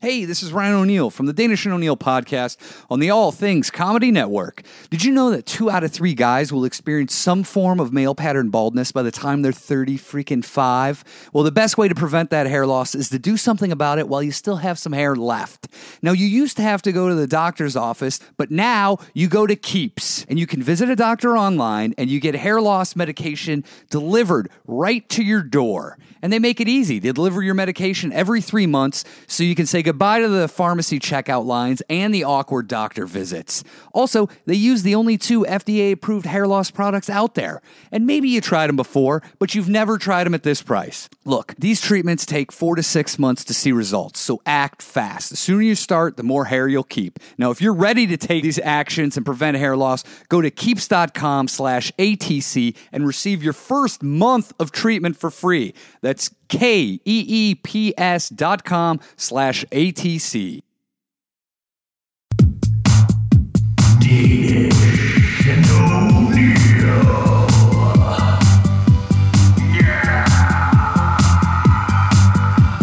Hey, this is Ryan O'Neill from the Danish and O'Neill podcast on the All Things Comedy Network. Did you know that two out of three guys will experience some form of male pattern baldness by the time they're 30 freaking five? Well, the best way to prevent that hair loss is to do something about it while you still have some hair left. Now, you used to have to go to the doctor's office, but now you go to Keeps and you can visit a doctor online and you get hair loss medication delivered right to your door. And they make it easy. They deliver your medication every three months so you can say goodbye to the pharmacy checkout lines and the awkward doctor visits. Also, they use the only two FDA approved hair loss products out there. And maybe you tried them before, but you've never tried them at this price. Look, these treatments take four to six months to see results, so act fast. The sooner you start, the more hair you'll keep. Now, if you're ready to take these actions and prevent hair loss, go to keeps.com slash ATC and receive your first month of treatment for free. That's K E E P S dot com slash ATC.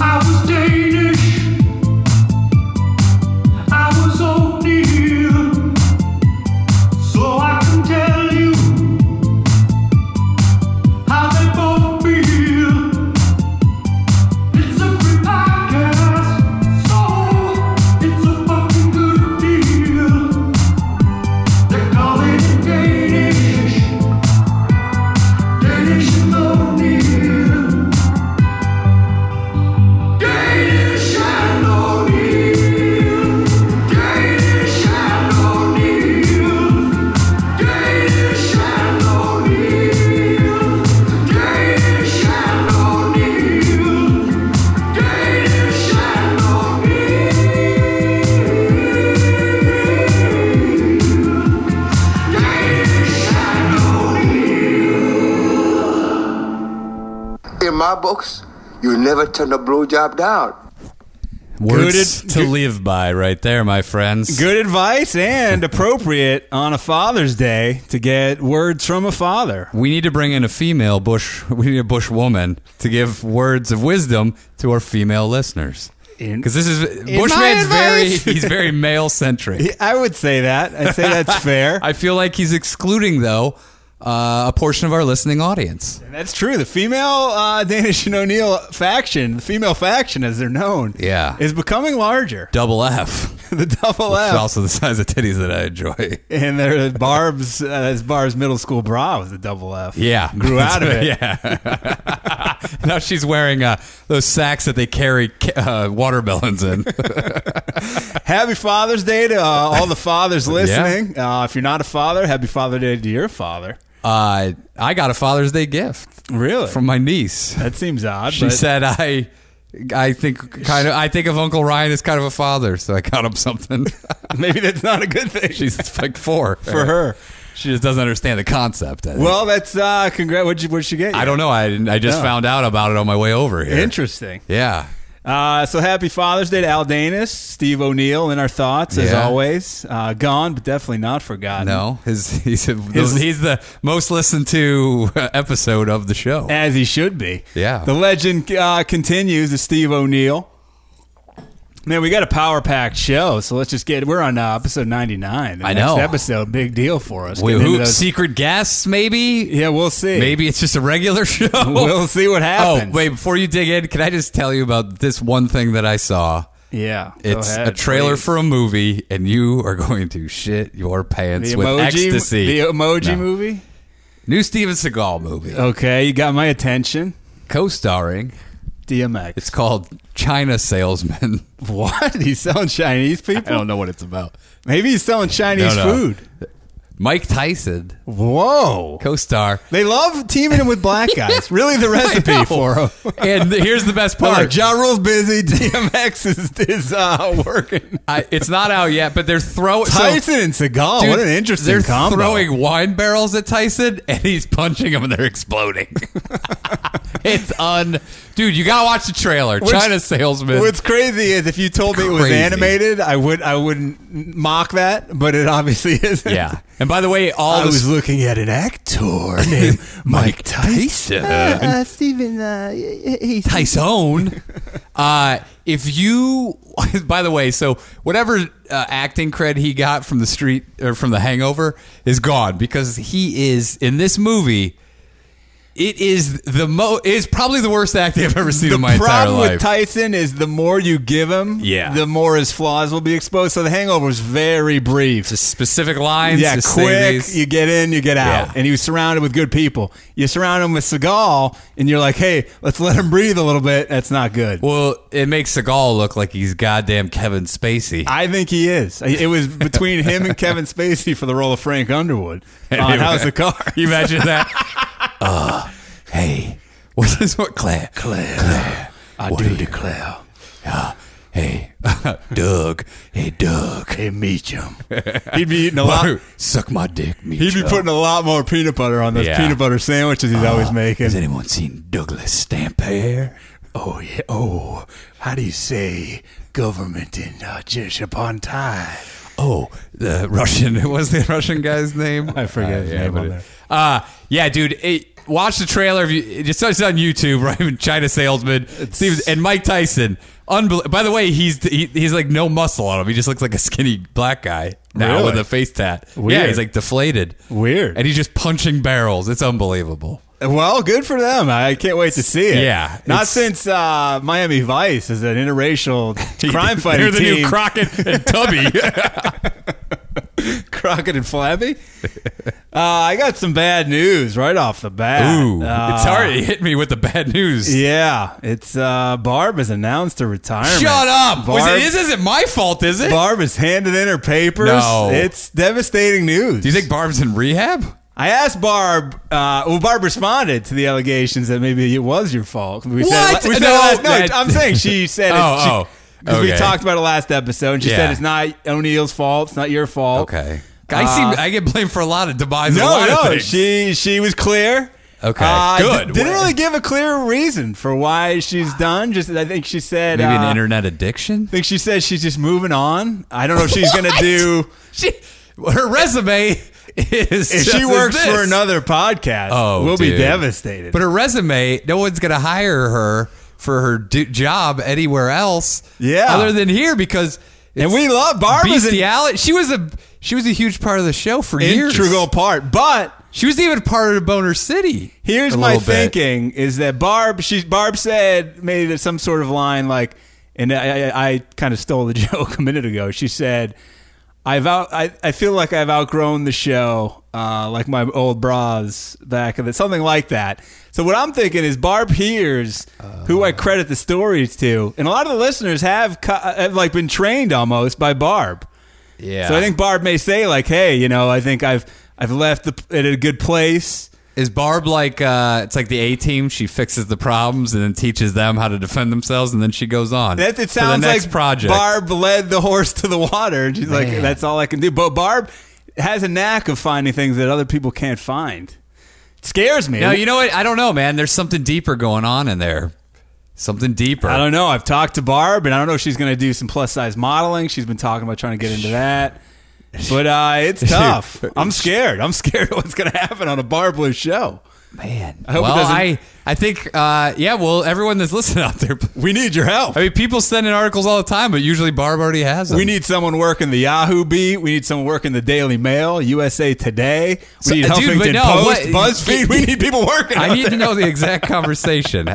I was Danish. I was O'Neill. So I can tell you how they both feel. It's a free podcast, so it's a fucking good deal. They call it Danish. Danish and O'Neill. Danish and O'Neill. Danish and O'Neill. Danish and O'Neill. Danish and O'Neill. Danish and O'Neill. Danish and O'Neill. In my books, you never turn a blowjob down. Words Good ad- to good- live by, right there, my friends. Good advice and appropriate on a Father's Day to get words from a father. We need to bring in a female bush. We need a bush woman to give words of wisdom to our female listeners. In- Because this is my Bushman's very advice. he's very male centric. I would say that. I say that's fair. I feel like he's excluding though uh, a portion of our listening audience. that's true. The female uh, Danish and O'Neill faction, the female faction as they're known, Yeah. is becoming larger. Double F, the double which is F, also the size of titties that I enjoy. and their Barb's uh, as Barb's middle school bra was the double F. Yeah, grew out of it. Yeah. now she's wearing uh, those sacks that they carry ca- uh, watermelons in. Happy Father's Day to uh, all the fathers listening. Uh, if you're not a father, happy Father's Day to your father. uh, I got a Father's Day gift Really? from my niece. that seems odd. She but- said, "I, I think kind of. I think of Uncle Ryan as kind of a father, so I got him something." Maybe that's not a good thing She's like four for her. She just doesn't understand the concept. I think. Well, that's uh, congrats. What'd, you, what'd she get? you? I don't know. I didn't- I just No. found out about it on my way over here. Interesting. Yeah. Uh, so happy Father's Day to Al Danis, Steve O'Neill in our thoughts as Yeah. always. Uh, gone, but definitely not forgotten. No, his he's he's, he's the most listened to episode of the show. as he should be. Yeah. The legend uh, continues to Steve O'Neill. Man, we got a power packed show, so let's just get. We're on uh, episode ninety nine. I next know. Episode, big deal for us. Wait, Get into who, those- secret guests, maybe? yeah, we'll see. Maybe it's just a regular show. we'll see what oh, happens. wait, before you dig in, can I just tell you about this one thing that I saw? Yeah, go It's ahead, a trailer please. for a movie, and you are going to shit your pants the with emoji. ecstasy. The Oh. emoji No. movie. New Steven Seagal movie, Okay, you got my attention. co starring. DMX. It's called China Salesman. what? He's selling Chinese people. I don't know what it's about. Maybe he's selling Chinese No, no. food. Mike Tyson, Whoa. co star. They love teaming him with black guys. really, the know. recipe for him. And here's the best But part. like, Ja Rule's busy. DMX is, is uh, working. I, it's not out yet, but they're throwing. so- Tyson and Seagal. Dude, what an interesting they're combo. throwing wine barrels at Tyson, and he's punching them, and they're exploding. It's un. Dude, you gotta watch the trailer. Which- China salesman. What's crazy is if you told me it was Crazy. animated, I would I wouldn't mock that, but it obviously isn't. yeah. And by the way, all I was this. looking at an actor named Mike Tyson. Steven, uh, he's Tyson. Uh, if you, by the way, so whatever uh, acting cred he got from the street or from The Hangover is gone because he is in this movie. It is the mo is probably the worst acting I've ever seen in my the entire problem life. with Tyson is the more you give him, Yeah. the more his flaws will be exposed. So the hangover was very brief. Specific lines. yeah, to say quick. these. You get in, you get out. Yeah. And he was surrounded with good people. You surround him with Seagal, and you're like, hey, let's let him breathe a little bit. That's not good. Well, it makes Seagal look like he's goddamn Kevin Spacey. I think he is. It was between him and Kevin Spacey for the role of Frank Underwood on Anyway. House of Cards. you imagine that? uh, hey, what is what Claire? Claire, Claire I do declare. Uh, hey, Doug. Hey, Doug. Hey, Meacham. He'd be eating a lot. Suck my dick, me. He'd be putting a lot more peanut butter on those Yeah. Ah, peanut butter sandwiches he's always making. Has anyone seen Douglas Stampere? Oh yeah. Oh, how do you say government in uh, Jish upon time? Oh, the Russian. What's the Russian guy's name? I forget his name but on it- there. Uh, yeah, dude. it- watch the trailer. If you, it just it's on YouTube, right? China salesman Steve, and Mike Tyson. Unbel- By the way, he's he, he's like no muscle on him. He just looks like a skinny black guy now Really? with a face tat. Yeah, Weird. he's like deflated. Weird. And he's just punching barrels. It's unbelievable. Well, good for them. I can't wait to see it. Yeah, Not it's- since uh, Miami Vice is an interracial crime fighting They're the team. new Crockett and Tubby. Crockett and Flabby. uh, I got some bad news right off the bat. Ooh, Uh, it's already hit me with the bad news. Yeah, it's uh, Barb has announced her retirement. Shut up! Was Barb- it, this isn't my fault, is it? Barb is handed in her papers. No. It's devastating news. Do you think Barb's in rehab? I asked Barb. Uh, well, Barb responded to the allegations that maybe it was your fault. We What? we said No, last- no, that- I'm saying she said. Oh, it's, she, oh, 'cause we okay. talked about it last episode. And she said Yeah. it's not O'Neill's fault. It's not your fault. I Oh, Uh, see. I get blamed for a lot of demise. a No, lot of no, things. she she was clear. Okay, Uh, good. d- didn't really give a clear reason for why she's done. Just I think she said Maybe uh, an internet addiction. I think she said she's just moving on. I don't know if she's gonna do. She, her resume is. If just she as works this. for another podcast, Oh, we'll be dude. devastated. but her resume, no one's going to hire her for her d- job anywhere else. Yeah. other than here because. and it's we love Barbara's an bestiality. She was a she was a huge part of the show for years. integral part. But She was even part of Boner City. here's a my little bit. thinking: is that Barb? She Barb said made it some sort of line like, and I, I, I kind of stole the joke a minute ago. She said, "I've out, I, I feel like I've outgrown the show, uh, like my old bras back of the something like that." So what I'm thinking is Barb hears who I credit the stories to, and a lot of the listeners have, co- have like been trained almost by Barb. Yeah. So I think Barb may say like, "Hey, you know, I think I've I've left the, at a good place." Is Barb like uh, it's like the A team? She fixes the problems and then teaches them how to defend themselves, and then she goes on. That it to the sounds next like project. Barb led the horse to the water, and she's like, Man. "That's all I can do." But Barb has a knack of finding things that other people can't find. It scares me. No, you know what? I don't know, man. There's something deeper going on in there. Something deeper. I don't know. I've talked to Barb, and I don't know if she's going to do some plus size modeling. She's been talking about trying to get into that. But uh, it's tough. I'm scared. I'm scared of what's going to happen on a Barbless show. man. hope it well, doesn't- I I think uh, yeah. Well, everyone that's listening out there, We need your help. I mean, people send in articles all the time, but usually Barb already has them. We need someone working the Yahoo beat. We need someone working the Daily Mail, USA Today. We So- uh, need dude, but Huffington no, Post, what- BuzzFeed. We need people working. I out need to there. know the exact conversation.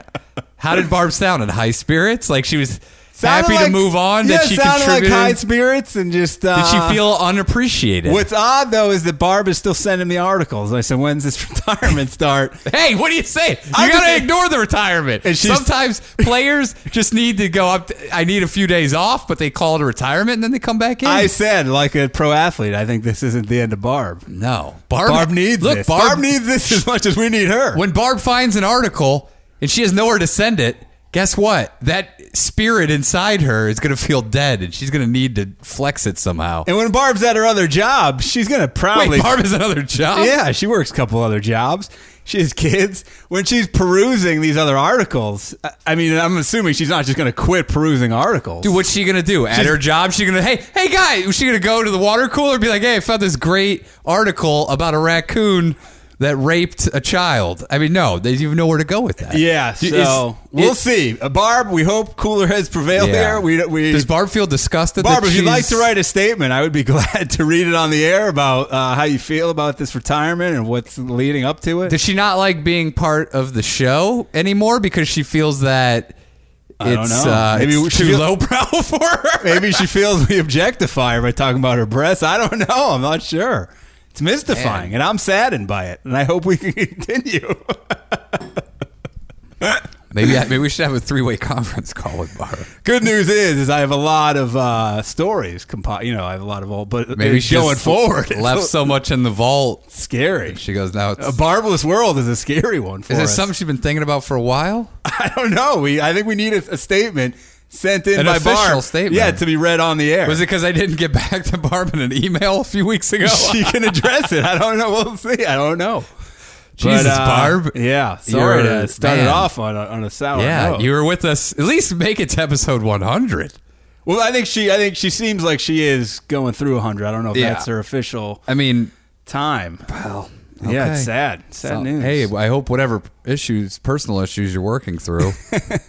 How did Barb sound? In high spirits, like she was Sounded happy like- to move on. Yeah, that she sounded contributed. like high spirits and just. Uh, did she feel unappreciated? What's odd though is that Barb is still sending me articles. I said, "When's this retirement start?" Hey, what do you say? You I'm gotta just- ignore the retirement. And she's- Sometimes players just need to go up. I need a few days off, but they call it a retirement and then they come back in. I said, like a pro athlete, I think this isn't the end of Barb. no, Barb, Barb needs look. this. Barb, Barb needs this as much as we need her. when Barb finds an article and she has nowhere to send it. guess what? That spirit inside her is going to feel dead, and she's going to need to flex it somehow. And when Barb's at her other job, she's gonna probably Wait, Barb has another job. Yeah, she works a couple other jobs. She has kids. When she's perusing these other articles, I- I mean, I'm assuming she's not just going to quit perusing articles. Dude, what's she gonna do at her job? She gonna hey hey guy? Is she gonna go to the water cooler and be like, hey, I found this great article about a raccoon that raped a child? I mean, no, they even know where to go with that. yeah, Is- so we'll is- see. Uh, Barb, we hope cooler heads prevail Yeah. here. We, we, Does Barb feel disgusted? that Barb, if you'd like to she's- write a statement, I would be glad to read it on the air about uh, how you feel about this retirement and what's leading up to it. Does she not like being part of the show anymore because she feels that I don't it's, know. Uh, Maybe it's she too feel- lowbrow for her? Maybe she feels we objectify her by talking about her breasts. I don't know. I'm not sure. It's mystifying, and I'm saddened by it. And I hope we can continue. Maybe I, maybe we should have a three way conference call with Barb. Good news is, is I have a lot of uh, stories. Compi- you know, I have a lot of old, but Maybe maybe she going just forward, it's left so much in the vault. scary. She goes now. It's, A barbless world is a scary one for is this us. something she's been thinking about for a while? I don't know. We, I think we need a, a statement sent in An by official Barb. statement. yeah, to be read on the air. Was it because I didn't get back to Barb in an email a few weeks ago? she can address it. I don't know. We'll see. I don't know. Jesus, But, uh, Barb. Yeah, sorry You're- to start man. it off on a, on a sour Yeah, note. you were with us. At least make it to episode 100. well, I think she, I think she seems like she is going through 100. I don't know if Yeah. that's her official I mean, time. Well, Yeah, okay. it's sad, sad so- news. hey, I hope whatever issues, personal issues you're working through,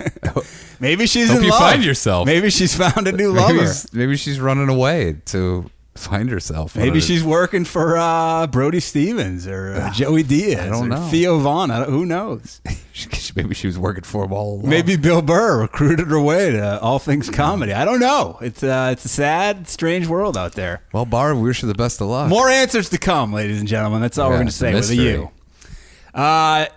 maybe she's hope in you love. find yourself. Maybe she's found a new maybe, lover. s- maybe she's running away to find herself. Maybe What she's working for uh, Brody Stevens or uh, Joey Diaz or don't know. Theo Vaughn. I don't- who knows? is- maybe she was working for him all along. Maybe Bill Burr recruited her way to all things comedy. I don't know. It's uh, it's a sad, strange world out there. Well, Barb, we wish you the best of luck. More answers to come, ladies and gentlemen. That's all Yeah, we're going to it's a say with a mystery. U. Uh,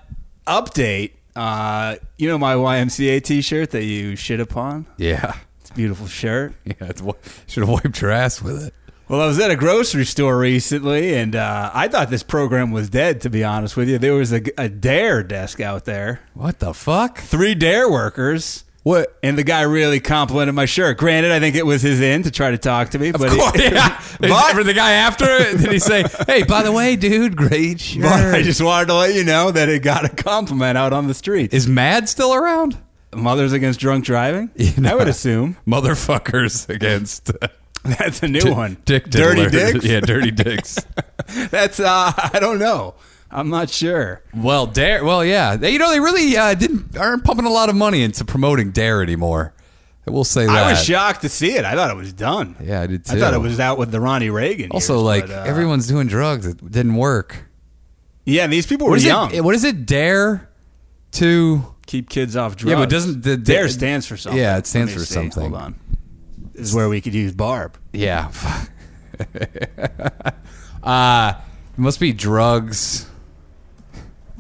update. Uh, you know my YMCA T-shirt that you shit upon. Yeah, It's a beautiful shirt. yeah. it's wa- Should have wiped your ass with it. Well, I was at a grocery store recently, and uh, I thought this program was dead. To be honest with you, there was a, a dare desk out there. What the fuck? Three dare workers. What? And the guy really complimented my shirt. Granted, I think it was his end to try to talk to me, but he- Course, yeah. But- for the guy after it, did he say, "Hey, by the way, dude, great shirt"? but I just wanted to let you know that it got a compliment out on the street. Is Mad still around? Mothers Against Drunk Driving? I would assume. Motherfuckers against uh, That's a new one. Dick Dirty Diddler. Dicks? Yeah, dirty dicks. That's, uh, I don't know. I'm not sure. well, dare. Well, yeah. They- You know, they really uh, didn't aren't pumping a lot of money into promoting dare anymore. I will say that. I was shocked to see it. I thought it was done. Yeah, I did I thought too. it was out with the Ronnie Reagan. Also, years, like but, uh, everyone's doing drugs, it didn't work. Yeah, and these people What were is young. it? What is it? Dare to Keep kids off drugs. Yeah, but doesn't the- dare the- stands for something? Yeah, it stands Let me for see. something. Hold on. This is where we could use Barb. yeah. uh it must be drugs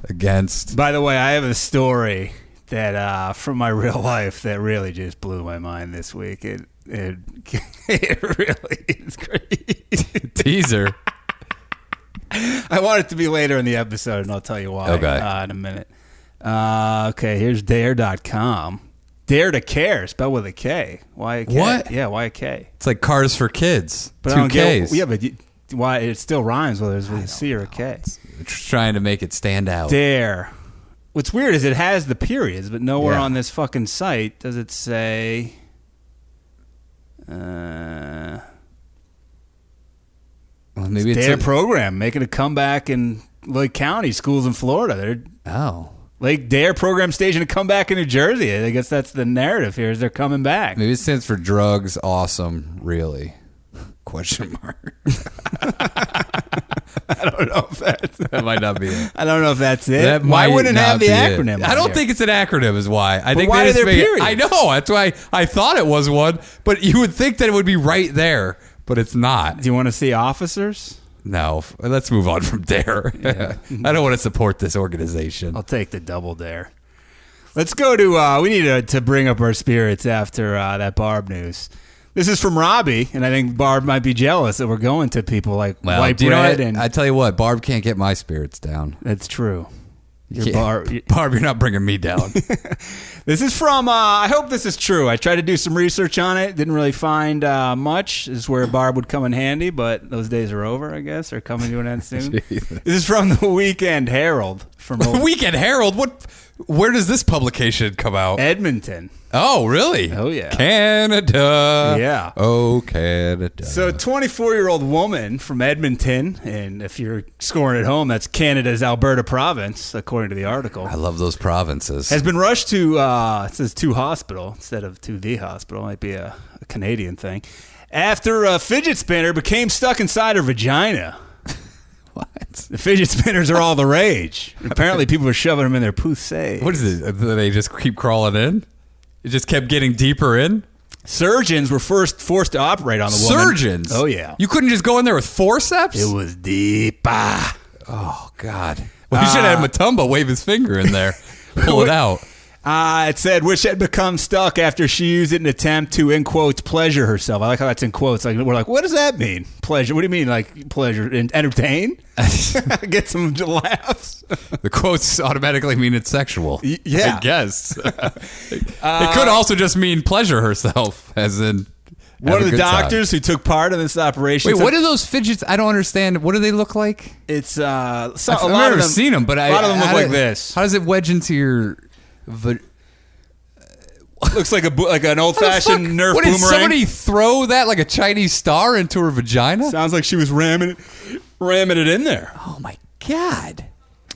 against By the way, I have a story that uh, from my real life that really just blew my mind this week. It it, it really is crazy. teaser. I want it to be later in the episode, and I'll tell you why Okay. uh, in a minute. Uh, okay, here's dare.com. Dare to care, spelled with a K. Why a K? What? Yeah, why a K? It's like cars for kids. But Two I don't Ks. get. Yeah, but you, why it still rhymes whether it's with a C or a K. Tr- trying to make it stand out. Dare. What's weird is it has the periods, but nowhere Yeah. on this fucking site does it say. Uh, Well, maybe it's dare a- program making a comeback in Lake County schools in Florida. They're oh, Lake Dare program staging a comeback in New Jersey. I guess that's the narrative here is they're coming back. maybe it stands for drugs. Awesome, really? Question mark. I don't know if that's. That might not be it. I don't know if that's it. That why might wouldn't it not have the be it. acronym? I on don't here? think it's an acronym. Is why I think why they are just there make it- I periods? know that's why I thought it was one, but you would think that it would be right there, but it's not. Do you want to see officers? No, f- let's move on from there. I don't want to support this organization. I'll take the double dare. Let's go to. Uh, we need to, to bring up our spirits after uh, that Barb news. This is from Robbie, and I think Barb might be jealous that we're going to people like Well, white do you know bread what? and I tell you what, Barb can't get my spirits down. that's true. Your Yeah. Barb. Barb, you're not bringing me down. This is from. Uh, I hope this is true. I tried to do some research on it. Didn't really find uh, much. This is where Barb would come in handy, but those days are over, I guess, or coming to an end soon. Jesus. this is from the Weekend Herald from old Weekend Herald. What? Where does this publication come out? Edmonton. Oh, really? Eh. Oh, yeah. Canada. Yeah. Oh, Canada. So, a 24 year old woman from Edmonton, and if you're scoring at home, that's Canada's Alberta province, according to the article. I love those provinces. has been rushed to uh, it says to hospital instead of to the hospital. Might be a, a Canadian thing. After a fidget spinner became stuck inside her vagina. what? The fidget spinners are all the rage. Apparently, people are shoving them in their poussée. What is it? Do They just keep crawling in. It just kept getting deeper in. Surgeons were first forced to operate on the woman. Surgeons. Oh yeah. You couldn't just go in there with forceps. it was deep. Ah. oh God. Well, you should have had Matumba wave his finger in there, pull it out. Uh, it said, which had become stuck after she used it in an attempt to, in quotes, pleasure herself. I like how that's in quotes. Like we're like, what does that mean? Pleasure? What do you mean, like pleasure? And entertain? Get some laughs. The quotes automatically mean it's sexual. Y- yeah. Uh, I guess. it could also just mean pleasure herself, as in. have One a of the good time. doctors who took part in this operation. Wait, said- what are those fidgets? I don't understand. What do they look like? It's uh, so, I've a lot never of them, seen them, but a I- lot of them look how like do- this. How does it wedge into your? va- looks like a bu- like an old What the fuck? fashioned Nerf what, boomerang. Did somebody throw that like a Chinese star into her vagina? Sounds like she was ramming it, ramming it in there. Oh my god.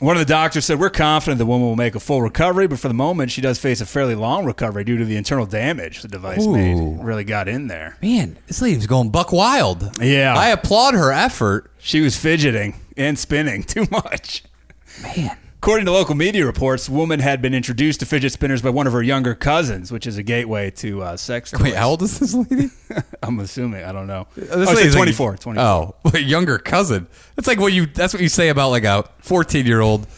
One of the doctors said, We're confident the woman will make a full recovery, but for the moment, she does face a fairly long recovery due to the internal damage the device made. Ooh. Really got in there. Man, this lady's going buck wild. Yeah. I applaud her effort. She was fidgeting and spinning too much. Man. According to local media reports, the woman had been introduced to fidget spinners by one of her younger cousins, which is a gateway to uh, sex. Toys. Wait, how old is this lady? Oh, I'm assuming. I don't know. This oh, she's lady's like- 24. 24. Oh, a younger cousin. That's like what you. That's what you say about like a fourteen-year-old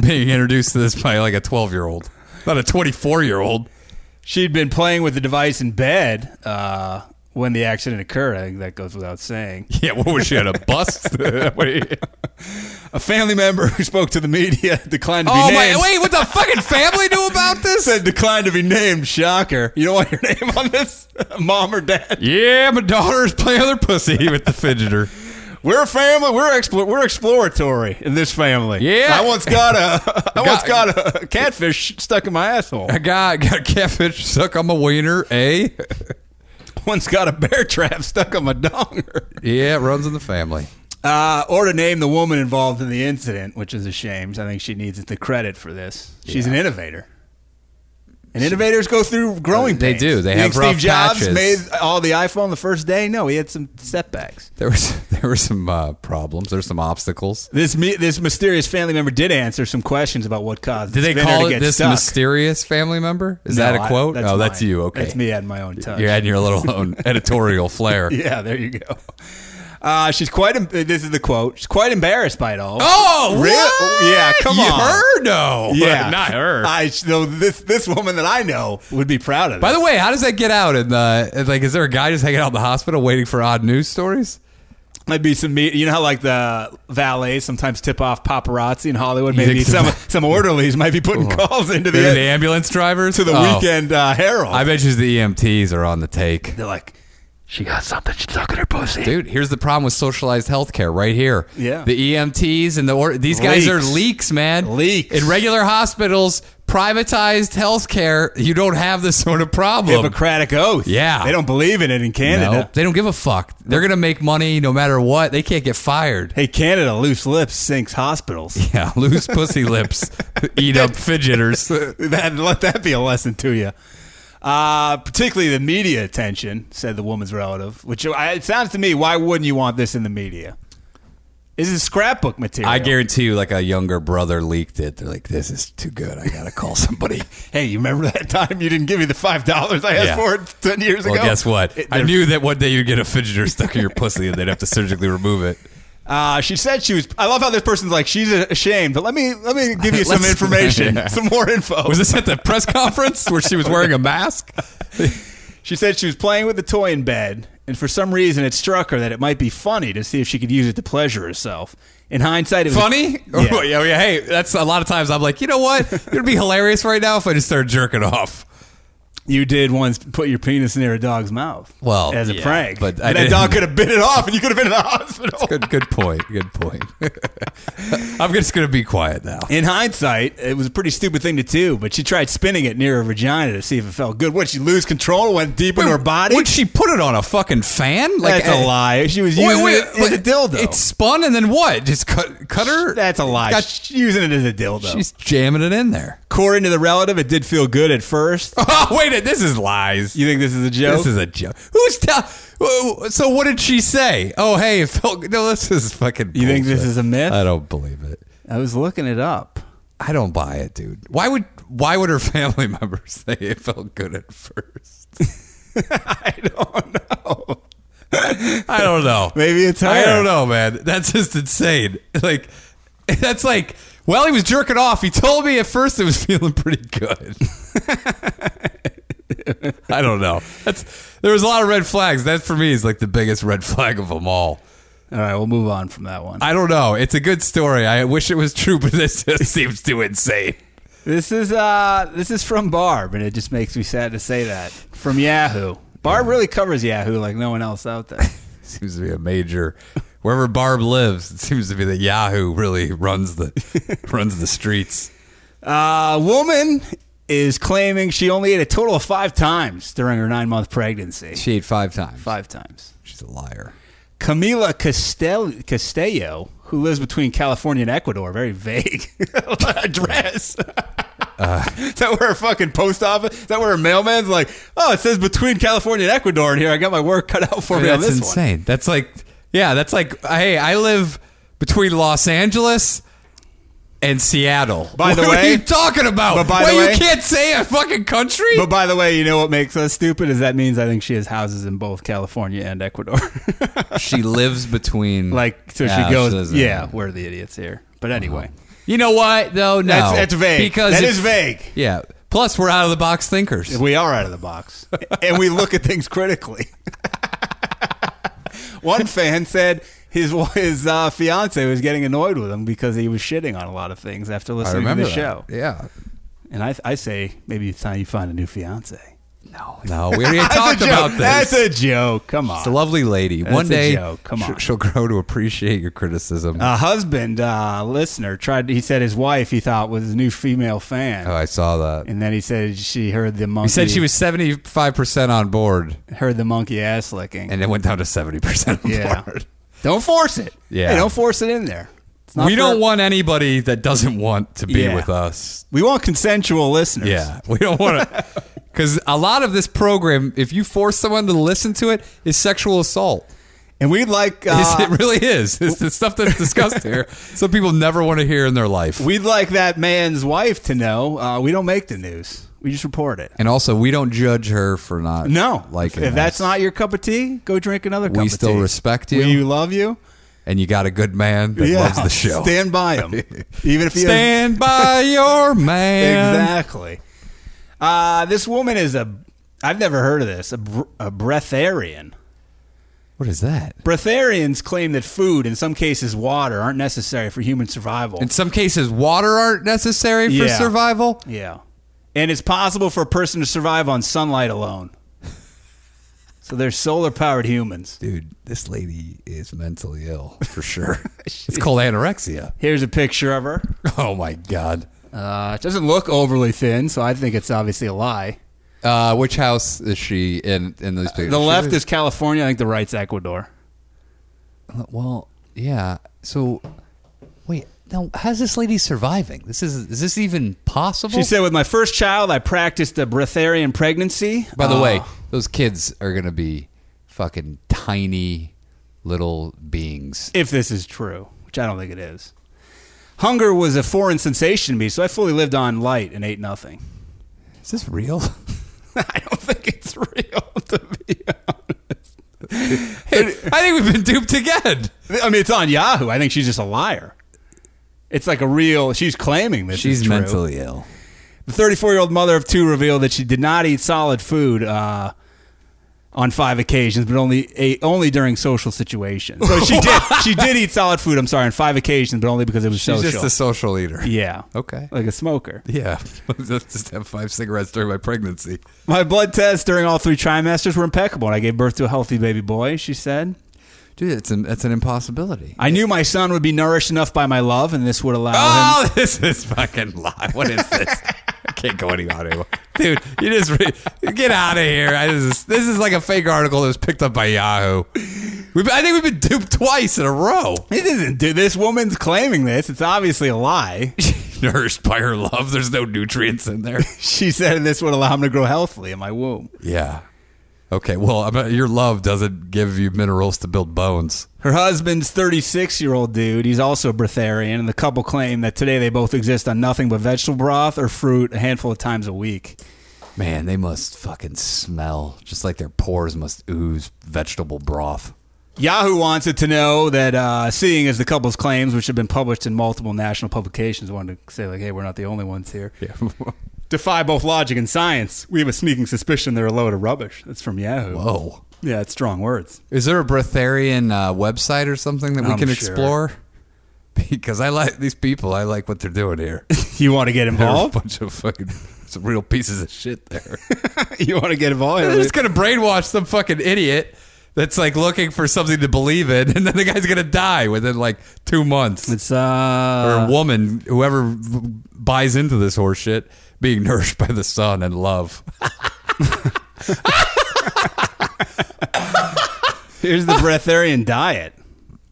being introduced to this by like a twelve-year-old, not a twenty-four-year-old. She'd been playing with the device in bed uh, when the accident occurred. I think that goes without saying. Yeah, what was she at a bust? Wait. A family member who spoke to the media declined to be oh named. my! Wait, what the fucking family knew about this? said declined to be named. Shocker. You don't want your name on this, mom or dad. Yeah, my daughter's playing with her pussy with the fidgeter. We're a family. We're expl- we're exploratory in this family. Yeah. I once got a I once Got- got a catfish stuck in my asshole. I got got a catfish stuck on my wiener, eh? once got a bear trap stuck on my donger. Yeah, it runs in the family. Uh, or to name the woman involved in the incident, which is a shame. I think she needs the credit for this. She's an innovator. And innovators go through growing They pains. do. They You have think rough Steve Jobs patches. made all the iPhone the first day? No, he had some setbacks. There was there were some uh, problems. There's some obstacles. This me- this mysterious family member did answer some questions about what caused. Did the they spinner call to it get this stuck. mysterious family member? Is No, that a I- quote? oh, that's mine. you. Okay, that's me adding my own touch. You're adding your little own editorial flair. yeah, there you go. Uh, she's quite. em- This is the quote. She's quite embarrassed by it all. Oh, Real- what? Yeah, come you on. Her? No, Yeah, not her. I though this this woman that I know would be proud of. By it. the way, how does that get out? And uh, like, is there a guy just hanging out in the hospital waiting for odd news stories? might be some. me- You know how like the valets sometimes tip off paparazzi in Hollywood. You Maybe think so? some some orderlies might be putting calls into Maybe the the ambulance drivers to the Oh. weekend uh, Herald. I bet you the EMTs are on the take. They're like, Dude, here's the problem with socialized healthcare right here. Yeah. The EMTs and the or- these guys are Leaks. leaks, man. Leaks. In regular hospitals, privatized healthcare, you don't have this sort of problem. Hippocratic oath. Yeah. they don't believe in it in No, Canada. they don't give a fuck. They're going to make money no matter what. They can't get fired. Hey, Canada, loose lips sinks hospitals. Yeah, loose pussy lips, eat up fidgeters. that, let that be a lesson to you. Uh, particularly the media attention, said the woman's relative, which I, it sounds to me, why wouldn't you want this in the media? This is scrapbook material. I guarantee you, like a younger brother leaked it. They're like, this is too good. I got to call somebody. Hey, you remember that time you didn't give me the $5 I asked Yeah. for it 10 years Well, ago? guess what? It- I knew that one day you'd get a fidgeter stuck in your pussy and they'd have to surgically remove it. Uh, she said she was. I love how this person's like she's ashamed, but let me let me give you some Let's- information, Yeah. some more info. Was this at the press conference where she was wearing a mask? She said she was playing with the toy in bed and for some reason it struck her that it might be funny to see if she could use it to pleasure herself. In hindsight, it was Funny? Yeah. Oh, yeah, yeah, Hey, that's a lot of times I'm like, you know what? It would be hilarious right now if I just started jerking off. You did once put your penis near a dog's mouth. Well, as a yeah, prank, but I And that didn't. dog could have bit it off, and you could have been in the hospital. Good, good point. Good point. I'm just gonna be quiet now. In hindsight, it was a pretty stupid thing to do, but she tried spinning it near her vagina to see if it felt good. What, she lose control, went deep in her body? Would she put it on a fucking fan? eh, That's a lie. She was Wait, using wait, it as a wait. dildo. It spun and then what? Just cut, cut her. That's a lie. Got- She's using it as a dildo. She's jamming it in there. According to the relative, it did feel good at first. Oh, wait, this is lies. You think this is a joke? This is a joke. Who's tell? wh- wh- So what did she say? Oh, hey, it felt. No, this is fucking. You think this bullshit. is a myth? I don't believe it. I was looking it up. I don't buy it, dude. Why would Why would her family members say it felt good at first? I don't know. I don't know. Maybe it's her. I don't know, man. That's just insane. Like, that's like. Well, he was jerking off. He told me at first it was feeling pretty good. I don't know. That's there was a lot of red flags. That for me is like the biggest red flag of them all. All right, we'll move on from that one. I don't know. It's a good story. I wish it was true, but this just seems too insane. This is uh this is from Barb, and it just makes me sad to say that. From Yahoo. Barb really covers Yahoo like no one else out there. Seems to be a major wherever Barb lives. It seems to be that Yahoo really runs the runs the streets. A woman is claiming she only ate a total of five times during her nine month pregnancy. She ate five times. Five times. She's a liar. Camila Castel- Castello, who lives between California and Ecuador, very vague address. Uh. is that where her fucking post office? Is that where her mailman's like, oh, it says between California and Ecuador, and here I got my work cut out for me on that's this one. insane. That's like yeah. That's like hey, I live between Los Angeles. And Seattle. By the what are way- you talking about? But by What, the way- you can't say a fucking country. But by the way, you know what makes us stupid is that means I think she has houses in both California and Ecuador. she lives between like, so Yeah, she goes, doesn't- yeah, we're the idiots here. But anyway, You know what though? No, that's, that's vague. Because that if- is vague. Yeah. Plus, we're out of the box thinkers. We are out of the box, and we look at things critically. One fan said his his uh, fiance was getting annoyed with him because he was shitting on a lot of things after listening to the show. Yeah. And I, I say maybe it's time you find a new fiance. No, no, we already That's a talked joke. about this. That's a joke. Come on. It's a lovely lady. That's One a day, joke. Come sh- on. she'll grow to appreciate your criticism. A husband uh, listener tried. He said his wife he thought was his new female fan, oh, I saw that. and then he said she heard the monkey. He said she was seventy-five percent on board, heard the monkey ass licking. and it went down to seventy percent on yeah, board. don't force it. Yeah. Hey, don't force it in there. It's not We for- don't want anybody that doesn't want to be Yeah. with us. We want consensual listeners. Yeah, we don't want to, because a lot of this program, if you force someone to listen to it, is sexual assault. and we'd like It's- uh, it really is. It's the stuff that's discussed here. Some people never want to hear in their life. we'd like that man's wife to know. Uh, we don't make the news. We just report it. and also, we don't judge her for not No, liking if us. that's not your cup of tea, go drink another cup. We of still tea. respect you. We love you. and you got a good man that loves the show. Stand by him, even if he has- Stand by your man. Exactly. Uh, this woman is a. I've never heard of this. A, br- a breatharian. What is that? Breatharians claim that food, in some cases water, aren't necessary for human survival. In some cases, water aren't necessary for Yeah. survival. yeah, and it's possible for a person to survive on sunlight alone. so they're solar-powered humans. Dude, this lady is mentally ill for sure. it's called anorexia. Here's a picture of her. Oh my god. Uh, it doesn't look overly thin, so I think it's obviously a lie. Uh, which house is she in? In these pictures, Uh, The left is California. I think the right's Ecuador. Well, yeah. So, wait. Now, how's this lady surviving? This is is this even possible? She said, "With my first child, I practiced a breatharian pregnancy." By the Uh, way, those kids are gonna be fucking tiny little beings. if this is true, which I don't think it is. Hunger was a foreign sensation to me, so I fully lived on light and ate nothing. Is this real? I don't think it's real to be I think we've been duped again. I mean, it's on Yahoo. I think she's just a liar. It's like a real. She's claiming this. is She's true. mentally ill. The 34 year old mother of two revealed that she did not eat solid food. Uh, on five occasions, but only eight, only during social situations. So she did she did eat solid food. I'm sorry, on five occasions, but only because it was She's social. just a social eater. yeah. Okay. Like a smoker. Yeah. just have five cigarettes during my pregnancy. My blood tests during all three trimesters were impeccable, and I gave birth to a healthy baby boy. She said. Dude, it's an, it's an impossibility. I knew my son would be nourished enough by my love, and this would allow him. Oh, this is fucking live. What is this? I can't go any anymore. Dude, you just re- get out of here. I just, this is like a fake article that was picked up by Yahoo. We've, I think we've been duped twice in a row. This isn't. Dude, this woman's claiming this. It's obviously a lie. Nourished by her love, there's no nutrients in there. she said this would allow him to grow healthily in my womb. Yeah. Okay. Well, I bet your love doesn't give you minerals to build bones. Her husband's 36 year old dude. He's also breatharian, and the couple claim that today they both exist on nothing but vegetable broth or fruit a handful of times a week. Man, they must fucking smell just like their pores must ooze vegetable broth. Yahoo wants it to know that, uh, seeing as the couple's claims, which have been published in multiple national publications, wanted to say, like, hey, we're not the only ones here. Yeah. Defy both logic and science. We have a sneaking suspicion they're a load of rubbish. That's from Yahoo. Whoa. Yeah, it's strong words. Oh. Is there a breatharian uh, website or something that we I'm can sure. explore? Because I like these people. I like what they're doing here. You want to get They're a involved? bunch of fucking some real pieces of shit there. you want to get involved? They're just gonna brainwash some fucking idiot that's like looking for something to believe in, and then the guy's gonna die within like two months. It's uh, or a woman, whoever v- buys into this horse shit, being nourished by the sun and love. here's the breatharian diet.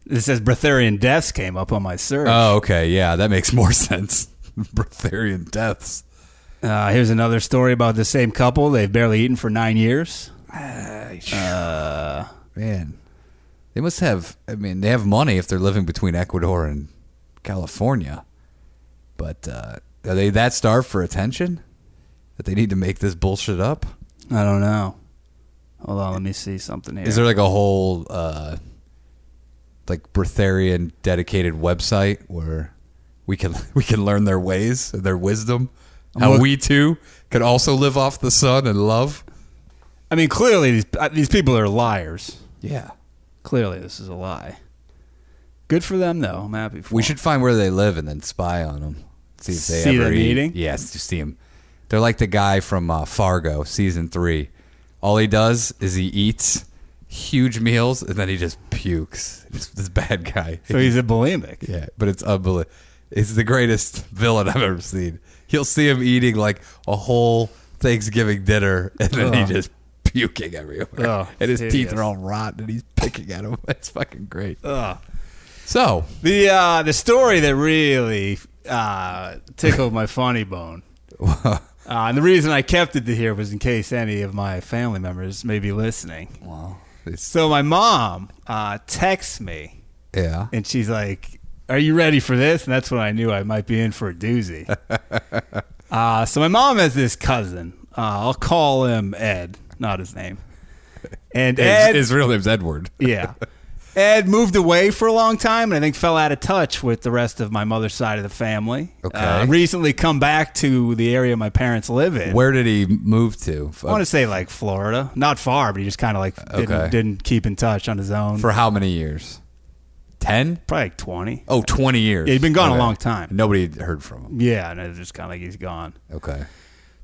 It says breatharian deaths came up on my search. Oh, okay, yeah, that makes more sense. Breatharian deaths. Uh, here's another story about the same couple. They've barely eaten for nine years. Man, they must have. I mean, they have money if they're living between Ecuador and California. But uh, are they that starved for attention that they need to make this bullshit up? I don't know. Hold on, let me see something here. Is there like a whole uh, like Breatharian dedicated website where we can we can learn their ways, their wisdom, how look- we too could also live off the sun and love? I mean, clearly these uh, these people are liars. Yeah, Clearly, this is a lie. Good for them, though. I'm happy for we them. should find where they live and then spy on them. See if they See ever them eat. eating? Yes, to see them. They're like the guy from uh, Fargo season three. All he does is he eats huge meals and then he just pukes. This, this bad guy. So he's a bulimic. Yeah, but it's unbelievable. It's the greatest villain I've ever seen. You'll see him eating like a whole Thanksgiving dinner, and then Ugh. he just puking everywhere, Ugh, and his hideous. teeth are all rotten, and he's picking at them. It's fucking great. Ugh. So The uh, the story that really uh, tickled my funny bone, uh, and the reason I kept it to here was in case any of my family members may be listening. Wow. It's- So my mom uh, texts me, yeah, and she's like, "Are you ready for this?" And that's when I knew I might be in for a doozy. uh, so my mom has this cousin. Uh, I'll call him Ed, not his name. And his, Ed his real name's Edward. yeah. Ed moved away for a long time and I think fell out of touch with the rest of my mother's side of the family. Okay. Uh, recently come back to the area my parents live in. Where did he move to? I want to say like Florida. Not far, but he just kind of like didn't, Okay. didn't keep in touch on his own. For how many years? Ten? Probably like 20. Oh, 20 years. Yeah, he'd been gone a long time. Mm. Nobody had heard from him. Yeah, and it's just kind of like he's gone. Okay.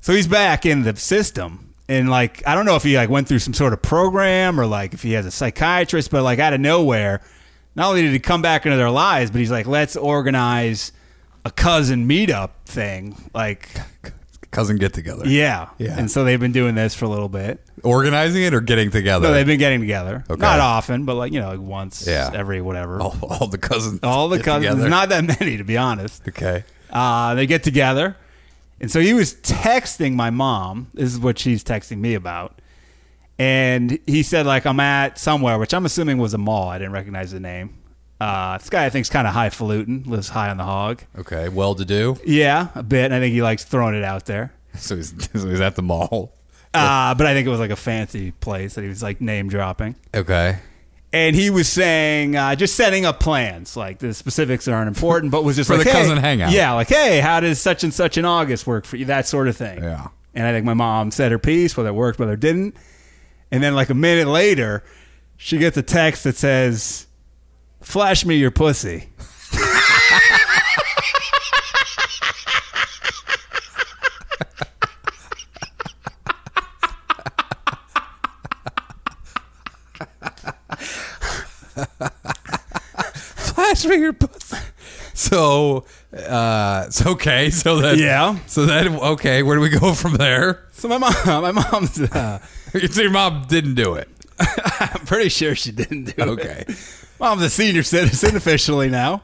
So he's back in the system. And like I don't know if he like went through some sort of program or like if he has a psychiatrist, but like out of nowhere, not only did he come back into their lives, but he's like, let's organize a cousin meetup thing. Like Cousin get together. yeah. Yeah. And so they've been doing this for a little bit. Organizing it or getting together? No, they've been getting together. Okay. Not often, but like, you know, like once Yeah. every whatever. all, all the cousins. All the get cousins. together. Not that many to be honest. Okay. Uh, they get together. And so he was texting my mom. This is what she's texting me about. And he said, like, I'm at somewhere, which I'm assuming was a mall. I didn't recognize the name. Uh, this guy I think's kind of highfalutin, lives high on the hog. Okay. Well to do. Yeah, a bit. And I think he likes throwing it out there. So he's, so he's at the mall. Uh, but I think it was like a fancy place that he was like name dropping. Okay. And he was saying, uh, just setting up plans. Like the specifics aren't important, but was just For like, the hey- cousin hangout. Yeah, like, hey, how does such and such in August work for you? That sort of thing. Yeah. And I think my mom said her piece, whether it worked, whether it didn't. And then like a minute later, she gets a text that says, "Flash me your pussy." Flash me your pussy. So, uh, it's okay. So that Yeah. So that okay. Where do we go from there? So my mom, my mom's, uh, So your mom didn't do it. I'm pretty sure she didn't do Okay. it. Mom's a senior citizen officially now.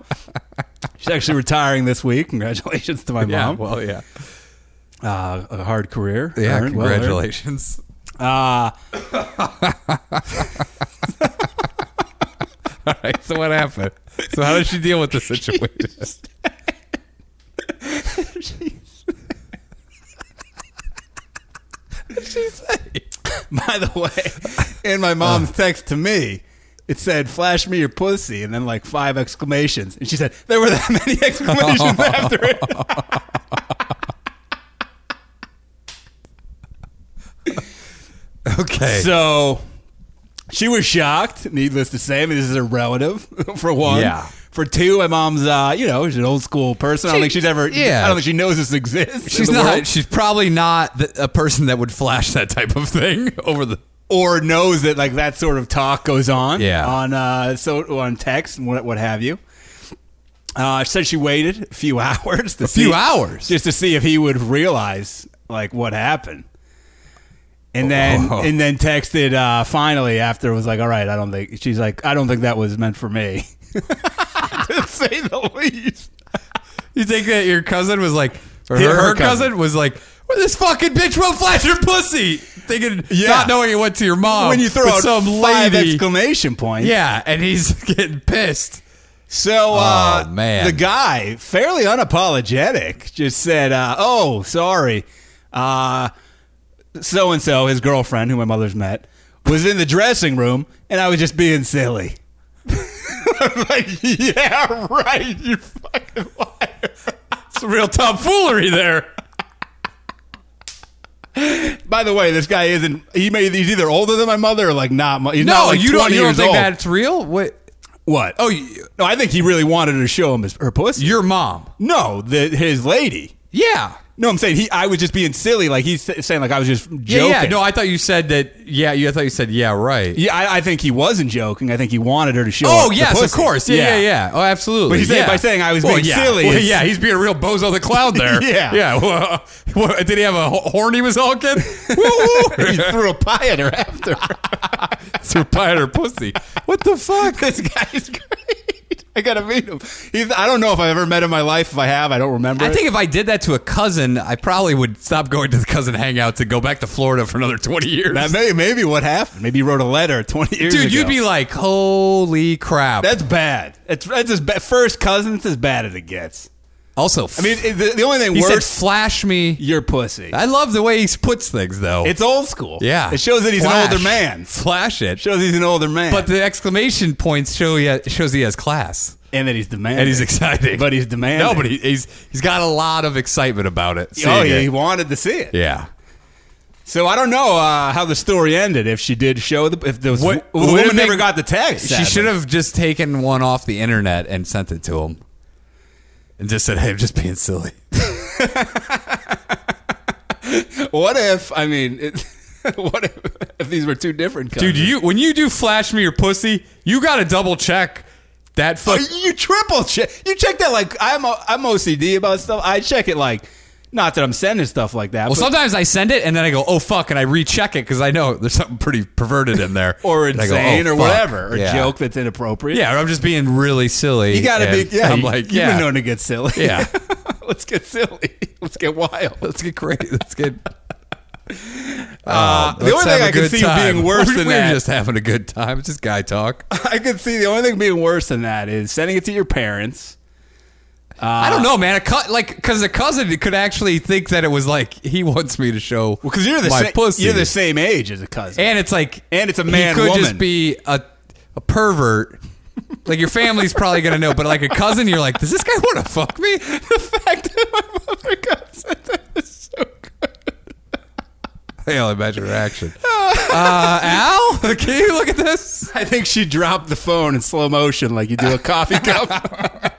She's actually retiring this week. Congratulations to my Yeah. mom. Well, yeah. uh, a hard career. Yeah. earned, well Uh, earned. congratulations. All right. So what happened? So how did she deal with the situation? By the way, Uh. in my mom's text to me, it said, "Flash me your pussy," and then like five exclamations, and she said, "There were that many exclamations after it." Okay. So she was shocked, needless to say. I mean, this is her relative, for one. Yeah. For two, my mom's, uh, you know, she's an old school person. I don't She- think she's ever, yeah. I don't think she knows this exists. in she's the not. world. She's probably not the, a person that would flash that type of thing over the. or knows that like that sort of talk goes on Yeah. on uh so on text and what, what have you uh she said she waited a few hours to a few hours? just to see if he would realize like what happened and then Oh. and then texted uh finally after was like all right i don't think she's like i don't think that was meant for me to say the least You think that your cousin was like, or her, Yeah, her her cousin. cousin. was like, well, this fucking bitch won't flash her pussy, thinking, Yeah. not knowing it went to your mom. when you throw Oh, but out some five lady, exclamation points yeah, and he's getting pissed. So, uh, Oh, man. the guy, fairly unapologetic, just said, uh, "Oh, sorry." Uh, so and so, his girlfriend, who my mother's met, was in the dressing room, and I was just being silly. I'm like, yeah, right. You fucking liar. It's a real tomfoolery there. By the way, this guy isn't. He may. He's either older than my mother or like not. mu- He's No, not like you don't. 20 You don't years think old. that's real? What? What? Oh, Oh, you- no. I think he really wanted her to show him his, her pussy. your mom? No, the, his lady. Yeah. No, I'm saying he. I was just being silly. Like he's sa- saying, like I was just joking. Yeah, yeah. No, I thought you said that. Yeah, you. I thought you said yeah, right. Yeah, I, I think he wasn't joking. I think he wanted her to show. Oh up the yes, of pussy. course. Yeah, yeah, yeah, Oh, absolutely. But he's saying- yeah. by saying I was being yeah. silly, Well, it's- yeah, he's being a real bozo the clown there. Yeah. yeah. Well, what, did he have a ho- horn he was honking? Woo! he threw a pie at her after. Through pie at her pussy. What the fuck? this guy's great. I gotta meet him. He's. I don't know if I've ever met him in my life. If I have, I don't remember. I it. think if I did that to a cousin, I probably would stop going to the cousin hangout to go back to Florida for another twenty years. that may maybe what happened. Maybe he wrote a letter 20 years Dude, ago. you'd be like, holy crap. That's bad. That's that's as bad. First cousins as bad as it gets. also, I mean, it- the, the only thing he said, worse flash me. your pussy. I love the way he puts things, though. It's old school. yeah. it shows that he's Flash. an older man. Flash it. Shows he's an older man. But the exclamation points show he shows he has class and that he's demanding. and he's excited. But he's demanding. No, but he, he's he's got a lot of excitement about it. oh, seeing yeah, it. he wanted to see it. yeah. So I don't know uh, how the story ended. If she did show the, if the, What- the what do you woman think- never got the text, She should have just taken one off the internet and sent it to him, and just said, "Hey, I'm just being silly." have. What if? I mean, it, what if, if these were two different? Cousins? Dude, you when you do flash me your pussy, you got to double check that. Oh, Fuck. you triple check. You check that like I'm o- I'm OCD about stuff. I check it like not that I'm sending stuff like that. well, but- sometimes I send it and then I go, "Oh fuck," and I recheck it because I know there's something pretty perverted in there, or And I go, "Oh, insane or fuck." whatever or Yeah. joke that's inappropriate. Yeah, I'm just being really silly. you gotta and be. Yeah, I'm you- like, you've yeah, been known to get silly. Yeah. let's get silly. Let's get wild. Let's get crazy. Let's get. the only thing I can see being worse we're, than we're that- just having a good time. It's just guy talk. I could see the only thing being worse than that is sending it to your parents. I don't Uh, know, man. A cu- like, because a cousin could actually think that it was like he wants me to show. Well, because you're the my sa- pussy. you're the same age as a cousin. and it's like, And it's a He man could just woman. be a a pervert. Like your family's probably gonna know, but like a cousin, you're like, does this guy want to fuck me? The fact that my mother got sent that is so good. can't imagine her action. Uh, Al, can you look at this? I think she dropped the phone in slow motion, like you do a coffee cup.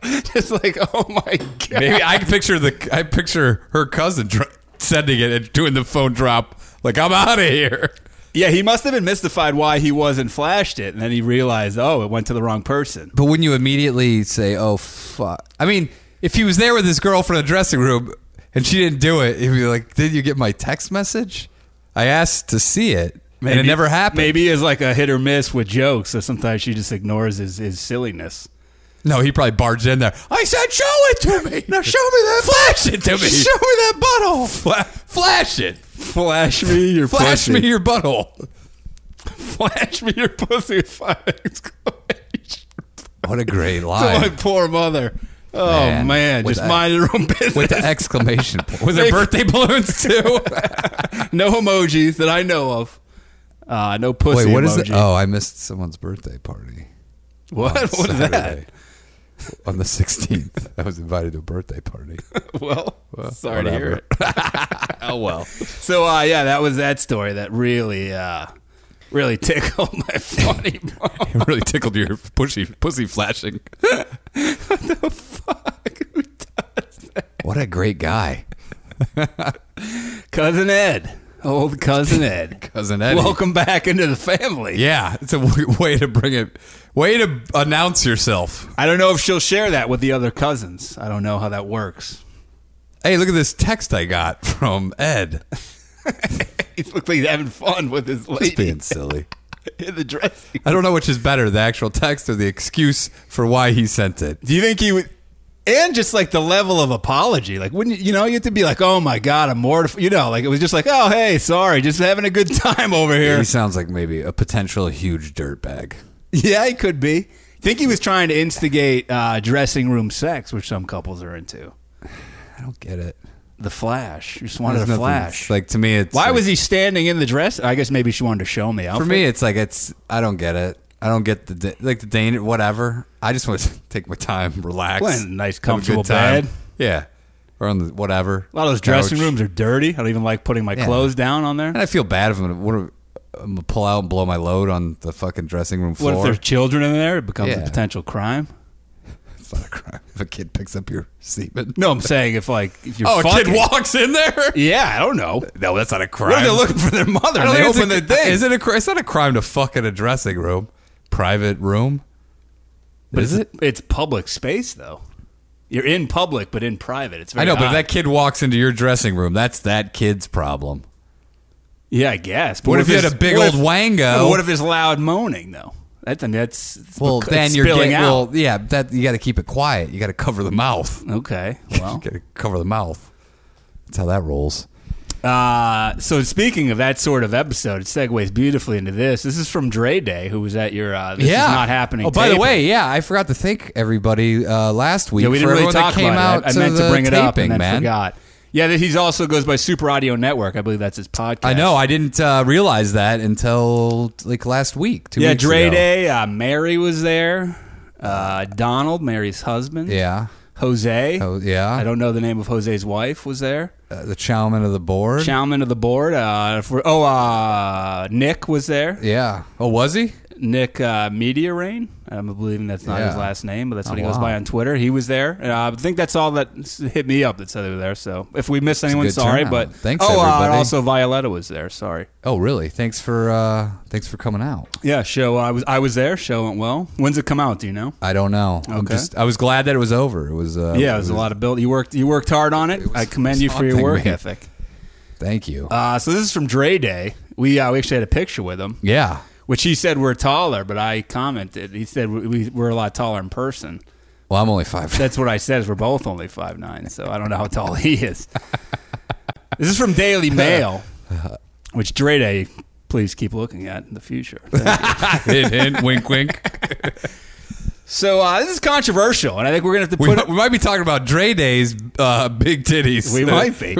Just like, oh my god! Maybe I can picture the. I picture her cousin dr- sending it and doing the phone drop. Like I'm out of here. Yeah, he must have been mystified why he wasn't flashed it, and then he realized, oh, it went to the wrong person. But wouldn't you immediately say, "Oh fuck"? I mean, if he was there with his girlfriend in the dressing room and she didn't do it, he'd be like, "Did you get my text message? I asked to see it, and it never happened." Maybe it's like a hit or miss with jokes, so sometimes she just ignores his, his silliness. No, he probably barged in there. I said, "Show it to me." Now show me that Flash it to me. Show me that butthole. flash it. Flash me your Flash pussy. me your butthole. flash me your pussy with five exclamation. What a great To my line. poor mother. Oh Man. man, With just that- mind your own business. With the exclamation point. Was there Make- birthday balloons too? no emojis that I know of. Uh, no pussy. Wait, what is emoji. that? Oh, I missed someone's birthday party. what? on What is Saturday. that? On the 16th, I was invited to a birthday party. Well, sorry to hear whatever. it. oh well. So uh, yeah, that was that story that really, uh, really tickled my funny bone. It really tickled your pussy, pussy flashing. What a great guy. cousin Ed, old cousin Ed. Cousin Eddie. Welcome back into the family. Yeah, it's a w- way to bring it, way to announce yourself. I don't know if she'll share that with the other cousins. I don't know how that works. Hey, look at this text I got from Ed. He looked like he's having fun with his lady Just being silly. in the dressing. I don't know which is better, the actual text or the excuse for why he sent it. Do you think he would? And just like the level of apology, like wouldn't you, you know you have to be like, oh my god, I'm mortified. You know, like it was just like, oh hey, sorry, just having a good time over here. He sounds like maybe a potential huge dirtbag. Yeah, he could be. Think he was trying to instigate uh, dressing room sex, which some couples are into. I don't get it. The flash, you just wanted There's a nothing- flash. Like to me, it's Why like- was he standing in the dress? I guess maybe she wanted to show me. For outfit. me, it's like it's. I don't get it. I don't get the da- like the Dane. Whatever. I just want to take my time, relax. Well, in a nice, have a good comfortable time. bed. Yeah, or on the whatever. a lot of those dressing rooms are dirty. I don't even like putting my Yeah. clothes down on there. And I feel bad if I'm gonna, what am- I'm gonna pull out and blow my load on the fucking dressing room What floor. if there's children in there? It becomes Yeah. a potential crime. it's not a crime if a kid picks up your semen. No, I'm saying if like if you're Oh, a kid fucking- walks in there. Yeah, I don't know. No, that's not a crime. What if they're looking for their mother? I And don't they think it's open a- the thing. Is it a? cri- It's not a crime to fuck in a dressing room, private room. But is it's, It's public space though. You're in public, but in private. It's I very know, but if odd. that kid walks into your dressing room, that's that kid's problem. Yeah, I guess. But What if you had his- a big what old wango? What if it's loud moaning though? That, I mean, that's Well, it's then you're spilling getting, out. Well, yeah, that you got to keep it quiet. You got to cover the mouth. okay. You Well, got to cover the mouth. That's how that rolls. uh, so speaking of that sort of episode, it segues beautifully into this. This is from Dre Day, who was at your. Uh, this yeah, is not happening. Oh, by the taping. way, yeah, I forgot to thank everybody uh, last week yeah, we for didn't really everyone talk that came about out it. I, I to meant to the bring it taping, up and then man. forgot. Yeah, that he's also goes by Super Audio Network. I believe that's his podcast. I know. I didn't uh, realize that until like last week. Two yeah, weeks Dre ago. Day. Uh, Mary was there. Uh, Donald, Mary's husband. Yeah. Jose. Oh, yeah. I don't know the name of Jose's wife was there. Uh, the Chowman of the board. Chowman of the board. Uh, for, oh, uh, Nick was there. yeah. Oh, was he? Nick uh, Media Rain. I'm believing that's not his Yeah. last name, but that's what Oh, he goes wow. by on Twitter. He was there. And, uh, I think that's all that s- hit me up that said they were there. So if we missed anyone, good sorry. turnout. But Thanks, Oh, uh, and everybody. also Violetta was there. Sorry. Oh, really? Thanks for uh, thanks for coming out. Yeah, show. uh, I was I was there. Show went well. When's it come out? Do you know? I don't know. I'm Okay. just I was glad that it was over. It was uh, yeah, it was, a lot of build. You worked. You worked hard on it. was- I it was commend you for your haunting, work man. ethic. Thank you. Uh, so this is from Dre Day. We uh, we actually had a picture with him. yeah. which he said we're taller, but I commented. He said we- we, we're a lot taller in person. Well, I'm only five. That's what I said. Is we're both only five nine, so I don't know how tall he is. this is from Daily Mail, which Dre Day, please keep looking at in the future. hint, hint, wink, wink. so uh, this is controversial, and I think we're gonna have to We, put. might- we might be talking about Dre Day's uh, big titties. We might be.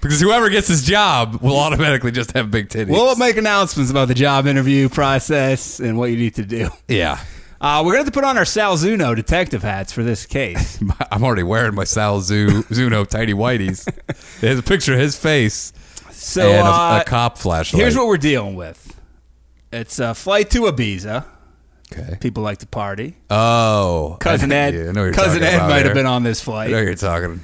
because whoever gets his job will automatically just have big titties. We'll make announcements about the job interview process and what you need to do. yeah. Uh, we're going to have to put on our Sal Zuno detective hats for this case. I'm already wearing my Sal Zu- Zuno tidy whiteys. There's a picture of his face. So and a, uh, a cop flashlight. Here's what we're dealing with. It's a flight to Ibiza. Okay. People like to party. Oh, Cousin I- Ed. yeah, I know what you're Cousin talking Ed about might there. have been on this I flight. know you're talking.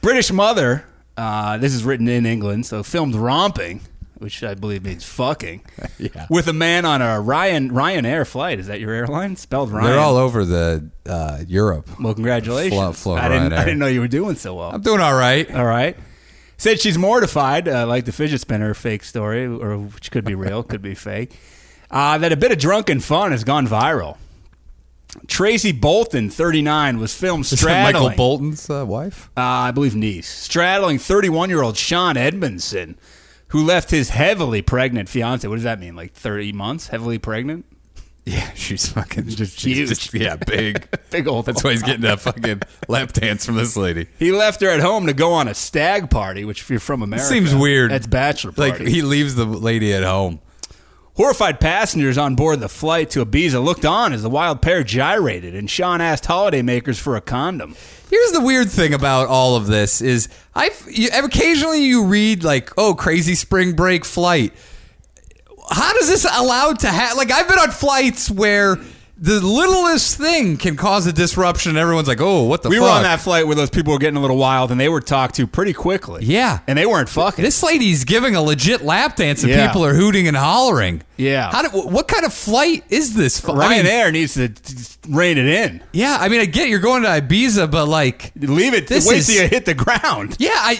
British mother. Uh, this is written in England, so filmed romping, which I believe means fucking, Yeah. with a man on a Ryan Ryanair flight. Is that your airline? Spelled Ryan. They're all over the uh, Europe. well, congratulations. Flo- flown I, didn't, Ryanair. I didn't know you were doing so well. I'm doing all right. All right. Said she's mortified, uh, like the fidget spinner fake story, or which could be real, could be fake. Uh, that a bit of drunken fun has gone viral. Tracy Bolton, 39, was filmed Is that straddling. Michael Bolton's uh, wife? uh, I believe niece, straddling 31 year old Sean Edmondson, who left his heavily pregnant fiance. What does that mean? Like 30 months? Heavily pregnant? Yeah, she's fucking just huge. yeah, big. Big old. That's why he's getting that fucking lap dance from this lady. He left her at home to go on a stag party, which, if you're from America, seems weird. That's bachelor party. Like he leaves the lady at home. Horrified passengers on board the flight to Ibiza looked on as the wild pair gyrated, and Sean asked holidaymakers for a condom. Here's the weird thing about all of this is I occasionally you read like oh crazy spring break flight. How does this allowed to happen? Like I've been on flights where the littlest thing can cause a disruption. and Everyone's like oh what the We fuck? were on that flight where those people were getting a little wild, and they were talked to pretty quickly. Yeah. and they weren't fucking. This lady's giving a legit lap dance and Yeah. people are hooting and hollering. Yeah. How do, what kind of flight is this? Fu- I mean, Ryanair needs to t- rein it in. yeah, I mean, I get you're going to Ibiza, but like, Leave it. This wait is- till you hit the ground. yeah, I,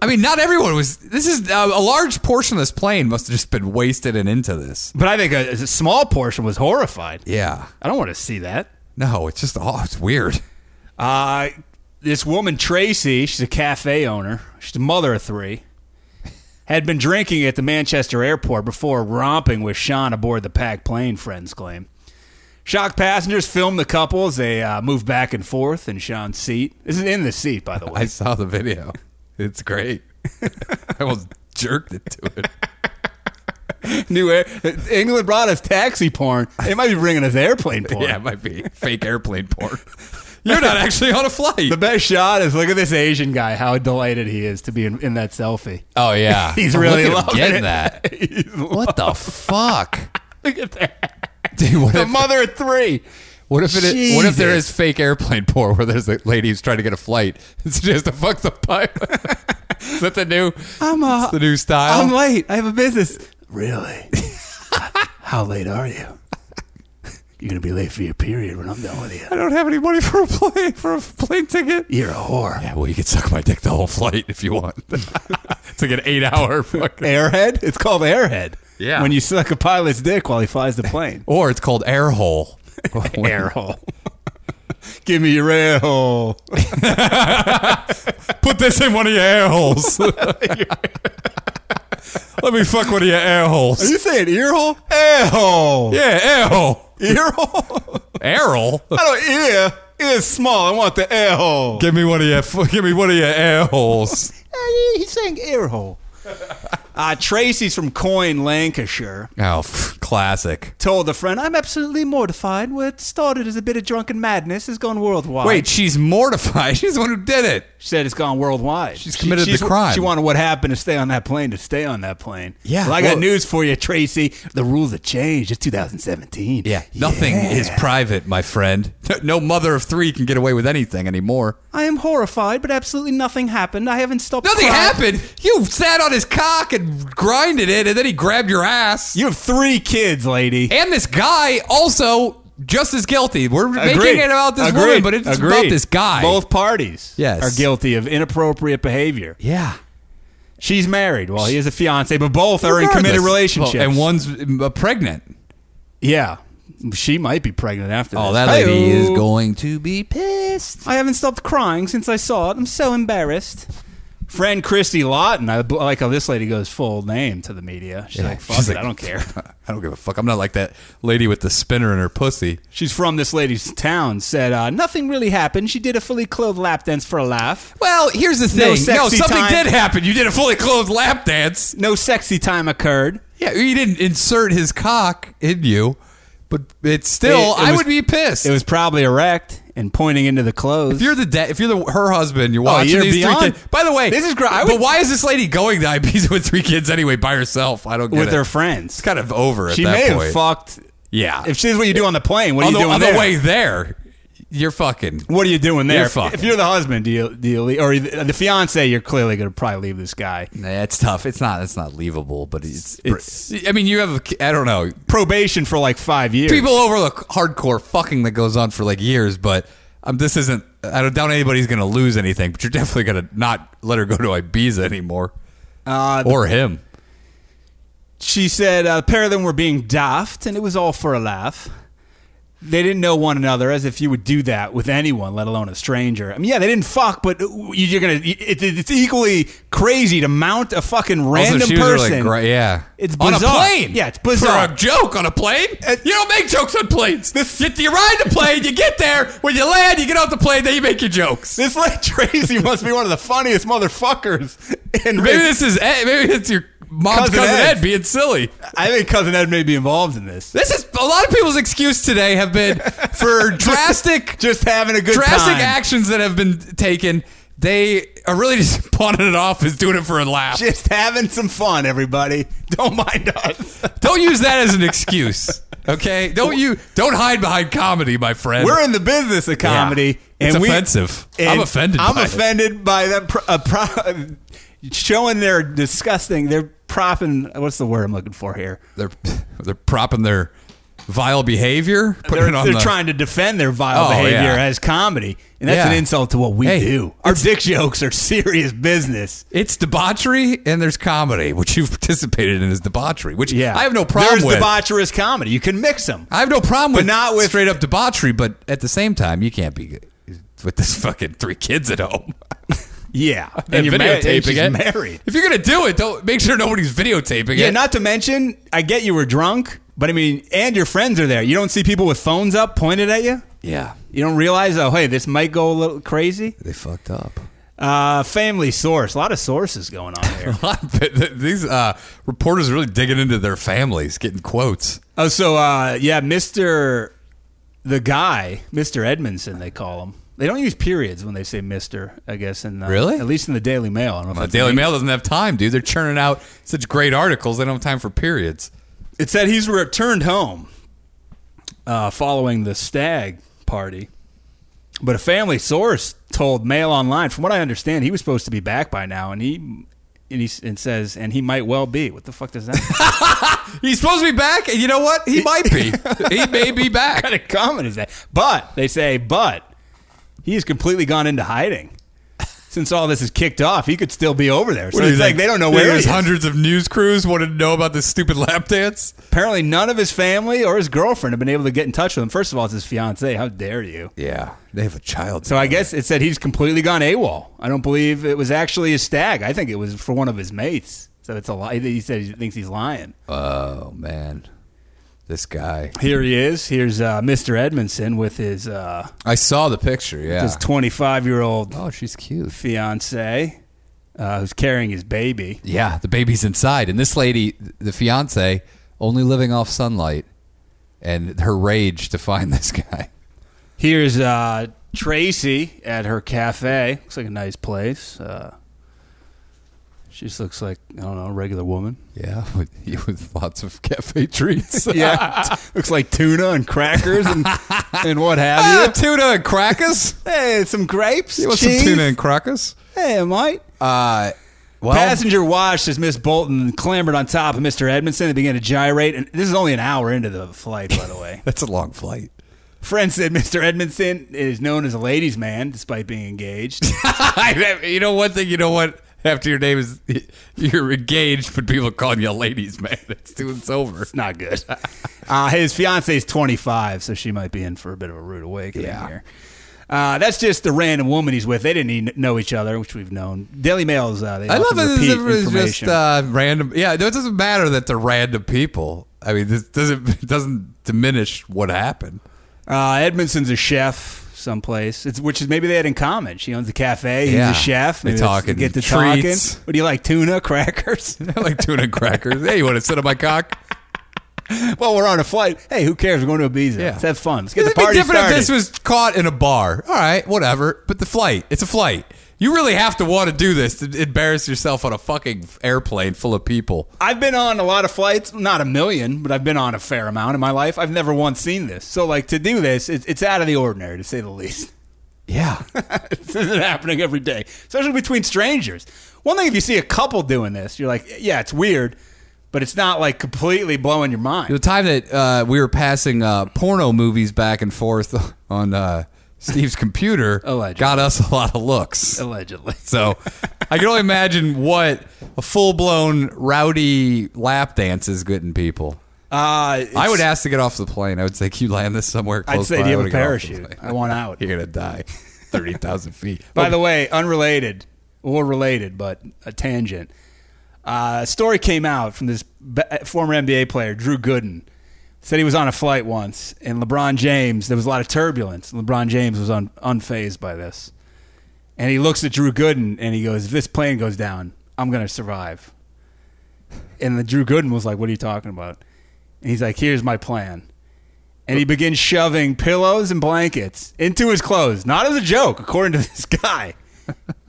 I mean, not everyone was. This is uh, a large portion of this plane must have just been wasted and into this. But I think a, a small portion was horrified. Yeah, I don't want to see that. no, it's just oh, it's weird. Uh, this woman, Tracy, she's a cafe owner. She's a mother of three. Had been drinking at the Manchester airport before romping with Sean aboard the packed plane, friends claim. Shocked passengers filmed the couple as they uh, moved back and forth in Sean's seat. This is in the seat, by the I way. saw the video. It's great. I almost jerked it to it. New air- England brought us taxi porn. It might be bringing us airplane porn. Yeah, it might be fake airplane porn. You're not actually on a flight. The best shot is look at this Asian guy, how delighted he is to be in, in that selfie. Oh yeah, He's Oh, really look at loving it. him getting that. He's What the fuck, Look at that. dude? What The if, mother of three. what if it? Is, what if there Jesus. is fake airplane porn where there's a lady who's trying to get a flight? It's just to fuck the pilot. is that the new? I'm a- it's the new style. I'm late. I have a business. Really? How late are you? You're gonna be late for your period when I'm done with you. I don't have any money for a plane for a plane ticket. You're a whore. Yeah, well, you can suck my dick the whole flight if you want. it's like an eight-hour fucking. Airhead? It's called airhead. Yeah. When you suck a pilot's dick while he flies the plane. Or it's called air hole. air hole. Give me your air hole. Put this in one of your air holes. Let me fuck one of your air holes. You saying ear hole? Air hole. Yeah, air hole. Ear hole. Errol, I don't ear. It's small. I want the air hole. give me one of your give me one of your air holes. He's saying air hole. Uh, Tracy's from Coin, Lancashire. Oh, pff, classic. told a friend, I'm absolutely mortified. What started as a bit of drunken madness has gone worldwide. Wait, she's mortified. She's the one who did it. She said it's gone worldwide. She's committed the crime. She wanted what happened to stay on that plane to stay on that plane. Yeah, Well, I well- got news for you, Tracy. The rules have changed. It's 2017. nothing Yeah. is private, my friend. No mother of three can get away with anything anymore. I am horrified, but absolutely nothing happened. I haven't stopped. Nothing crying. happened. You sat on his cock and grinded it, and then he grabbed your ass. You have three kids, lady. and this guy also just as guilty. We're Agreed. making it about this Agreed. woman, but it's about Agreed. this guy. Both parties Yes. are guilty of inappropriate behavior. yeah. She's married. Well, he is a fiance, but both are in committed Regardless. Well, relationships. and one's uh, pregnant. Yeah. She might be pregnant after Oh, this. that lady Hey-o. is going to be pissed. I haven't stopped crying since I saw it. I'm so embarrassed. Friend Christy Lawton, I b- like how this lady goes full name to the media. She's Yeah. like, fuck She's it, like- I don't care. I don't give a fuck. I'm not like that lady with the spinner in her pussy. She's from this lady's town. Said, uh, nothing really happened. She did a fully clothed lap dance for a laugh. Well, here's the thing. sexy No, something time. did happen. You did a fully clothed lap dance. No sexy time occurred. Yeah, you didn't insert his cock in you, but it's still. It- it I was- would be pissed. It was probably erect. and pointing into the clothes. If you're the de- if you're the her husband, you're watching Oh, you're these three beyond- kids. By the way, This is gr- I But would- why is this lady going to Ibiza with three kids anyway by herself? I don't get with it. her friends, It's kind of over at she that may point. have fucked. yeah. If she's what you do on the plane, what are on you the, doing on there? the way there, you're fucking. What are you doing there? You're If- fucking. if you're the husband, do you, do you leave, or the fiance, you're clearly going to probably leave this guy. Nah, it's tough. It's not. It's not leavable. But it's. It's- I mean, you have. I don't know. Probation for like five years. People overlook hardcore fucking that goes on for like years, but um, this isn't. I don't doubt anybody's going to lose anything, but you're definitely going to not let her go to Ibiza anymore, Uh, or him. she said uh, a pair of them were being daft, and it was all for a laugh. They didn't know one another, as if you would do that with anyone, let alone a stranger. I mean, yeah, they didn't fuck, but you- you're gonna. It, it- it's equally crazy to mount a fucking random also, she was person. really great. Yeah, It's on a bizarre. plane. Yeah, it's bizarre. Uh, for a joke on a plane. you don't make jokes on planes. you, you ride the plane, you get there. When you land, you get off the plane, then you make your jokes. This like Tracy must be one of the funniest motherfuckers. And Maybe this is Ed, maybe it's your mom's Cousin cousin, Ed. Ed being silly. I think cousin Ed may be involved in this. This is a lot of people's excuse today have been for drastic Just having a good drastic time. actions that have been taken. They are really just pawning it off as doing it for a laugh. Just having some fun, everybody. Don't mind us. Don't use that as an excuse. Okay? Don't you don't hide behind comedy, my friend. We're in the business of Yeah. comedy. It's and we- offensive. I'm and offended. I'm by it. offended by that. Pro- uh, pro- showing their disgusting. They're propping. What's the word I'm looking for here? They're they're propping their vile behavior. Putting They're, it on they're the, trying to defend their vile Oh, behavior yeah. as comedy, and that's Yeah. an insult to what we Hey, do. Our dick jokes are serious business. It's debauchery and there's comedy, which you've participated in as debauchery, which Yeah, I have no problem There's with. debaucherous comedy. You can mix them. I have no problem But with not with- straight up debauchery, but at the same time, you can't be with this fucking three kids at home. Yeah, and you're you're mar- and videotaping she's it. married. If you're gonna do it, don't make sure nobody's videotaping Yeah, it. not to mention, I get you were drunk, but I mean, and your friends are there. You don't see people with phones up pointed at you. yeah, You don't realize, oh, hey, this might go a little crazy. they fucked up. Uh, family source, a lot of sources going on here. These uh, reporters really digging into their families, getting quotes. oh, so uh, yeah, Mister, the guy, Mister Edmondson, they call him. They don't use periods when they say Mister. I guess in uh, Really? at least in the Daily Mail. I don't know if The that's Uh, Daily in- Mail doesn't have time, dude. They're churning out such great articles. They don't have time for periods. It said he's returned home uh, following the stag party. But a family source told Mail Online, from what I understand, he was supposed to be back by now, and he and he s- and says, and he might well be. What the fuck does that? mean? He's supposed to be back, and you know what? He might be. he may be back. kind of comment is that? But they say, but he has completely gone into hiding. Since all this is kicked off, he could still be over there. So What do you it's like think? they don't know There where he was is. hundreds of news crews wanted to know about this stupid lap dance. Apparently, none of his family or his girlfriend have been able to get in touch with him. First of all, it's his fiance. How dare you? Yeah, they have a child. So I guess it said he's completely gone AWOL. I don't believe it was actually a stag. I think it was for one of his mates. So it's a lie. He said he thinks he's lying. oh man, this guy. Here he is. Here's uh, Mr. Edmondson with his uh, I saw the picture. Yeah. his 25 year old oh, she's cute. fiance uh, who's carrying his baby. Yeah, the baby's inside, and this lady, the fiance, only living off sunlight, and her rage to find this guy. Here's uh, Tracy at her cafe. Looks like a nice place. Uh, she just looks like I don't know, a regular woman. Yeah, with, with lots of cafe treats. Yeah, looks like tuna and crackers and and what have Ah, you. tuna and crackers. Hey, some grapes. You want cheese. some tuna and crackers? Hey, mate. Uh, well, Passenger watched as Miss Bolton clambered on top of Mr. Edmondson and began to gyrate. And this is only an hour into the flight, by the way. that's a long flight. Friends said Mr. Edmondson is known as a ladies' man, despite being engaged. you know one thing. You know what? After your name is, you're engaged, but people calling you ladies, man. It's too. It's over. it's not good. Uh, his fiance is 25, so she might be in for a bit of a rude awakening Yeah. here. Uh, that's just the random woman he's with. They didn't even know each other, which we've known. Daily Mail's uh, they I love often that repeat this is just information. uh, random. Yeah, no, it doesn't matter that they're random people. I mean, this doesn't it doesn't diminish what happened. Uh, Edmondson's a chef someplace, it's, which is maybe they had in common. She owns a cafe. He's Yeah. a chef. They Maybe that's- talking Get to treats. talking. What do you like? Tuna, crackers. I like tuna and crackers. Hey, you want to sit on my cock? well, we're on a flight. Hey, who cares? We're going to Ibiza. Yeah. Let's have fun. Let's get the It'd be party different started. if this was caught in a bar. All right, whatever. But the flight, it's a flight. You really have to want to do this to embarrass yourself on a fucking airplane full of people. I've been on a lot of flights, not a million, but I've been on a fair amount in my life. I've never once seen this. So, like, to do this, it's, it's out of the ordinary, to say the least. Yeah. this isn't happening every day, especially between strangers. One thing, if you see a couple doing this, you're like, yeah, it's weird, but it's not like completely blowing your the mind. time that uh, we were passing uh, porno movies back and forth on uh, Steve's computer Allegedly. got us a lot of looks. Allegedly. Uh, So I can only imagine what a full blown rowdy lap dance is getting people. Uh, I would ask to get off the plane. I would say, "Can you land this somewhere close?" I'd say, by? do you I have a wanna get off the parachute? plane." I want out. You're gonna die, thirty thousand feet. By the way, unrelated or related, but a tangent. Uh, a story came out from this b- former NBA player, Drew Gooden. Said he was on a flight once, and LeBron James, there was a lot of turbulence. LeBron James was un- unfazed by this. And he looks at Drew Gooden and he goes, If this plane goes down, I'm going to survive. And the Drew Gooden was like, What are you talking about? And he's like, Here's my plan. And he begins shoving pillows and blankets into his clothes, not as a joke, according to this guy.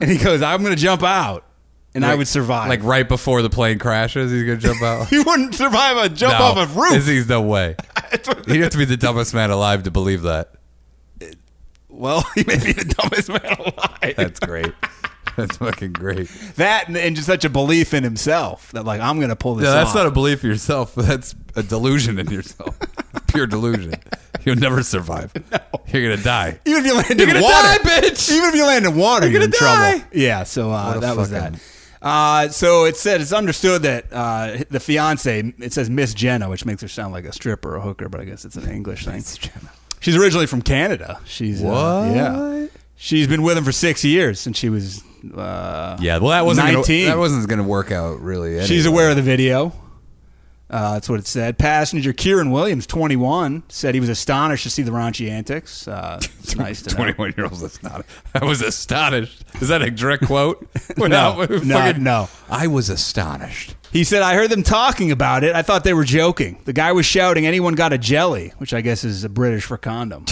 And he goes, I'm going to jump out and I Like- would survive. like right before the plane crashes, he's gonna jump out. you wouldn't survive a jump No. off a roof. This is no way. He'd have to be the dumbest man alive to believe that. well, he may be the dumbest man alive. That's great. That's fucking great. that and, and just such a belief in himself that, like, I'm going to pull this No, off. that's not a belief in yourself. That's a delusion in yourself. Pure delusion. You'll never survive. You're gonna die. Even if you land You're in gonna water, die, bitch. Even if you land in water, you're, You're in gonna die. trouble. Yeah, so uh, What a that was that. fucking- Uh, so it said it's understood that uh, the fiance it says Miss Jenna, which makes her sound like a stripper or a hooker, but I guess it's an English thing. She's originally from Canada. She's uh, What? yeah. She's been with him for six years since she was. Uh, Yeah, well, that wasn't nineteen. Gonna, that wasn't going to work out really. Anyway. She's aware of the video. Uh, that's what it said. Passenger Kieran Williams, 21, said he was astonished to see the raunchy antics. Uh, it's nice to know. Twenty-one year olds astonished. I was astonished. Is that a direct quote? no, no. I was astonished. He said, I heard them talking about it. I thought they were joking. The guy was shouting, anyone got a jelly, which I guess is a British for condom.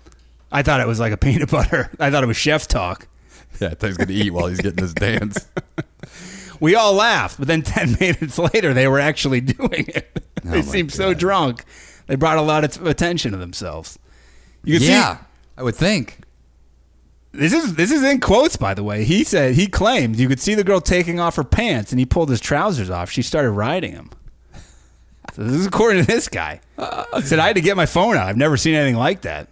I thought it was like a peanut butter. I thought it was chef talk. Yeah, I thought he was going to eat while he's getting his dance. We all laughed, but then 10 minutes later, they were actually doing it. they seemed so drunk. They brought a lot of attention to themselves. You can yeah, see I would think. this is this is in quotes by the way. He said he claimed you could see the girl taking off her pants and he pulled his trousers off. She started riding him. So this is according to this guy. He said I had to get my phone out. I've never seen anything like that.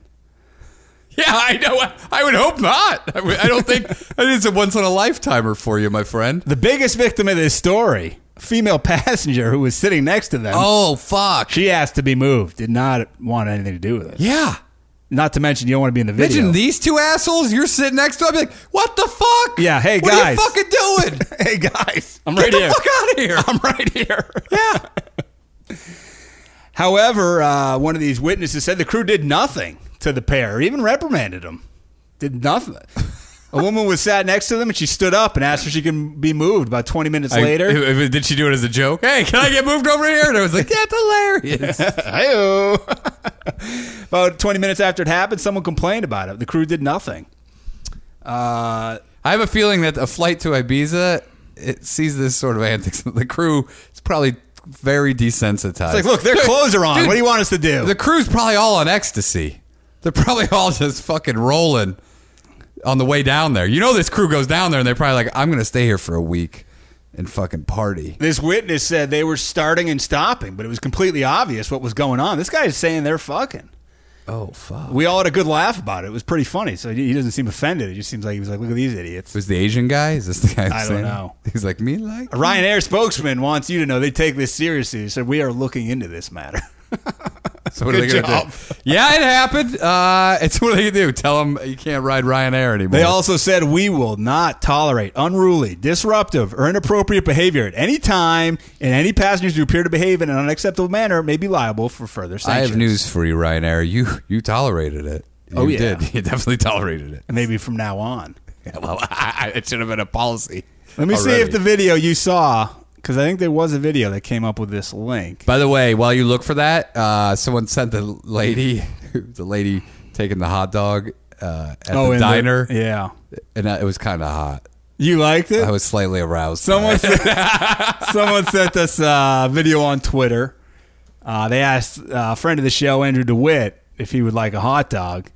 Yeah, I know. I would hope not. I, would- I don't think it's a once in a lifetimer for you, my friend. The biggest victim of this story, a female passenger who was sitting next to them. Oh fuck. She asked to be moved. Did not want anything to do with it. yeah. Not to mention you don't want to be in the video. Imagine these two assholes. You're sitting next to. I'd be like, what the fuck? Yeah, hey, what guys. What are you fucking doing? hey guys, I'm Get right the here. fuck out of here. I'm right here. yeah. However, uh, one of these witnesses said the crew did nothing to the pair, even reprimanded them. Did nothing. A woman was sat next to them and she stood up and asked if she can be moved. About 20 minutes later, I- did she do it as a joke? Hey, can I get moved over here? And I was like, that's hilarious. Hi-oh. about 20 minutes after it happened, someone complained about it. The crew did nothing. Uh, I have a feeling that a flight to Ibiza it sees this sort of antics. The crew is probably very desensitized. it's like, look, their clothes are on. what do you want us to do? The crew's probably all on ecstasy. They're probably all just fucking rolling on the way down there. You know, this crew goes down there and they're probably like, I'm going to stay here for a week and fucking party. this witness said they were starting and stopping, but it was completely obvious what was going on. This guy is saying they're fucking. Oh, fuck. We all had a good laugh about it. It was pretty funny. So he he doesn't seem offended. It just seems like he was like, look at these idiots. Was the Asian guy? Is this the guy? I don't saying- know. He's like, me like? A Ryanair spokesman wants you to know they take this seriously. He said, We are looking into this matter. So what are they Good gonna do? Yeah, it happened. Uh, it's what are they gonna do? Tell them you can't ride Ryanair anymore. They also said, We will not tolerate unruly, disruptive, or inappropriate behavior at any time, and any passengers who appear to behave in an unacceptable manner may be liable for further I sanctions. have news for you, Ryanair. You you tolerated it. You Oh, yeah. did. You definitely tolerated it. Maybe from now on. Yeah, well, I, I- it should have been a policy. Let me see already. if the video you saw because I think there was a video that came up with this link. By the way, while you look for that, uh, someone sent the lady, the lady taking the hot dog uh, at the Oh, in diner, yeah, and uh, it was kind of hot. you liked it. I was slightly aroused. Someone sent, someone sent us a video on Twitter. Uh, they asked uh, a friend of the show, Andrew DeWitt, if he would like a hot dog.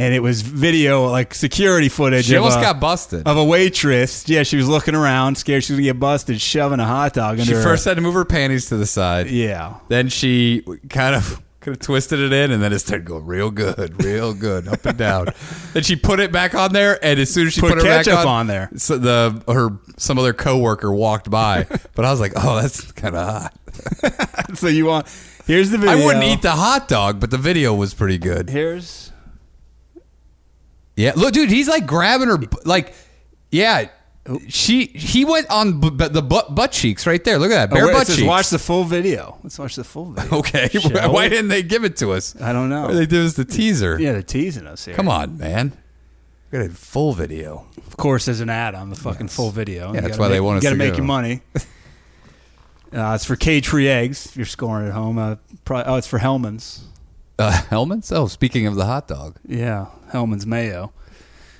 And it was video, like security footage. She of almost a- got busted. Of a waitress. Yeah, she was looking around, scared she was going to get busted, shoving a hot dog she under her- first had to move her panties to the side. Yeah. Then she kind of kind of twisted it in, and then it started going real good, real good, up and down. then she put it back on there, and as soon as she put, Put it back ketchup on, on there. so the her some other coworker walked by, but I was like, oh, that's kind of hot. So you want. Here's the video. I wouldn't eat the hot dog, but the video was pretty good. Here's. Yeah, look, dude, he's like grabbing her, bu- like, yeah. She he went on b- b- the butt, butt cheeks right there. Look at that Oh, bare wait, it butt says cheeks. watch the full video. Let's watch the full video. okay, Shall why we? didn't they give it to us? I don't know. All they did was the teaser. Yeah, they're teasing us here. Come on, man. We got a full video. Of course, there's an ad on the fucking full video. Yeah, that's why they want us to to make go. you money. Uh, it's for cage free eggs if you're scoring at home. Uh, pro- oh, it's for Hellman's. Uh, Hellman's? Oh, speaking of the hot dog. Yeah, Hellman's Mayo.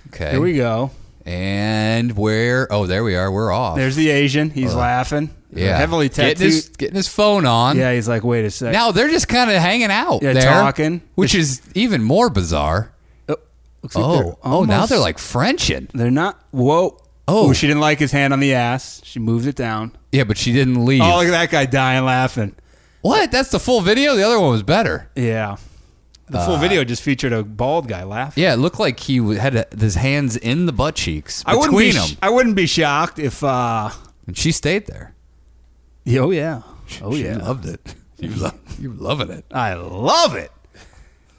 Okay. Here we go. And where? Oh, there we are. We're off. There's the Asian. He's laughing. yeah. Heavily tattooed. Getting his, getting his phone on. yeah, he's like, wait a sec. Now they're just kind of hanging out. Yeah, there, talking. Which is even more bizarre. oh, looks like Oh, they're oh, now almost- they're like Frenching. They're not. Whoa. Oh. Ooh, she didn't like his hand on the ass. She moves it down. Yeah, but she didn't leave. Oh, look at that guy dying laughing. what? That's the full video? The other one was better. Yeah. The full video just featured a bald guy laughing. Yeah, it looked like he w- had a, his hands in the butt cheeks I between wouldn't be. them. sh- I wouldn't be shocked if. uh and she stayed there. Oh yeah. Oh she yeah. loved it. You, lo- you loving it. I love it.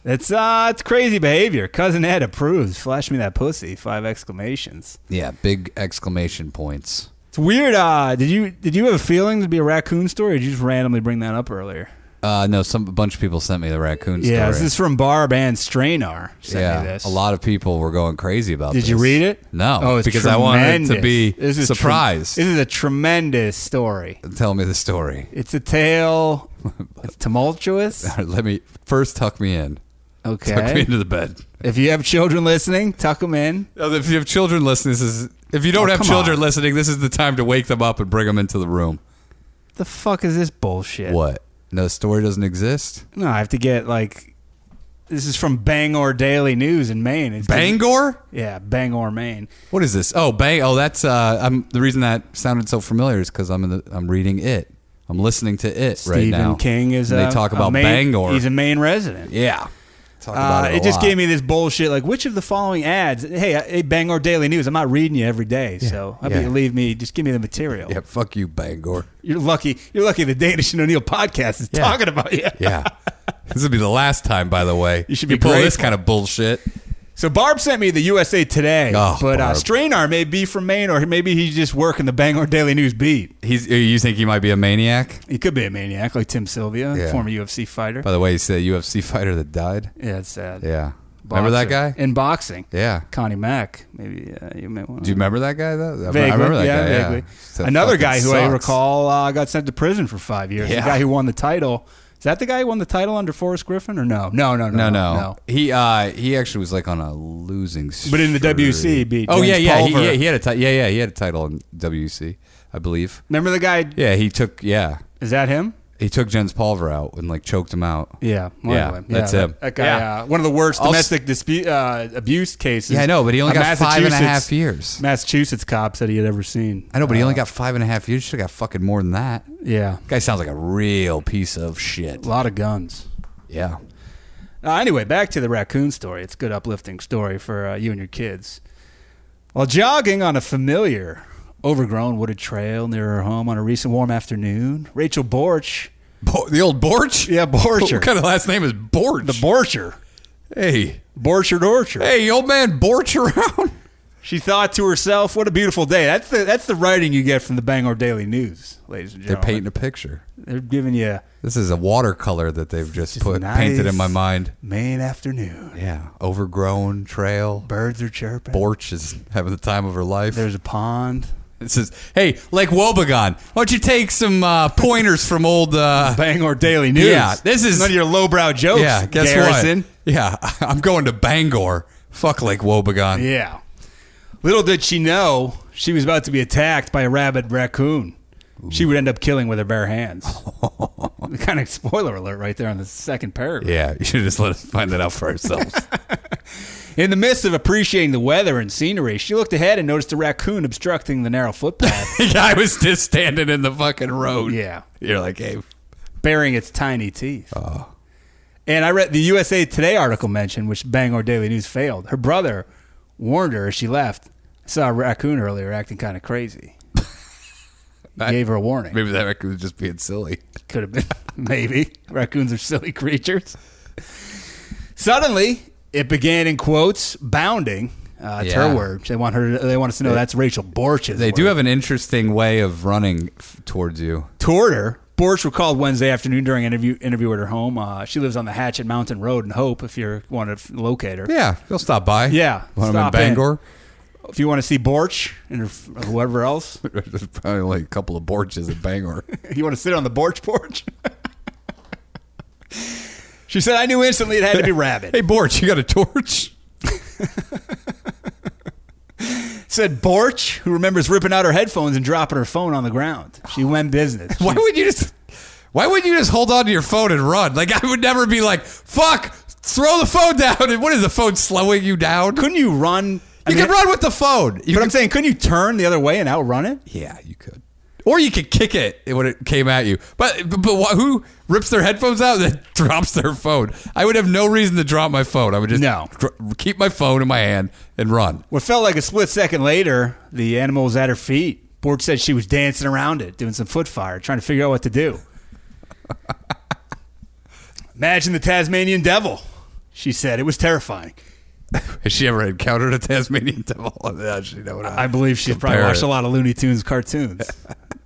It's uh, it's crazy behavior. Cousin Ed approves. Flash me that pussy! Five exclamations. Yeah, big exclamation points. It's weird. Uh, did you did you have a feeling to be a raccoon story? Or did you just randomly bring that up earlier? Uh, no, some a bunch of people sent me the raccoon Yeah, story. this is from Barb and Strainar. Sent yeah, me this. a lot of people were going crazy about. Did you this. read it? No, Oh, it's because I wanted to tremendous. be This is tre- surprised. this is a tremendous story. Tell me the story. It's a tale. It's tumultuous. Let me first tuck me in. Okay. Tuck me into the bed. If you have children listening, tuck them in. Uh, If you have children listening, this is. If you don't Oh, have come children on. listening, this is the time to wake them up and bring them into the room. The fuck is this bullshit? What? No story doesn't exist. No, I have to get like. This is from Bangor Daily News in Maine. It's Bangor? Yeah, Bangor, Maine. What is this? Oh, bang! Oh, that's uh, I'm the reason that sounded so familiar is because I'm in the, I'm reading it. I'm listening to it right Stephen now. King is. And a- they talk a about Maine- Bangor. He's a Maine resident. yeah, talk Uh, about it. it just gave me this bullshit. Like, which of the following ads? Hey, I- hey Bangor Daily News. I'm not reading you every day, so I yeah. mean, leave me. Just give me the material. Yeah, fuck you, Bangor. You're lucky. You're lucky. The Danish and O'Neill podcast is talking about you. Yeah, this would be the last time, by the way. You should be pull this grateful. kind of bullshit. So Barb sent me the USA Today, Oh, but uh, Barb. Strainar may be from Maine, or maybe he's just working the Bangor Daily News beat. He's you think he might be a maniac? He could be a maniac like Tim Sylvia, Yeah. former UFC fighter. By the way, he's the UFC fighter that died. yeah, it's sad. Yeah, remember that Boxer. guy? in boxing? yeah. Connie Mack. Maybe uh, you may want. Do you remember that guy though? I- Vaguely, I remember that yeah, guy. vaguely. Yeah. So Another fucking guy who I sucks. recall uh, got sent to prison for five years. Yeah. The guy who won the title. Is that the guy who won the title under Forrest Griffin or no? No, no, no, No, no, He uh, he actually was like on a losing. Streak. But in the WC, he beat Oh yeah, James yeah, he, Pulver. yeah. He had a ti- yeah, yeah. He had a title in WC, I believe. Remember the guy? Yeah, he took yeah, Is that him? he took Jens Pulver out and like choked him out. Yeah, Yeah, anyway. that's that- him. That guy, Yeah. uh, one of the worst I'll s- domestic dispute uh, abuse cases. Yeah, I know, but he only a got five and a Massachusetts- half years. Massachusetts cop said he had ever seen. Uh, I know, but he only got five and a half years. Should have got fucking more than that. Yeah, Guy sounds like a real piece of shit. a lot of guns. Yeah. Uh, anyway, back to the raccoon story. It's a good uplifting story for uh, you and your kids. While jogging on a familiar, overgrown wooded trail near her home on a recent warm afternoon, Rachel Borch, Bo- the old Borch. Yeah, Borcher. What kind of last name is Borch? the Borcher, hey, Borchard Orchard, hey, old man Borch around. she thought to herself, "What a beautiful day." That's the that's the writing you get from the Bangor Daily News, ladies and They're gentlemen. painting a picture. They're giving you This is a watercolor that they've just, just put nice painted in my mind. Maine afternoon. Yeah, overgrown trail. Birds are chirping. Borch is having the time of her life. There's a pond. It says, "Hey, like Wobegon, why don't you take some uh, pointers from old uh, Bangor Daily News. Yeah, this is- none of your lowbrow jokes. yeah, guess Garrison. what? Yeah, I'm going to Bangor. Fuck Lake Wobegon. Yeah. Little did she know she was about to be attacked by a rabid raccoon. She would end up killing with her bare hands. kind of spoiler alert right there on the second paragraph. Yeah, you should just let us find that out for ourselves. In the midst of appreciating the weather and scenery, she looked ahead and noticed a raccoon obstructing the narrow footpath, the guy was just standing in the fucking road. Yeah. you're like, hey, baring its tiny teeth. And I read the USA Today article mentioned, which Bangor Daily News failed. Her brother warned her as she left. I saw a raccoon earlier acting kind of crazy. He gave her a warning. maybe that record was just being silly. Could have been. Maybe. Raccoons are silly creatures. Suddenly, it began in quotes, bounding. Uh, it's Yeah. her word. They want her. To, they want us to know that's Rachel Borch's. They do word. have an interesting way of running f- towards you. toured her. Borch recalled Wednesday afternoon during an interview interview at her home. Uh, she lives on the Hatchet Mountain Road in Hope. If you want to f- locate her, Yeah, you'll stop by. Yeah, when I'm in stop in. Bangor, if you want to see Borch and her- whoever else, there's probably like a couple of borches in Bangor. you want to sit on the Borch porch. she said, "I knew instantly it had to be rabid." hey, Borch, you got a torch? said Borch, who remembers ripping out her headphones and dropping her phone on the ground. She went business. Why would you just? Why would you just hold on to your phone and run? Like I would never be like, fuck, throw the phone down. And what is the phone slowing you down? couldn't you run? I you mean, can run with the phone. You But can- I'm saying, couldn't you turn the other way and outrun it? Yeah, you could. Or you could kick it when it came at you. But but, but wh- who rips their headphones out and then drops their phone? I would have no reason to drop my phone. I would just No. dr- keep my phone in my hand and run. What felt like a split second later, the animal was at her feet. Borch said she was dancing around it, doing some foot fire, trying to figure out what to do. Imagine the Tasmanian devil, she said. It was terrifying. Has she ever encountered a Tasmanian devil? Yeah, she know what I- I believe she's probably Compare watched it. a lot of Looney Tunes cartoons.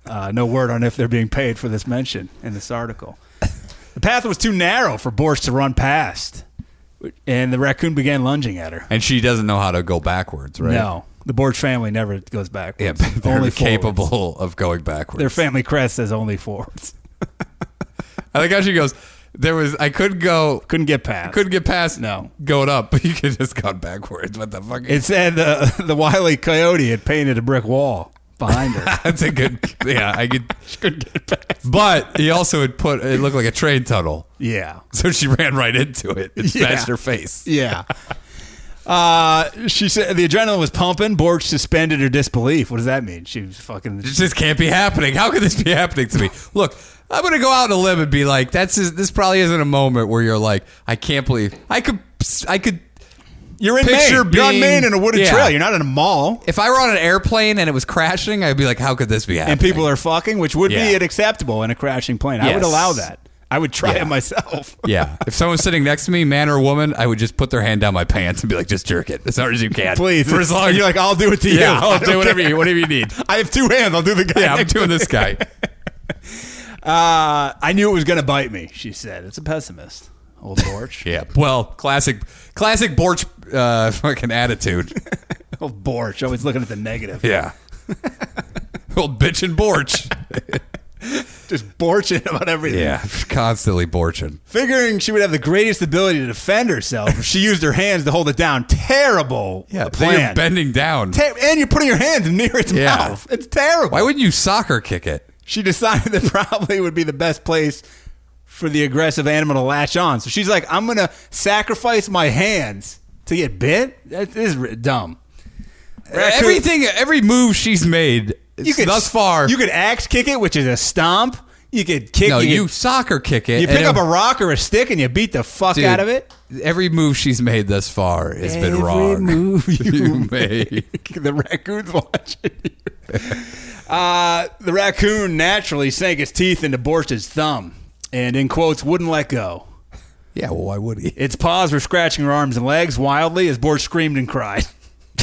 uh, no word on if they're being paid for this mention in this article. The path was too narrow for Borch to run past, and the raccoon began lunging at her. And she doesn't know how to go backwards, right? No, the Borch family never goes back. Yeah, but they're only capable forwards. of going backwards. Their family crest says only forwards. I like how she goes, there was, I could go, Couldn't get past. couldn't get past No. going up, but you could just gone backwards. What the fuck? It said uh, the wily coyote had painted a brick wall behind her. That's a good. Yeah, I could. She couldn't get past. But he also had put. It looked like a train tunnel, yeah. so she ran right into it and smashed Yeah. her face. Yeah. Uh, she said the adrenaline was pumping. Borg suspended her disbelief. What does that mean? She was fucking. It just can't be happening. How could this be happening to me? Look, I'm gonna go out on a limb and be like, "That's just, this probably isn't a moment where you're like, I can't believe I could, I could." You're in Picture Maine. You're on being- Maine in a wooded yeah. trail. You're not in a mall. If I were on an airplane and it was crashing, I'd be like, "How could this be happening?" And people are fucking, which would Yeah. be unacceptable in a crashing plane. I Yes. would allow that. I would try Yeah. it myself. Yeah. If someone was sitting next to me, man or woman, I would just put their hand down my pants and be like, "Just jerk it as hard as you can, Please. For as long And you're like, I'll do it to you. yeah, I I'll don't do whatever care. you whatever you need." I have two hands. I'll do the guy. Yeah, I'm next to doing me. this guy. Uh, I knew it was going to bite me. She said, "It's a pessimist, old Borch. Yeah. Well, classic, classic Borch uh, fucking attitude. old Borch, always looking at the negative. Yeah. Old bitch and Borch. Just Borching about everything." Constantly Borching. figuring she would have the greatest ability to defend herself if she used her hands to hold it down. Terrible Then you're plan. bending down. Ter- and you're putting your hands near its Yeah. mouth. It's terrible. Why wouldn't you soccer kick it? she decided that probably would be the best place for the aggressive animal to latch on. So she's like, I'm going to sacrifice my hands to get bit? That is r- dumb. Raccoon- Everything, every move she's made thus far. You could axe kick it, which is a stomp. You could kick no, you, you could- soccer kick it. you and pick up it- a rock or a stick and you beat the fuck dude, out of it. Every move she's made thus far has been Every wrong. move you made. the raccoon's watching you. uh, the raccoon naturally sank his teeth into Borch's thumb and, in quotes, wouldn't let go. Yeah, well, why would he? Its paws were scratching her arms and legs wildly as Borch screamed and cried.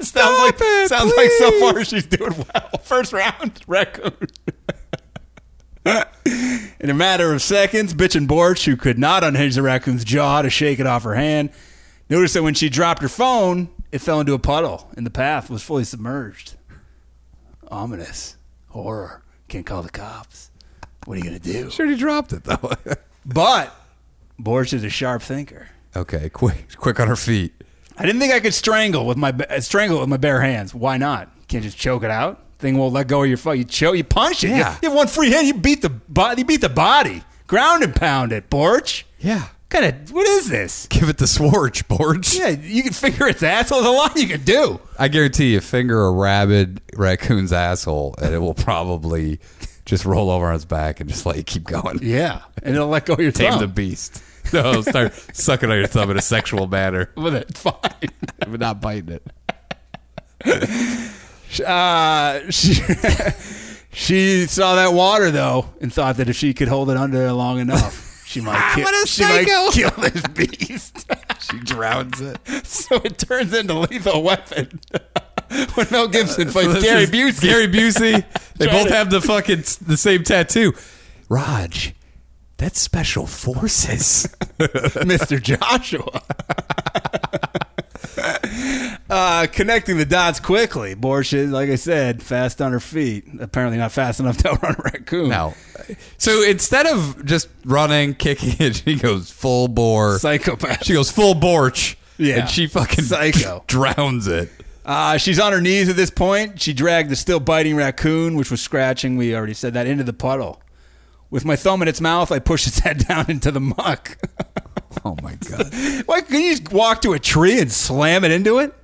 sounds like it, sounds like so please. far she's doing well. First round, raccoon. In a matter of seconds, bitch and Borch, who could not unhinge the raccoon's jaw to shake it off her hand, noticed that when she dropped her phone, it fell into a puddle and the path was fully submerged. ominous, horror. Can't call the cops. What are you gonna do? Sure, he dropped it though. But Borch is a sharp thinker. okay, quick, quick on her feet. I didn't think I could strangle with my ba- uh, strangle with my bare hands. Why not? Can't just choke it out. Thing won't let go of your foot. You choke. You punch it. You- Yeah. You, have one free hit. You beat the body. You beat the body. Ground and pound it, Borch. Yeah, Kind of. What is this? give it the swarch, Borge. Yeah, you can finger its asshole. There's a lot you can do. I guarantee you, finger a rabid raccoon's asshole, and it will probably just roll over on its back and just let you keep going. Yeah, and it'll let go of your Tame thumb. the beast. Oh. No, start sucking on your thumb in a sexual manner, with it. Fine. but not biting it. Uh, she, she saw that water though and thought that if she could hold it under there long enough, she might kill. What a she might psycho. kill this beast. She drowns it. so it turns into lethal weapon. when Mel Gibson fights Uh, This Gary is Busey, Gary Busey. They Try both to- have the fucking the same tattoo. Raj, that's special forces. Mr. Joshua. uh, connecting the dots quickly. Borsch is, like I said, fast on her feet. Apparently not fast enough to outrun a raccoon. no. So instead of just running, kicking it, she goes full bore. Psychopath. She goes full borch. Yeah. And she fucking Psycho. drowns it. Uh, she's on her knees at this point. She dragged the still biting raccoon, which was scratching, we already said that, into the puddle. With my thumb in its mouth, I pushed its head down into the muck. Oh my god. Why can you just walk to a tree and slam it into it?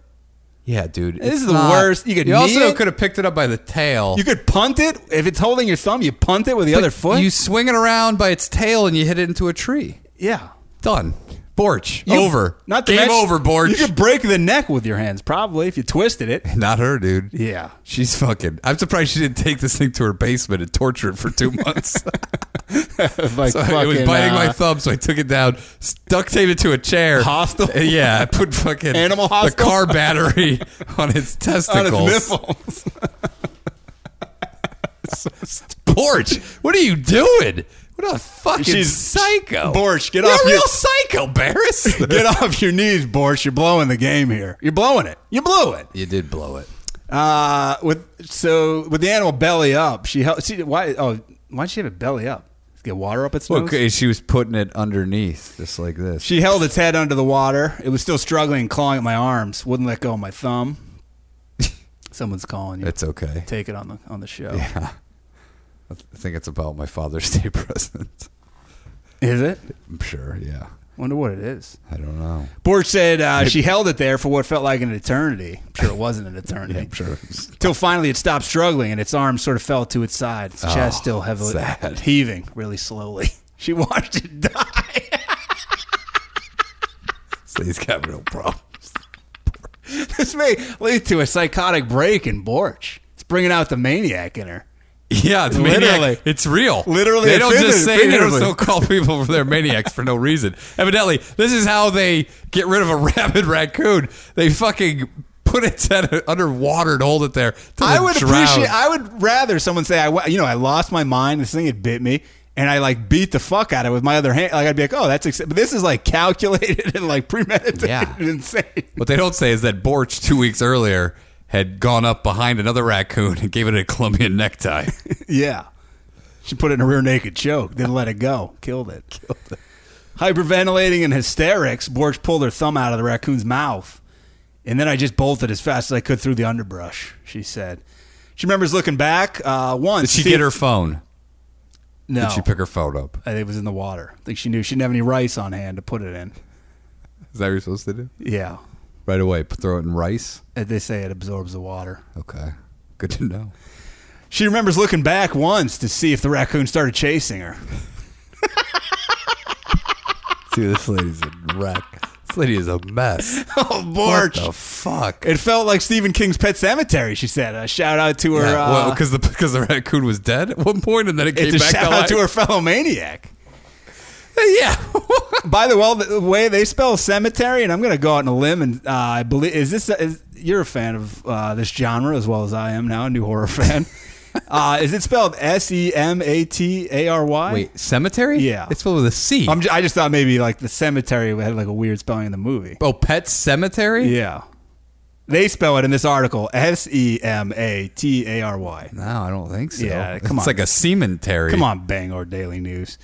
Yeah, dude. This it's is the not- worst. You could You knee also it. could have picked it up by the tail. You could punt it. If it's holding your thumb, you punt it with the other foot. You swing it around by its tail and you hit it into a tree. yeah. Done. Borch. You- over. Not to game mention- over, Borch. You could break the neck with your hands, probably, if you twisted it. Not her, dude. Yeah. She's fucking. I'm surprised she didn't take this thing to her basement and torture it for two months. Like so it was fucking, biting my uh, thumb, so I took it down, s- duct taped it to a chair. Hostile? Uh, Yeah, I put fucking Animal the hostile? car battery on on its its testicles. nipples. Borch, what are you doing? What a fucking She's- psycho. Borch, get You're off a your- real psycho, Barris. Get off your knees, Borsch. You're blowing the game here. You're blowing it. You blew it. you did blow it. Uh, with so with the animal belly up, she held. She, why? Oh, why'd she have it belly up? Get water up its nose. Okay, she was putting it underneath, just like this. She held its head under the water. It was still struggling, clawing at my arms. Wouldn't let go of my thumb. Someone's calling you. it's okay. Take it on the on the show. Yeah. I think it's about my Father's Day present. Is it? I'm sure, yeah. Wonder what it is. I don't know. Borch said uh, she held it there for what felt like an eternity. I'm sure it wasn't an eternity. I'm sure. Till finally it stopped struggling and its arm sort of fell to its side. Its chest Oh, still heavily sad. heaving really slowly. She watched it die. He's got real problems. this may lead to a psychotic break in Borch. It's bringing out the maniac in her. Yeah, the Literally. maniac, it's real. Literally they don't and just say they don't figuratively. don't call people for their maniacs for no reason. Evidently, this is how they get rid of a rabid raccoon. They fucking put its head underwater to hold it there. till I it would drowns. appreciate. I would rather someone say, "I wa- you know I lost my mind. This thing had bit me." And I like beat the fuck out of it with my other hand. Like I'd be like, "Oh, that's," ex-. but this is like calculated and like premeditated Yeah. and insane. What they don't say is that Borch two weeks earlier had gone up behind another raccoon and gave it a Colombian necktie. Yeah. She put it in a rear naked choke, didn't let it go, killed it. Killed it. Hyperventilating and hysterics, Borch pulled her thumb out of the raccoon's mouth. And then I just bolted as fast as I could through the underbrush, she said. She remembers looking back uh, Did once. she see- get her phone? No. Did she pick her phone up? I think it was in the water. I think she knew she didn't have any rice on hand to put it in. Is that what you're supposed to do? Yeah. Right away, p- throw it in rice. As They say it absorbs the water. Okay, good to know. She remembers looking back once to see if the raccoon started chasing her. Dude, this lady's a wreck. This lady is a mess. Oh, What Borch. the fuck? It felt like Stephen King's Pet Cemetery. She said, "A shout out to her." Yeah, uh, well, because the because the raccoon was dead at one point, and then it came it's a back shout to out life. Uh, to her fellow maniac. Yeah, By the well, the way they spell cemetery, and I'm going to go out on a limb, and uh, I believe is this is, you're a fan of uh, this genre as well as I am now, a new horror fan. uh, is it spelled S E M A T A R Y? wait, cemetery? Yeah. it's spelled with a C. I'm ju- I just thought maybe like the cemetery had like a weird spelling in the movie. oh, pet Oh, cemetery? Yeah, They spell it in this article S E M A T A R Y. No, I don't think so. Yeah, come it's on. like a seamentary. Come on, Bangor Daily News.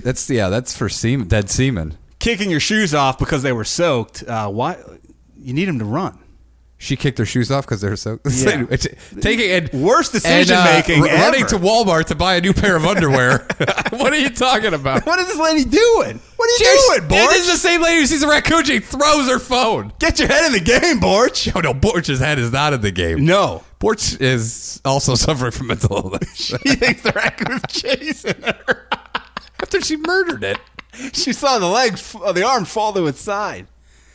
That's yeah, that's for seamen, dead seamen. Kicking your shoes off because they were soaked. Uh, why? You need them to run. She kicked her shoes off because they were so. Yeah. It's- Taking and Worst and, uh, decision-making r- running ever. to Walmart to buy a new pair of underwear. what are you talking about? What is this lady doing? What are you doing, It Borch? is the same lady who sees a raccoon. She throws her phone. Get your head in the game, Borch. Oh no, Borch's head is not in the game. No. Borch is also suffering from mental illness She thinks the raccoon's chasing her. after she murdered it. She saw the legs, uh, the arm fall to its side.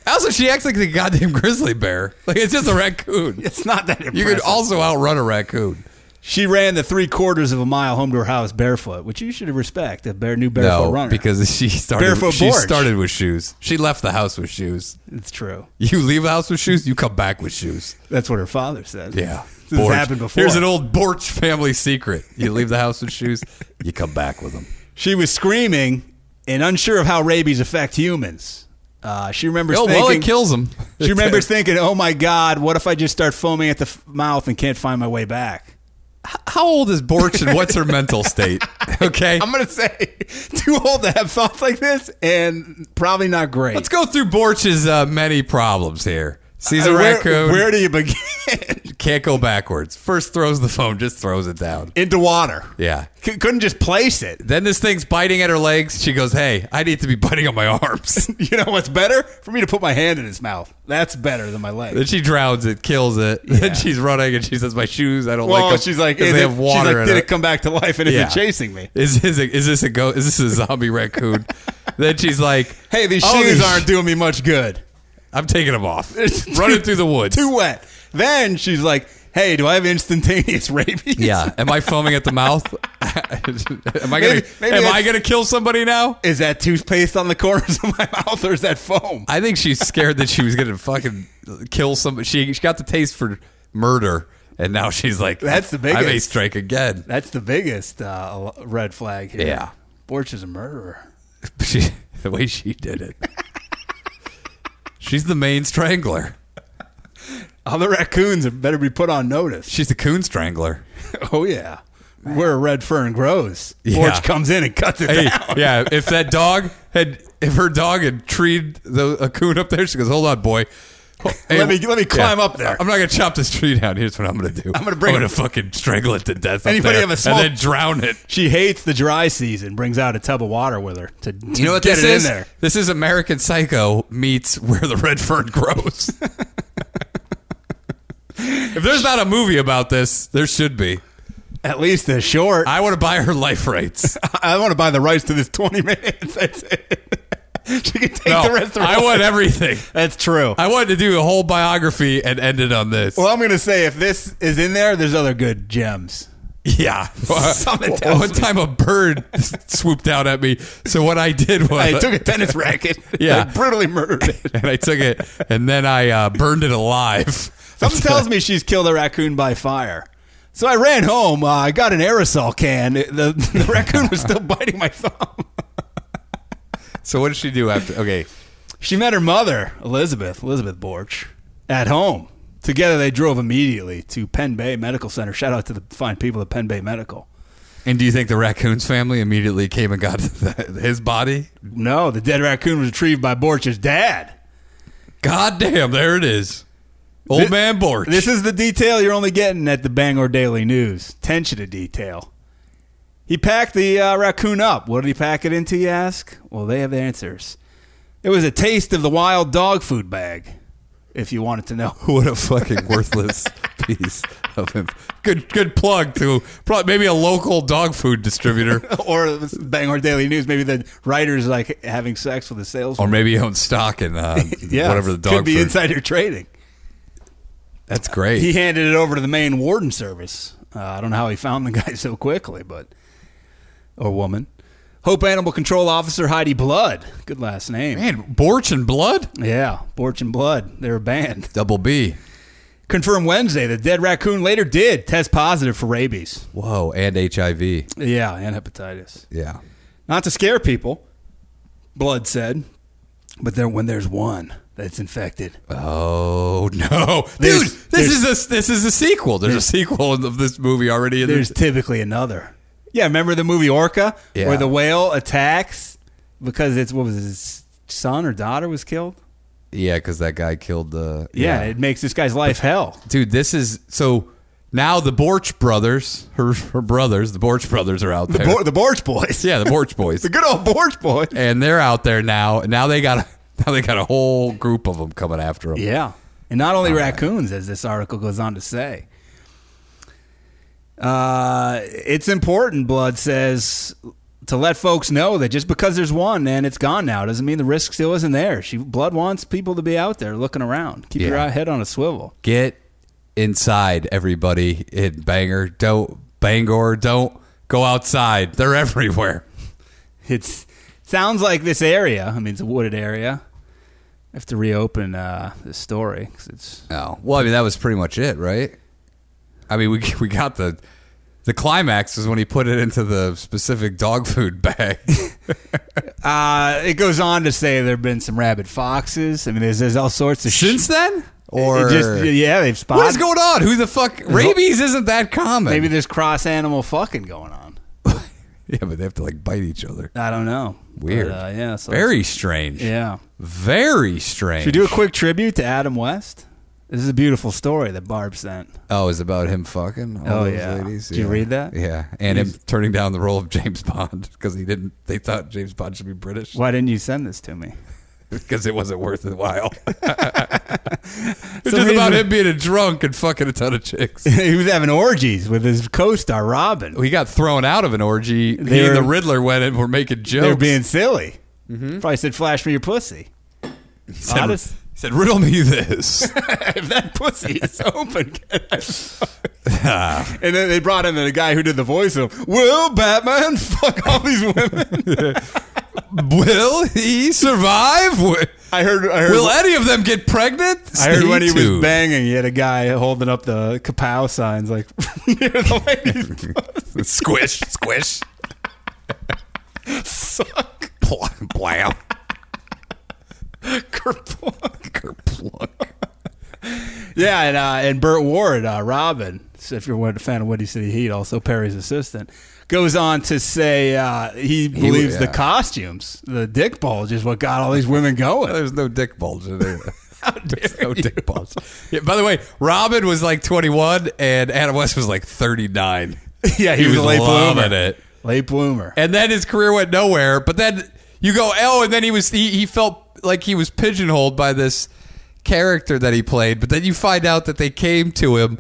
Also, she acts like a goddamn grizzly bear. Like it's just a raccoon. It's not that impressive. You could also outrun a raccoon. She ran the three quarters of a mile home to her house barefoot, which you should respect. A bare new barefoot no, runner. because she started. Barefoot she Borch. started with shoes. She left the house with shoes. it's true. You leave the house with shoes. You come back with shoes. That's what her father said. Yeah, this has Borch. happened before. Here's an old Borch family secret. You leave the house with shoes. You come back with them. she was screaming and unsure of how rabies affect humans. Uh, she remembers Oh thinking well, it kills them. She remembers thinking, "Oh my God, what if I just start foaming at the f- mouth and can't find my way back?" How old is Borch and what's her mental state? Okay. I'm gonna say too old to have thoughts like this, and probably not great. Let's go through Borch's uh, many problems here. Sees a Uh, where- raccoon. Where do you begin? can't go backwards. First throws the phone, just throws it down. Into water. Yeah. C- couldn't just place it. Then this thing's biting at her legs. She goes, "Hey, I need to be biting on my arms." You know what's better? For me to put my hand in his mouth. That's better than my Then leg. she drowns it, kills it. Yeah. Then she's running and she says, "My shoes, I don't Well, like them." she's like, 'cause is they it- have water she's like, in did it. it come back to life and Yeah. is it chasing me? Is this a, is this a go? Is this a zombie raccoon? then she's like, Hey, these "Oh, shoes sh- aren't doing me much good. I'm taking them off. It's Running too- through the woods. Too wet. Then she's like, hey, do I have instantaneous rabies? Yeah. Am I foaming at the mouth? am I gonna Maybe- maybe Am that's- I gonna kill somebody now? Is that toothpaste on the corners of my mouth or is that foam? I think she's scared that she was gonna fucking kill somebody. She she got the taste for murder, and now she's like, That's the I may biggest. strike again. That's the biggest uh, red flag here. Yeah. Borch is a murderer. She, the way she did it. she's the main strangler. Other raccoons have better be put on notice. She's the coon strangler. Oh, yeah. Where a red fern grows, Yeah. Borch comes in and cuts it Hey, down. yeah, if that dog had, if her dog had treed the, a coon up there, she goes, "Hold on, boy." Hey, Let me- let me climb up there." I'm not gonna chop this tree down. Here's what I'm gonna do. I'm gonna bring I'm it- gonna fucking strangle it to death. up Anybody there have a small- and then drown it. She hates the dry season. Brings out a tub of water with her to You know what get this it is? in there. This is American Psycho meets Where the Red Fern Grows. if there's not a movie about this, there should be. At least the short. I, I want to buy her life rights. want to buy the rights to this twenty minutes. That's it. she can take No, the rest of. Her I life. want everything. That's true. I wanted to do a whole biography and end it on this. well, I'm gonna say if this is in there, there's other good gems. Yeah. Something One- tells One me. time a bird swooped out at me. So what I did was I took a tennis racket. Yeah. I brutally murdered it. and I took it and then I uh, burned it alive. Something tells me she's killed a raccoon by fire. So I ran home. Uh, I got an aerosol can. The, the raccoon was still biting my thumb. So what did she do after? Okay. She met her mother, Elizabeth, Elizabeth Borch, at home. Together they drove immediately to Penn Bay Medical Center. Shout out to the fine people at Penn Bay Medical. And do you think the raccoon's family immediately came and got his body? No, the dead raccoon was retrieved by Borch's dad. God damn, there it is. Old Thi- man Borch. This is the detail you're only getting at the Bangor Daily News. Tension to detail. He packed the uh, raccoon up. What did he pack it into, you ask? Well, they have the answers. It was a taste of the wild dog food bag, if you wanted to know. what a fucking worthless piece of him. Good good plug to probably maybe a local dog food distributor. or it was Bangor Daily News. Maybe the writer's like having sex with the salesman. Or maybe he owns stock in uh, yeah, whatever the dog could be food. insider trading. That's great. He handed it over to the main warden service. Uh, I don't know how he found the guy so quickly, but or woman. Hope Animal Control Officer Heidi Blood. Good last name. Man, Borch and Blood? Yeah, Borch and Blood. They're a band. Double B. Confirmed Wednesday, the dead raccoon later did test positive for rabies. Whoa, and HIV. Yeah, and hepatitis. Yeah. Not to scare people, Blood said, but then when there's one, that's infected. Oh no, dude! There's- This there's- is a this is a sequel. There's a sequel of this movie already. And There's there's, typically another. Yeah, remember the movie Orca, Yeah. where the whale attacks because it's what was it, his son or daughter was killed. yeah, because that guy killed the Yeah, it makes this guy's life hell. dude. This is so now the Borch brothers, her her brothers, the Borch brothers are out there. Bor- the Borch Boys. yeah, the Borch boys, the good old Borch Boys. and they're out there now. Now they got a, now they got a whole group of them coming after them. Yeah. And not only raccoons, as this article goes on to say. Uh, it's important, Blood says, to let folks know that just because there's one and it's gone now doesn't mean the risk still isn't there. She Blood wants people to be out there looking around. Keep your Yeah. eye head on a swivel. get inside, everybody. It banger. Don't Bangor. Don't go outside. They're everywhere. It's sounds like this area. I mean, it's a wooded area. I have to reopen uh, this story 'cause it's Oh well, I mean that was pretty much it, right? I mean we we got the the climax is when he put it into the specific dog food bag. uh, it goes on to say there have been some rabid foxes. I mean, there's, there's all sorts of sh- Since then, or It just yeah, they've spotted. what is going on? Who the fuck? Rabies isn't that common. Maybe there's cross animal fucking going on. yeah, but they have to like bite each other. I don't know. Weird. But, uh, yeah. So Very strange. Yeah. Very strange. Should we do a quick tribute to Adam West? This is a beautiful story that Barb sent. Oh, it's about him fucking all Oh, those yeah. ladies. Did you Yeah. read that? Yeah, and him turning down the role of James Bond because he didn't. They thought James Bond should be British Why didn't you send this to me? because it wasn't worth the while. it's just reason- about him being a drunk and fucking a ton of chicks. he was having orgies with his co-star Robin. He got thrown out of an orgy. he They're- and the Riddler went and were making jokes. They were being silly. Probably said, "Flash me your pussy." He said, honest. he said, "Riddle me this." if that pussy is open, get that fuck. and then they brought in the guy who did the voice of "Will Batman fuck all these women?" Will he survive? Wi- I heard. I heard Will any of them get pregnant? I heard Stay when he was tuned. banging, he had a guy holding up the kapow signs like near the ladies. squish, squish. Suck. Plunk, blam. Kerplunk. Kerplunk. yeah, and uh, and Burt Ward, uh, Robin, so if you're a fan of Windy City Heat, also Perry's assistant, goes on to say uh, he believes yeah. the costumes, the dick bulge, is what got all these women going. There's no dick bulge in there. There's no dick bulge. Yeah, by the way, Robin was like 21 and Adam West was like 39. yeah, He was loving bloomer. it. Late bloomer. And then his career went nowhere. But then you go, oh, and then he was he, he felt like he was pigeonholed by this character that he played. But then you find out that they came to him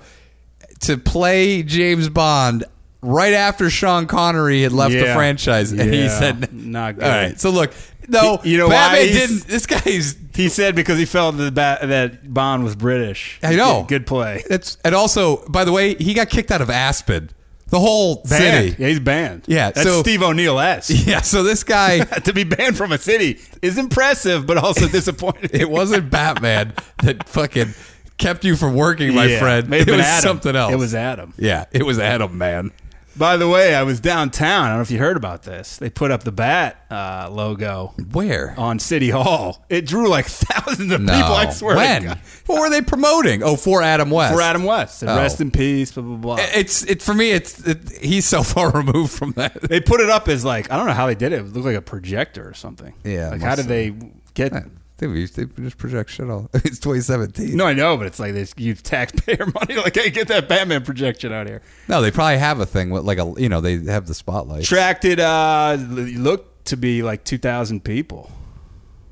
to play James Bond right after Sean Connery had left the Yeah. franchise, and he Yeah. said, Not good. All right, so look, no, You know why Batman he's- didn't. This guy's He said because he felt that ba- that Bond was British. I know. Good, good play. It's and also, by the way, he got kicked out of Aspen, the whole Banned. city. Yeah, he's banned. Yeah, that's so- Steve O'Neill S. Yeah, so this guy. to be banned from a city is impressive, but also disappointing. It wasn't Batman that fucking kept you from working, my Yeah, friend. may have It been was Adam. something else. It was Adam. yeah, it was Adam, man. By the way, I was downtown. I don't know if you heard about this. They put up the bat uh, logo Where? on City Hall. It drew like thousands of people. I swear. to When? God. What were they promoting? Oh, for Adam West. For Adam West. And Oh. Eh, Rest in peace. Blah blah blah. It's it for me. It's it, he's so far removed from that. they put it up as like I don't know how they did it. It looked like a projector or something. Yeah, Like must how did have. they get? They just project shit all. It's 2017. No, I know, but it's like they use taxpayer money. Like, hey, get that Batman projection out here. no, they probably have a thing with like a you know they have the spotlight. Attracted uh, looked to be like two thousand people.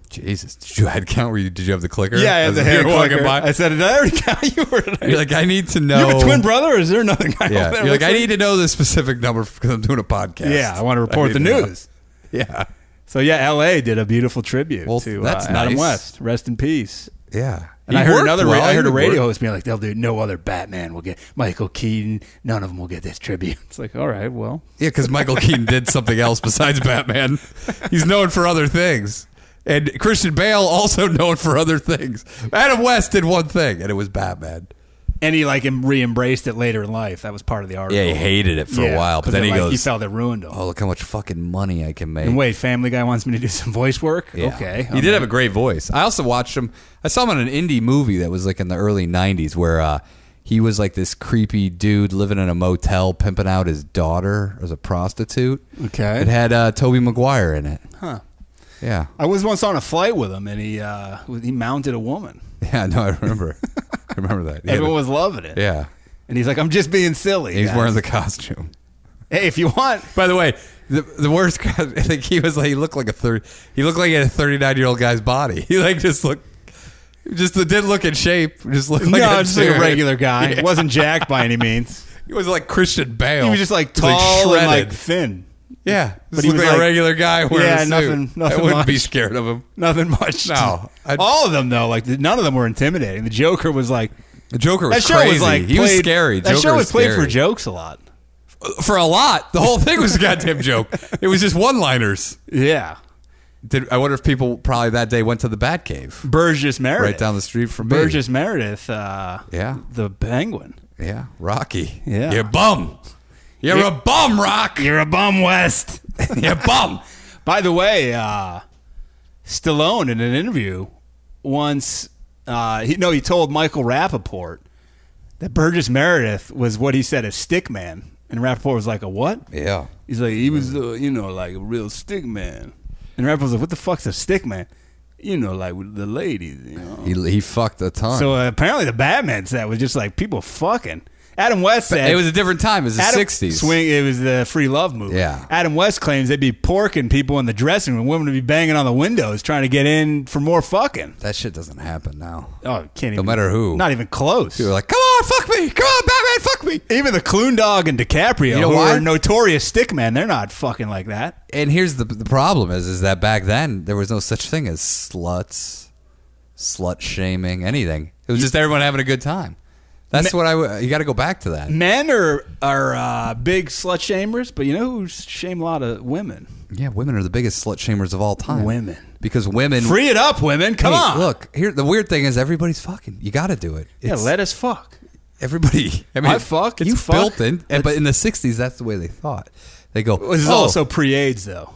Jesus, did you head count? Were you did you have the clicker? Yeah, I had As the you hair were walking clicker. by? I said, "Did I already count you were? You're like, I need to know. you have a twin brother, or is there another guy? Yeah, over there you're like, I looks need to know the specific number because I'm doing a podcast. Yeah, I want to report need the to know. news. Yeah, So yeah, L.A. did a beautiful tribute Well, to that's uh, Adam nice. West. Rest in peace. yeah. And He I heard worked another. ra- well. I heard a He radio worked- host being like, "They'll do no other Batman will get Michael Keaton. None of them will get this tribute." It's like, all right, well, Yeah, because Michael Keaton did something else besides Batman. He's known for other things, and Christian Bale also known for other things. Adam West did one thing, and it was Batman. and he like em- re-embraced it later in life. That was part of the article. Yeah, he hated it for Yeah, a while, but 'cause then it, he like, goes, he felt it ruined him. "Oh, look how much fucking money I can make." And wait, Family Guy wants me to do some voice work. Yeah. Okay, um, He did have a great voice. I also watched him. I saw him in an indie movie that was like in the early 90s where uh, he was like this creepy dude living in a motel pimping out his daughter as a prostitute. Okay. It had uh, Toby Maguire in it. Huh. Yeah. I was once on a flight with him, and he uh, he mounted a woman. Yeah, no, I remember. I remember that. He had Everyone a- was loving it. yeah. and he's like, "I'm just being silly." He's guys." wearing the costume. Hey, if you want, By the way, the, the worst guy, I think he was like, he looked like a thirty, he looked like a 39 year old guy's body. He like just looked, just didn't look in shape. Just looked like no, a just like a dude. regular guy. Yeah. wasn't jacked by any means. He was like Christian Bale. He was just like He tall was, and shredded. like thin. yeah, but but he he was, like, like- a regular guy wearing Yeah, a suit. nothing- nothing I wouldn't be much. scared of him. Nothing much. to- No, I- all of them though. Like none of them were intimidating. The Joker was like The Joker was that show crazy. was like he was played- scary. That Joker show was played scary. for jokes a lot. for a lot. The whole thing was a goddamn joke. It was just one liners. Yeah, Did I wonder if people probably that day went to the Batcave Burgess Meredith, right down the street from me? Burgess Meredith. Uh, Yeah. the Penguin. Yeah, Rocky. Yeah. you're a bum. You're a bum, Rock. You're a bum, West. You're a bum. By the way, uh, Stallone in an interview once, uh, he, no, he told Michael Rappaport that Burgess Meredith was what he said a stick man, and Rappaport was like, "A what?" Yeah. He's like, "He was, uh, you know, like a real stick man," and Rappaport was like, "What the fuck's a stick man?" You know, like with the ladies, you know. He, he fucked a ton. So uh, apparently, the Batman set was just like people fucking. Adam West said it was a different time. It was the Adam, 60s. Swing. It was the free love movement. Yeah. Adam West claims they'd be porking people in the dressing room. Women would be banging on the windows trying to get in for more fucking. That shit doesn't happen now. Oh, can't even. No matter who. Not even close. People are like, come on, fuck me. Come on, Batman, fuck me. even the Clune Dog and DiCaprio, You know who why? are notorious stick men, they're not fucking like that. And here's the the problem is is that back then there was no such thing as sluts, slut shaming, anything. It was just everyone having a good time. That's what I w- you got to go back to that. Men are are uh, big slut shamers, but you know who shame a lot of women? Yeah, women are the biggest slut shamers of all time. Women. because women Free it up, women. Come Hey, on. Look, here the weird thing is everybody's fucking. You got to do it. Yeah, It's- let us fuck. everybody. I mean, I fuck, It's you fuck. built in. and- But in the '60s, that's the way they thought. They go. This is oh, also pre AIDS, though.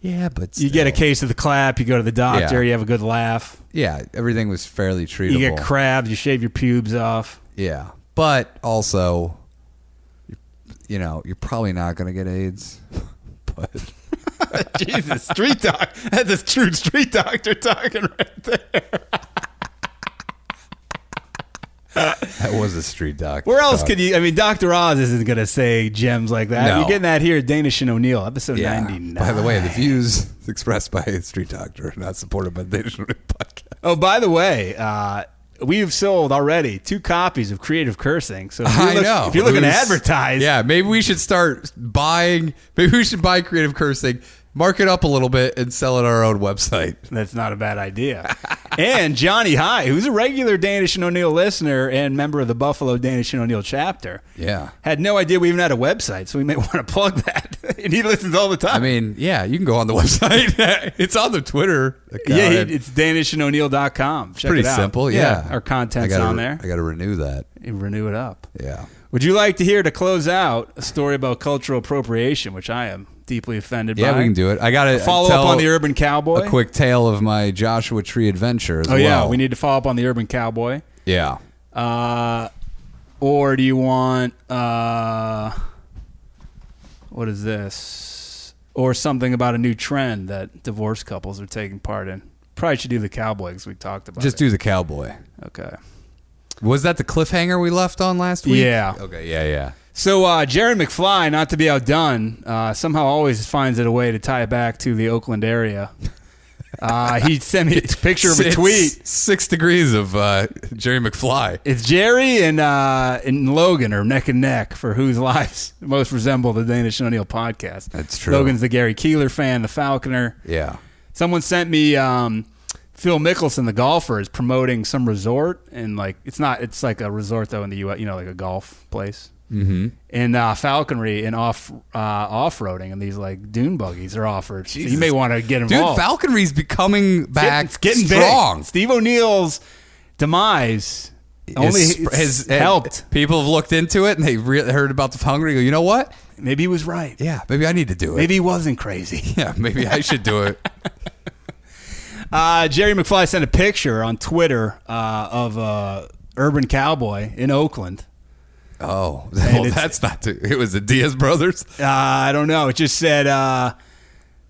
yeah, but You get a still. case of the clap, you go to the doctor, Yeah. you have a good laugh. Yeah, everything was fairly treatable. You get crabs. You shave your pubes off. Yeah, but also, you know, you're probably not going to get AIDS. but Jesus, street doc. That's a true street doctor talking right there. that was a street doc. Where else could you? I mean, Doctor Oz isn't going to say gems like that. No. You're getting that here, at Danish and O'Neill, episode Yeah. 99. By the way, the views expressed by a street doctor are not supported by the Nation podcast. oh, by the way, uh, we've sold already two copies of Creative Cursing. So if you're, I look- know. if you're looking to Who's- advertise, yeah, maybe we should start buying. Maybe we should buy creative cursing, mark it up a little bit, and sell it on our own website. That's not a bad idea. and Johnny High, who's a regular Danish and O'Neill listener and member of the Buffalo Danish and O'Neill chapter, Yeah. had no idea we even had a website, so we may want to plug that. and he listens all the time. I mean, yeah, you can go on the website. it's on the Twitter. account. yeah, he, it's danishandoneal.com. Check pretty it out. simple. Yeah. our I content's gotta- on there. I got to renew that. And renew it up. Yeah. Would you like to hear to close out a story about cultural appropriation, which I am deeply offended Yeah, by? we can do it. I got to Follow up on the urban cowboy. A quick tale of my Joshua Tree adventure as oh well. yeah, we need to follow up on the urban cowboy. Yeah. Uh, or do you want uh, what is this? Or something about a new trend that divorce couples are taking part in? Probably should do the cowboy because we talked about. Just it. do the cowboy. okay. Was that the cliffhanger we left on last week? Yeah. Okay. Yeah. Yeah. So uh, Jerry McFly, not to be outdone, uh, somehow always finds it a way to tie it back to the Oakland area. Uh, he sent me a picture of a It's tweet. Six degrees of uh, Jerry McFly. It's Jerry and uh, and Logan are neck and neck for whose lives most resemble the Danish and O'Neill podcast. That's true. Logan's the Gary Keeler fan, the Falconer. Yeah. Someone sent me um, Phil Mickelson, the golfer, is promoting some resort and like it's not it's like a resort though in the U.S. You know, like a golf place. Mm-hmm. And uh, falconry and off uh, off roading and these like dune buggies are offered. So you may want to get Dude, involved. falconry's becoming back It's getting strong. Big. Steve O'Neill's demise Only is- it's has- helped. eh, People have looked into it and they re- heard about the hungry. Go, you know what? Maybe he was right. Yeah, maybe I need to do it. Maybe he wasn't crazy. yeah, maybe I should do it. Uh, Jerry McFly sent a picture on Twitter uh, of a urban cowboy in Oakland. Oh, well, it's- that's not. Too, it was the Diaz brothers. Uh, I don't know. It just said uh,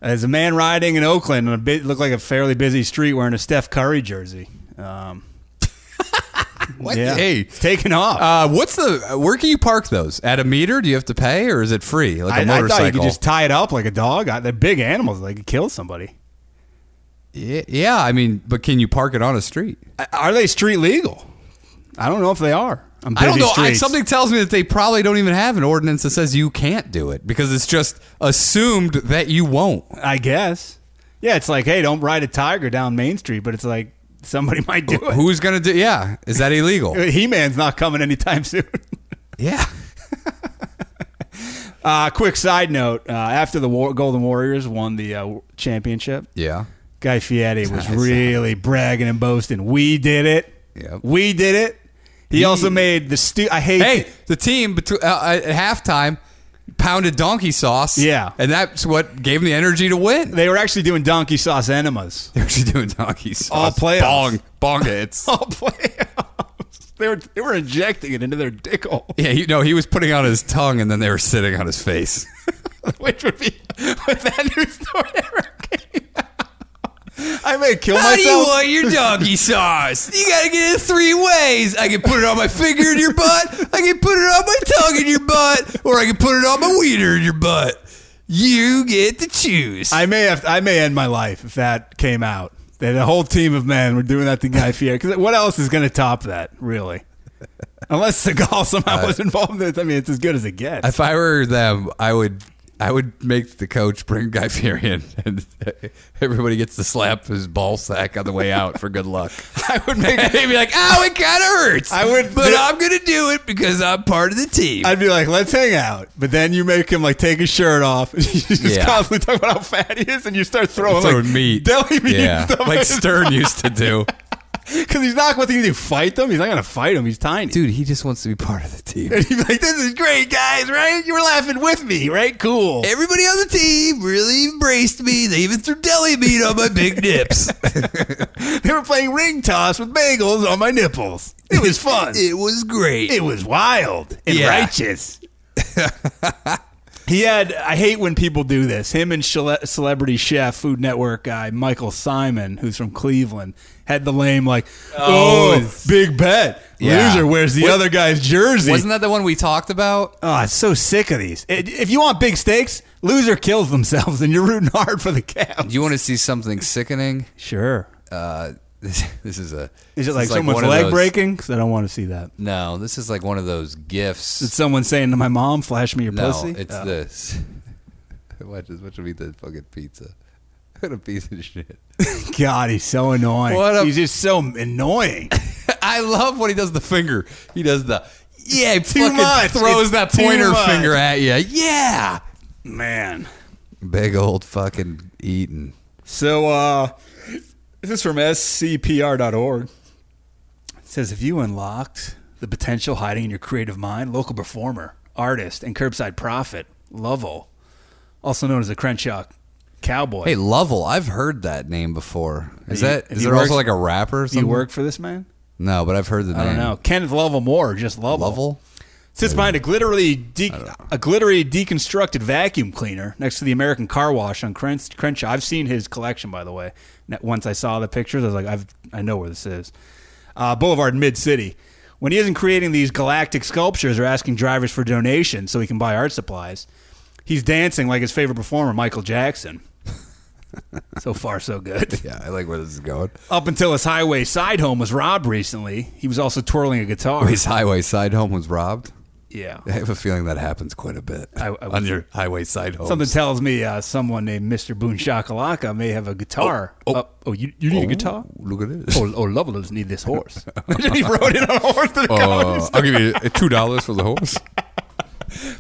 there's a man riding in Oakland on a bit looked like a fairly busy street wearing a Steph Curry jersey. Um, What? yeah, Hey, it's taking off. Uh, what's the where can you park those? At a meter? Do you have to pay or is it free? I, Like a I motorcycle? thought you could just tie it up like a dog. I, they're big animals. They could kill somebody. yeah, yeah, I mean, but can you park it on a street? I- Are they street legal? I don't know if they are. I'm I don't busy know. I, streets. something tells me that they probably don't even have an ordinance that says you can't do it because it's just assumed that you won't. I guess. Yeah, it's like, hey, don't ride a tiger down Main Street, but it's like somebody might do it. Who's gonna do? Yeah, is that illegal? He Man's not coming anytime soon. yeah. Uh, quick side note: uh, after the War- Golden Warriors won the uh, championship, Yeah. Guy Fieri was I saw. really bragging and boasting. We did it. Yep. We did it. He also made the stu. I hate. Hey, the team between, uh, at halftime pounded donkey sauce. Yeah. and that's what gave them the energy to win. they were actually doing donkey sauce enemas. They're actually doing donkey sauce. All playoffs. Bong, bong hits. Oh, playoffs! They were they were injecting it into their dick hole, Yeah, he, no, he was putting on his tongue, and then they were sitting on his face. which would be if that news story ever came out. I may kill How do you myself. want your donkey sauce? You gotta get it three ways. I can put it on my finger in your butt. I can put it on my tongue in your butt, or I can put it on my wiener in your butt. You get to choose. I may have. I may end my life if that came out. That a whole team of men were doing that to Guy Fieri. Because what else is going to top that, really? Unless Seagal somehow was involved in it. I mean, it's as good as it gets. if I were them, I would. I would make the coach bring Guy Fieri in, and everybody gets to slap his ball sack on the way out for good luck. I would make they'd be like, "Oh, it kind of hurts." I would- but I'm gonna do it because I'm part of the team. I'd be like, let's hang out. But then you make him like take his shirt off. You just Yeah. constantly talk about how fat he is, and you start throwing, Throwing like meat. deli meat, yeah, like Stern used to do. Because he's not. What he do? Fight them? He's not going to fight them. He's tiny. Dude, he just wants to be part of the team. And he's like, this is great, guys. Right? You were laughing with me, right? Cool. Everybody on the team really embraced me. They even threw deli meat on my big nips. They were playing ring toss with bagels on my nipples. It was fun. it was great. It was wild and Yeah. righteous. he had. I hate when people do this. Him and cele- celebrity chef, Food Network guy Michael Simon, who's from Cleveland, had the lame like, oh, Oh, it's- big bet, Yeah. loser wears the Wa- other guy's jersey. Wasn't that the one we talked about? oh, it's so sick of these. I- If you want big stakes, loser kills themselves, and you're rooting hard for the Cavs. Do you want to see something sickening? sure. Uh, this, this is a. Is this it like someone's one of leg those- breaking? Because I don't want to see that. No, this is like one of those gifts. Is it someone saying to my mom, "Flash me your no, pussy"? it's Oh. this. Watch this. Watch him eat the fucking pizza. What a piece of shit. God, he's so annoying. What a- he's just so annoying. I love when he does the finger. He does the yeah. He Too fucking much. throws It's that too pointer much. finger at you. Yeah. Man. Big old fucking eating. So uh this is from scpr.org. It says if you unlocked the potential hiding in your creative mind, local performer, artist, and curbside prophet, Lovell, also known as the Crenshaw Cowboy. Hey, Lovell, I've heard that name before. Is Have you- that have is you there also worked- like a do rapper? Or you something? work for this man? No, but I've heard the I don't name. know. Kenneth Lovell Moore, or just Lovell. Lovell. Sits behind a glittery, de- a glittery deconstructed vacuum cleaner next to the American Car Wash on Crens- Crenshaw. I've seen his collection, by the way. N- Once I saw the pictures, I was like, I've, I know where this is. Uh, Boulevard Mid City. When he isn't creating these galactic sculptures or asking drivers for donations so he can buy art supplies, he's dancing like his favorite performer, Michael Jackson. so far, so good. Yeah, I like where this is going. Up until his highway side home was robbed recently, he was also twirling a guitar. His highway side home was Oh, robbed. yeah. I have a feeling that happens quite a bit I- I on was- your highway side home. Something tells me uh, someone named Mr. Boone Shakalaka may have a guitar. Oh, Oh, oh. oh, you, you need a guitar? Look at this. Oh, oh Lovelace need this horse. he rode it on a horse to the comedy Uh, I'll give you two dollars for the horse.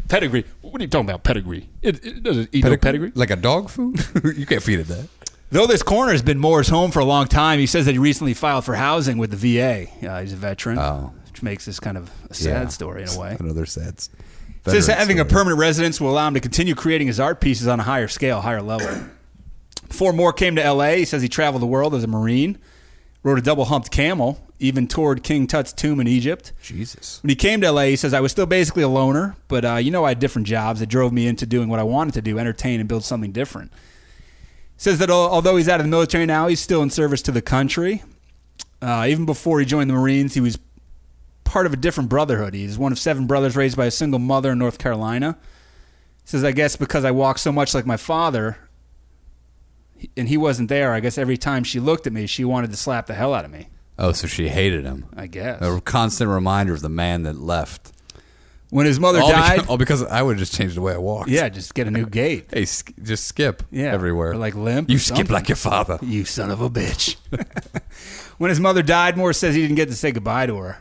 Pedigree. What are you talking about? Pedigree. It, it doesn't eat no pedigree. like a dog food. you can't feed it that. Though this corner has been Moore's home for a long time, he says that he recently filed for housing with the VA. Uh, he's a veteran. Oh. which makes this kind of a sad Yeah. story in a way. Another sad. s- Says veteran having a story. permanent residence will allow him to continue creating his art pieces on a higher scale, higher level. Before Moore came to L.A., he says he traveled the world as a Marine, rode a double-humped camel, even toured King Tut's tomb in Egypt. Jesus. When he came to LA, he says, I was still basically a loner, but uh, you know, I had different jobs that drove me into doing what I wanted to do, entertain and build something different. Says that al- although he's out of the military now, he's still in service to the country. Uh, even before he joined the Marines, he was part of a different brotherhood. He's one of seven brothers raised by a single mother in North Carolina. Says, I guess because I walk so much like my father, he- and he wasn't there, I guess every time she looked at me, she wanted to slap the hell out of me. Oh, so she hated him. I guess. A constant reminder of the man that left. When his mother All died, because, all because I would have just changed the way I walked. yeah, just get a new gate. Hey, sk- just skip. Yeah, Everywhere. or like limp You or skip something. like your father. You son of a bitch. when his mother died, Moore says he didn't get to say goodbye to her.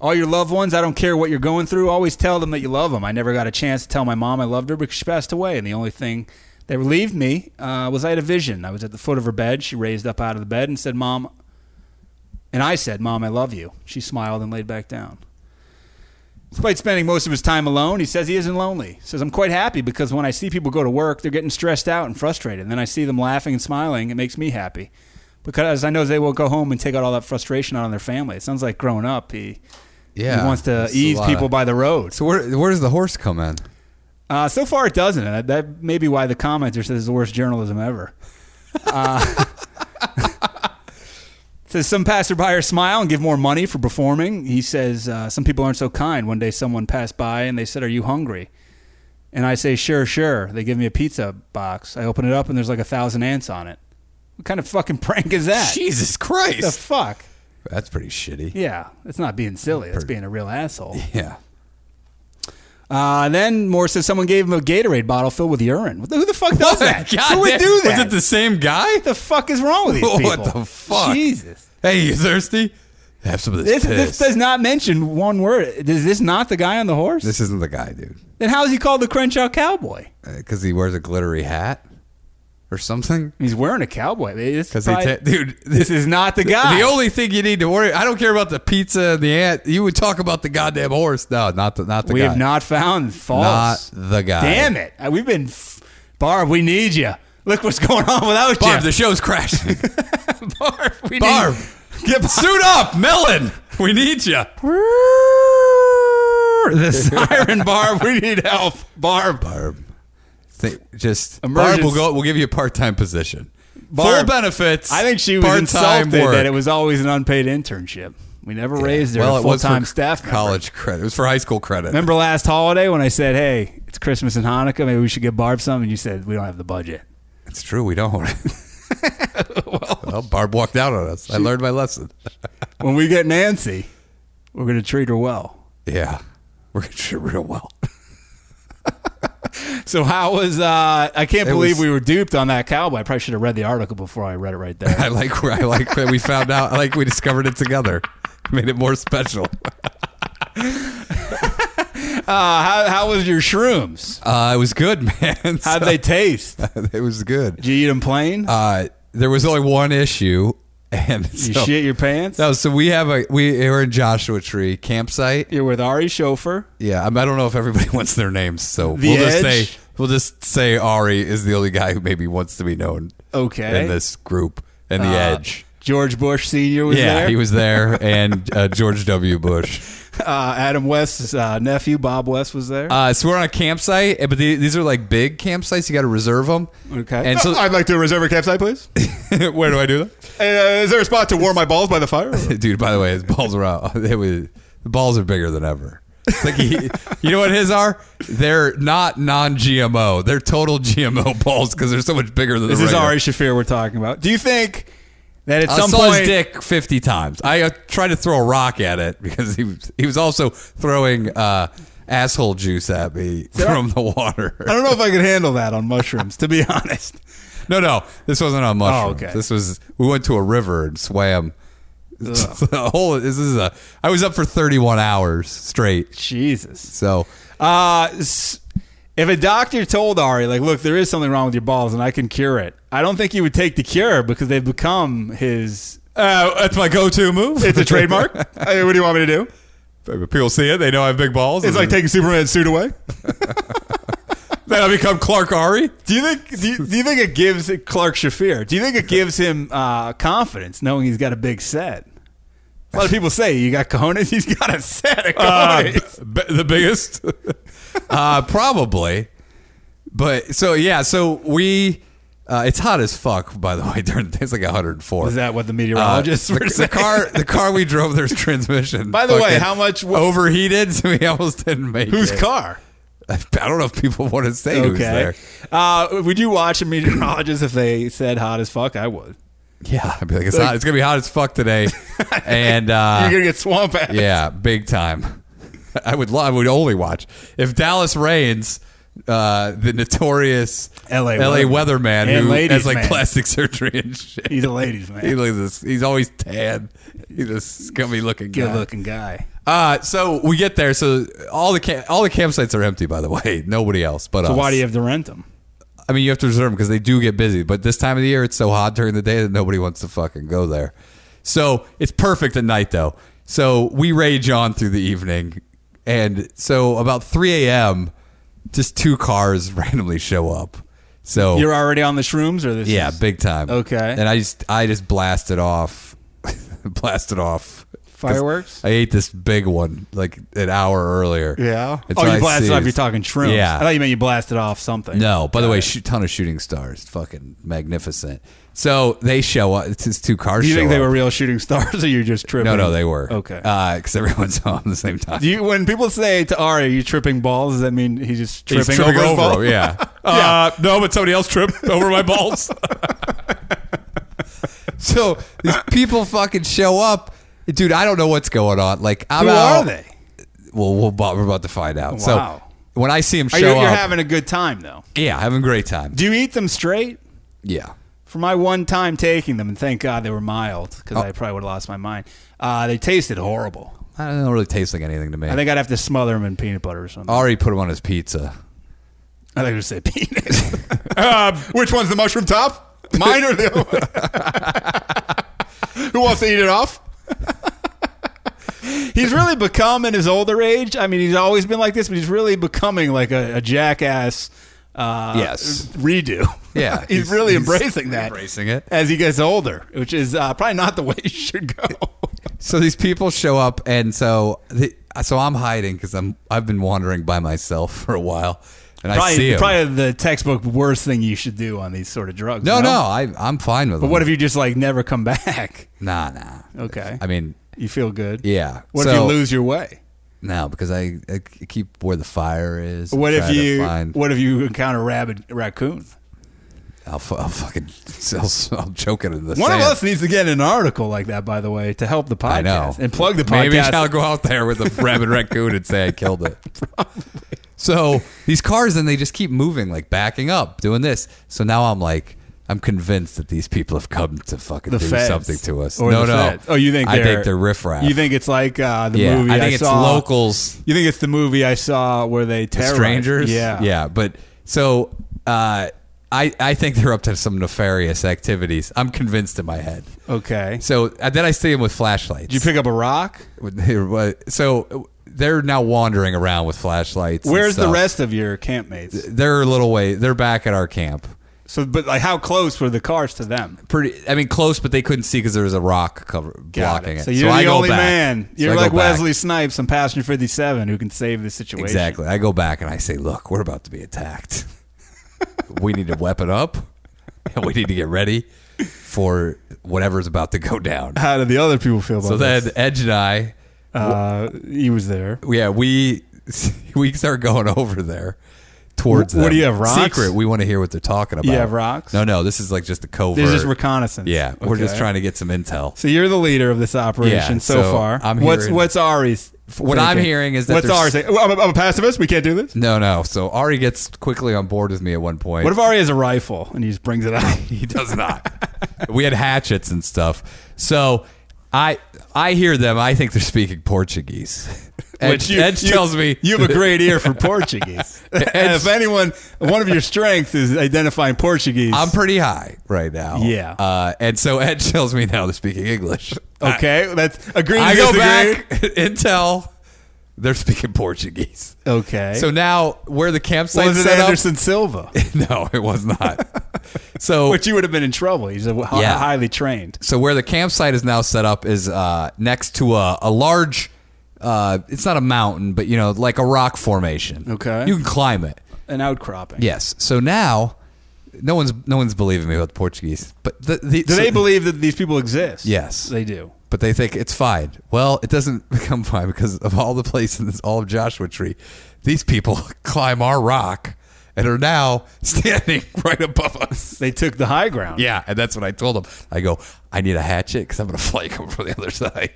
All your loved ones, I don't care what you're going through, always tell them that you love them. I never got a chance to tell my mom I loved her because she passed away, and the only thing that relieved me uh, was I had a vision. I was at the foot of her bed. She raised up out of the bed and said, Mom, and I said, Mom, I love you. She smiled and laid back down. Despite spending most of his time alone, he says he isn't lonely. He says, I'm quite happy because when I see people go to work, they're getting stressed out and frustrated. And then I see them laughing and smiling. It makes me happy because I know they will go home and take out all that frustration out on their family. It sounds like growing up, he, Yeah. he wants to That's a ease lot people of- by the road. So where, where does the horse come in? Uh, so far, it doesn't. And That, that may be why the commenter says it's the worst journalism ever. Uh, says some passerbyers smile and give more money for performing. He says uh, some people aren't so kind. One day, someone passed by and they said, "Are you hungry?" And I say, "Sure, sure." They give me a pizza box. I open it up and there's like a thousand ants on it. What kind of fucking prank is that? Jesus The Christ. fuck? That's pretty shitty. Yeah, that's not being silly. That's being a real asshole. Yeah. Uh, then Moore says someone gave him a Gatorade bottle filled with urine. Who the fuck does What? that? God Who would damn- do that? Was it the same guy? the fuck is wrong with these people? What the fuck? Jesus. Hey, you thirsty? Have some of this. This, piss. this does not mention one word. Is this not the guy on the horse? This isn't the guy, dude. then how is he called the Crenshaw Cowboy? Because he wears a glittery hat or something. He's wearing a cowboy. Because Because he, ta- dude, this is not the guy. The only thing you need to worry. I don't care about the pizza and the ant. You would talk about the goddamn horse. No, not the not the we guy. have not found not false. the guy. Damn it! Uh, We've been f- Barb. We need you. Look what's going on without Barb, you. the show's crashing. Barb, we Barb, Get suit up, Melon. We need you. the siren, Barb. We need help, Barb. Barb, think, just Emergency- Barb will go. We'll give you a part-time position. Barb, Full benefits. I think she was part-time insulted work. that it was always an unpaid internship. We never raised her well, a it full was for time staff member. college credit. It was for high school credit. Remember last holiday when I said, "Hey, it's Christmas and Hanukkah. Maybe we should get Barb some," and you said, "We don't have the budget." It's true. We don't. well, Barb walked out on us. I learned my lesson. when we get Nancy, we're going to treat her well. Yeah, we're gonna shoot real well. So how was? Uh, I can't It believe was- we were duped on that cowboy. I probably should have read the article before I read it right there. I like. I like that we found out. I like we discovered it together. Made it more special. Uh, how, how was your shrooms? Uh, it was good, man. How'd they taste? it was good. Did you eat them plain? Uh, there was only one issue, and you so, shit your pants? No, so we have a we we're in Joshua Tree campsite. You're with Ari Schofer. Yeah, I, mean, I don't know if everybody wants their names, so The we'll just Edge? say we'll just say Ari is the only guy who maybe wants to be known. Okay. in this group and the Uh, Edge. George Bush Senior was Yeah, there. he was there, and uh, George W. Bush. uh, Adam West's uh, nephew, Bob West, was there. Uh, so we're on a campsite, eh, but the- these are like big campsites. You got to reserve them. Okay. And so, I'd like to reserve a campsite, please. where do I do Uh, is there a spot to warm my balls by the fire? that, dude? By the way, his balls are out. It was, the balls are bigger than ever. It's like he, you know what his are? They're not non-GMO. They're total GMO balls because they're so much bigger than this the is regular. Ari Shafir we're talking about. Do you think that at I some Uh, saw point his dick fifty times. I uh, tried to throw a rock at it because he was, he was also throwing uh, asshole juice at me from the I water. don't know if I could handle that on mushrooms, to be honest. No, no, this wasn't on mushrooms. Oh, okay. This was we went to a river and swam. The whole this is a. I was up for thirty one hours straight. Jesus. So Uh, s- if a doctor told Ari, like, look, there is something wrong with your balls and I can cure it, I don't think he would take the cure because they've become his Uh, that's my go-to move. It's a trademark. I mean, what do you want me to do? People see it. They know I have big balls. It's like take, taking Superman's suit away. then I become Clark Ari. Do you think? Do you, do you think it gives Clark Shafir? Do you think it gives him uh, confidence knowing he's got a big set? A lot of people say you got cojones. He's got a set of cojones. Uh, B- the biggest? uh, probably. But so yeah, so we. Uh, it's hot as fuck, by the way. During the, it's like 104. Is that what the Uh, meteorologists the, were the saying? car, the car we drove, there's transmission. By the way, fucking how much wa- overheated? So we almost didn't make Whose it. car? I don't know if people want to say who's Okay. there. Uh, would you watch a meteorologist if they said hot as fuck? I would. Yeah, I'd be like, it's hot. It's gonna be hot as fuck today, and uh, You're gonna get swamp ass. Yeah, big time. I would. lo- I would only watch if Dallas rains. Uh, the notorious LA weatherman And who ladies has like man. plastic surgery and shit. He's a ladies man. He looks this- he's always tan. He's a scummy looking guy. Good looking guy. Uh, so we get there. So all the ca- all the campsites are empty. By the way, nobody else but So us. why do you have to rent them? I mean, you have to reserve them because they do get busy. But this time of the year, it's so hot during the day that nobody wants to fucking go there. So it's perfect at night, though. So we rage on through the evening. And so about 3 a.m., just two cars randomly show up. So, You're already on the shrooms, or this? yeah, is- big time. Okay. And I just, I just blasted off, blasted off. 'Cause Fireworks? I ate this big one like an hour earlier. Yeah. And oh, so you I blasted off. seized- You're talking shrooms. Yeah. I thought you meant you blasted off something. No, by the way, shoot, ton of shooting stars, fucking magnificent. So they show up. It's just two cars. Do you think show they were up. real shooting stars, or you're just tripping? No, no, they were. Uh, Okay. because everyone saw them at the same time. Do you, when people say to Ari, "You tripping balls?" Does that mean he's just tripping, He's tripping over, his ball? him, Yeah. Uh, no, but somebody else tripped over my balls. so these people fucking show up, dude. I don't know what's going on. Like, I'm Who out. are they? Well, we'll bo- we're about to find out. Wow. So when I see them show Are you, up, you're having a good time though. yeah, having a great time. Do you eat them straight? Yeah. For my one time taking them, and thank God they were mild because Oh. I probably would have lost my mind. Uh, they tasted horrible. I don't, they don't really taste like anything to me. I think I'd have to smother them in peanut butter or something. Ari put them on his pizza. I think I say Uh, penis. Um, which one's the mushroom top? Mine or the other one? Who wants to eat it off? he's really become in his older age. I mean, he's always been like this, but he's really becoming like a, a jackass. Uh, Yes. redo. Yeah, he's, he's- really he's embracing that, embracing it. as he gets older, which is uh, probably not the way he should go. So these people show up, and so the, so I'm hiding because I'm I've been wandering by myself for a while, and I see probably, 'em. probably the textbook worst thing you should do on these sort of drugs. no, you know? no, I I'm fine with. But what if you just like never come back? Nah, nah. Okay. I mean, You feel good. yeah. What if So- you lose your way? No, because I, I keep where the fire is. and What if try to you Find, What if you encounter a rabid raccoon? I'll, fu- I'll fucking. I'll, I'll choke it in the. One of sand. us needs to get an article like that, by the way, to help the podcast I know. and plug the podcast. Maybe I'll go out there with a rabid raccoon and say I killed it. So these cars, then they just keep moving, like backing up, doing this. So now I'm like, I'm convinced that these people have come to fucking the do feds something to us. Or no, the no. feds. Oh, you think I they're, think they're riffraff. You think it's like uh, the yeah, movie I think it's saw- locals, You think it's the movie I saw where they terrorize strangers. Yeah, yeah. But so uh, I, I think they're up to some nefarious activities. I'm convinced in my head. Okay. So uh, then I see them with flashlights. Did you pick up a rock? so they're now wandering around with flashlights. and Where's the stuff. rest of your campmates? They're a little way. They're back at our camp. So, but like, how close were the cars to them? Pretty. I mean, close, but they couldn't see because there was a rock cover Got blocking it. So you're I the go only back. man. So You're I go like back. Wesley Snipes on Passenger 57 who can save the situation. Exactly. I go back and I say, "Look, we're about to be attacked. we need to weapon up. and we need to get ready for whatever's about to go down." How did the other people feel about So then Edge and I, that? Uh, he was there. yeah, we we start going over there towards. What do them. you have, rocks? Secret. We want to hear what they're talking about. You have rocks? No, no. This is like just a covert. There's just reconnaissance. Yeah, we're just Okay. trying to get some intel. So you're the leader of this operation Yeah, so, so far. I'm what's hearing- what's Ari's? What I'm hearing is that what's there's- Ari's? Saying? Well, I'm, a, I'm a pacifist. We can't do this. No, no. So Ari gets quickly on board with me at one point. What if Ari has a rifle and he just brings it out? he does not? we had hatchets and stuff. So I I hear them. I think they're speaking Portuguese. Ed, Which you- Ed you- tells me You have a great ear for Portuguese. and if anyone, one of your strengths is identifying Portuguese. I'm pretty high right now. Yeah. Uh, and so Ed tells me now they're speaking English. okay, that's agree. to I go disagree. back until they're speaking Portuguese. Okay. So now where the campsite was it set up- Anderson Silva? no, it was not. so Which you would have been in trouble. He's a, hi- Yeah. highly trained. so where the campsite is now set up is uh, next to a, a large uh, it's not a mountain but you know like a rock formation Okay. you can climb it An outcropping. yes so now no one's no one's believing me about the portuguese but the, the, Do they believe that these people exist? Yes. they do. but they think it's fine well it doesn't become fine because of all the places all of joshua tree these people climb our rock and are now standing right above us They took the high ground. Yeah, and that's what I told him. I go, I need a hatchet because I'm going to flake him from the other side.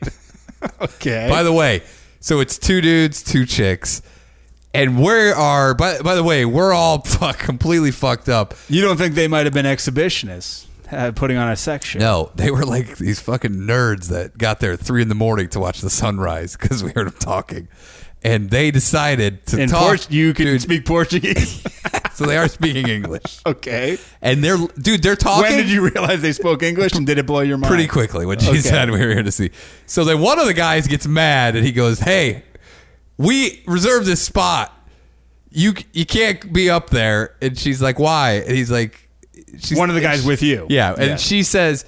Okay. by the way, so it's two dudes, two chicks, and we are. By, by the way, we're all fuck, completely fucked up. you don't think they might have been exhibitionists uh, putting on a section? No, they were like these fucking nerds that got there at three in the morning to watch the sunrise because we heard them talking, and they decided to In talk. Port- you can dude, speak Portuguese. so they are speaking English, okay. and they're dude, they're talking. When did you realize they spoke English and did it blow your mind? pretty quickly when she Okay. said we were here to see. So then one of the guys gets mad and he goes, "Hey, we reserved this spot. You you can't be up there." And she's like, "Why?" And he's like, she's, One of the guys with you. Yeah, and Yeah. she says.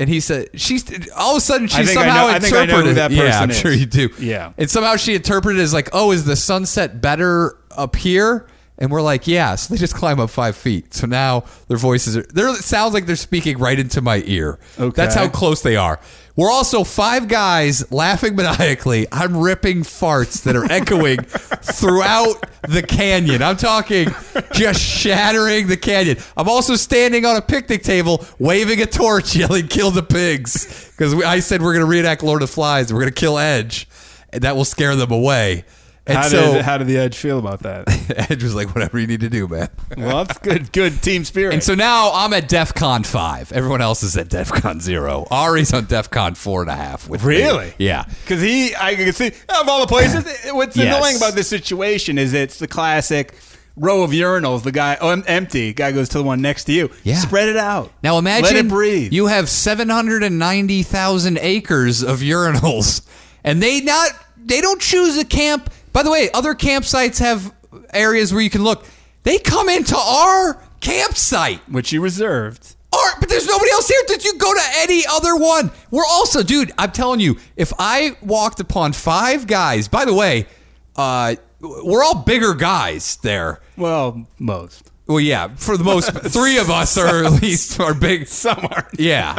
And he said, "She's all of a sudden she I think I somehow know- I think I know interpreted who that yeah, person I'm is. sure you do. Yeah. and somehow she interpreted it as like, oh, is the sunset better up here? And we're like, yeah. So they just climb up five feet. So now their voices are. They're, it sounds like they're speaking right into my ear. Okay. That's how close they are. We're also five guys laughing maniacally. I'm ripping farts that are echoing throughout the canyon. I'm talking just shattering the canyon. I'm also standing on a picnic table waving a torch, yelling, Kill the pigs. Because I said we're going to reenact Lord of the Flies. We're going to kill Edge, and that will scare them away. And How did so how did the Edge feel about that? Edge was like, Whatever you need to do, man. well, that's good. Good team spirit. And so now I'm at DEF CON 5. Everyone else is at DEF CON 0. Ari's on DEF CON 4.5. With me. Really? Yeah. Because he, I can see, of all the places, it- what's Yes. annoying about this situation is it's the classic row of urinals. The guy, oh, em- empty. Guy goes to the one next to you. Yeah. Spread it out. Now imagine Let it breathe. you have 790,000 acres of urinals and they not they don't choose a camp. By the way, other campsites have areas where you can look. They come into our campsite. Which you reserved. Or, but there's nobody else here. Did you go to any other one? We're also, dude. I'm telling you, if I walked upon five guys, by the way, uh, we're all bigger guys there. Well, most. Well, yeah, for the most, three of us are at least are big. Some are, yeah.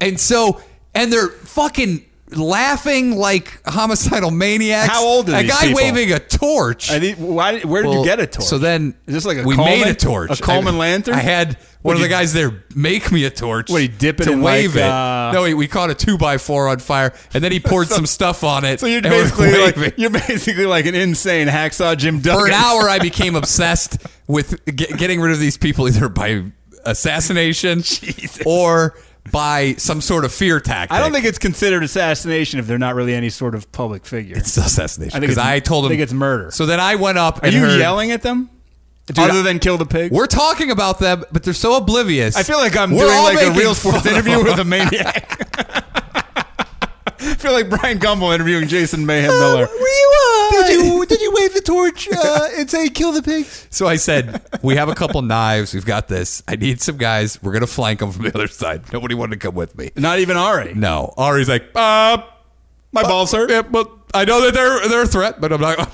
And so, and they're fucking laughing like homicidal maniacs. How old are a these guy people? waving a torch? I think, why, where did Well, you get a torch? So then, is this like a we Coleman, made a torch, A Coleman I- lantern? I had What'd one of the you- guys there make me a torch. What'd you dip it to in, wave like, it? uh, no, we, we caught a two by four on fire, and then he poured some stuff on it. So you're and we're basically waving. like you're basically like an insane hacksaw Jim Duggan. for an hour, I became obsessed with ge- getting rid of these people either by assassination or by some sort of fear tactic. I don't think it's considered assassination if they're not really any sort of public figure. it's assassination I think because it's- I, told I him. think it's murder. So then I went up. Are and you heard- yelling at them? I- Other than kill the pig? We're talking about them, but they're so oblivious. I feel like I'm We're doing all like a making real sports fun of interview them. with a maniac. I feel like Brian Gumbel interviewing Jason Mayhem Uh, Miller. Did you did you wave the torch uh, and say kill the pigs? So I said, we have a couple knives. We've got this. I need some guys. We're gonna flank them from the other side. Nobody wanted to come with me. Not even Ari. No, Ari's like, uh, My balls hurt. Yeah, well, I know that they're they're a threat, but I'm not. I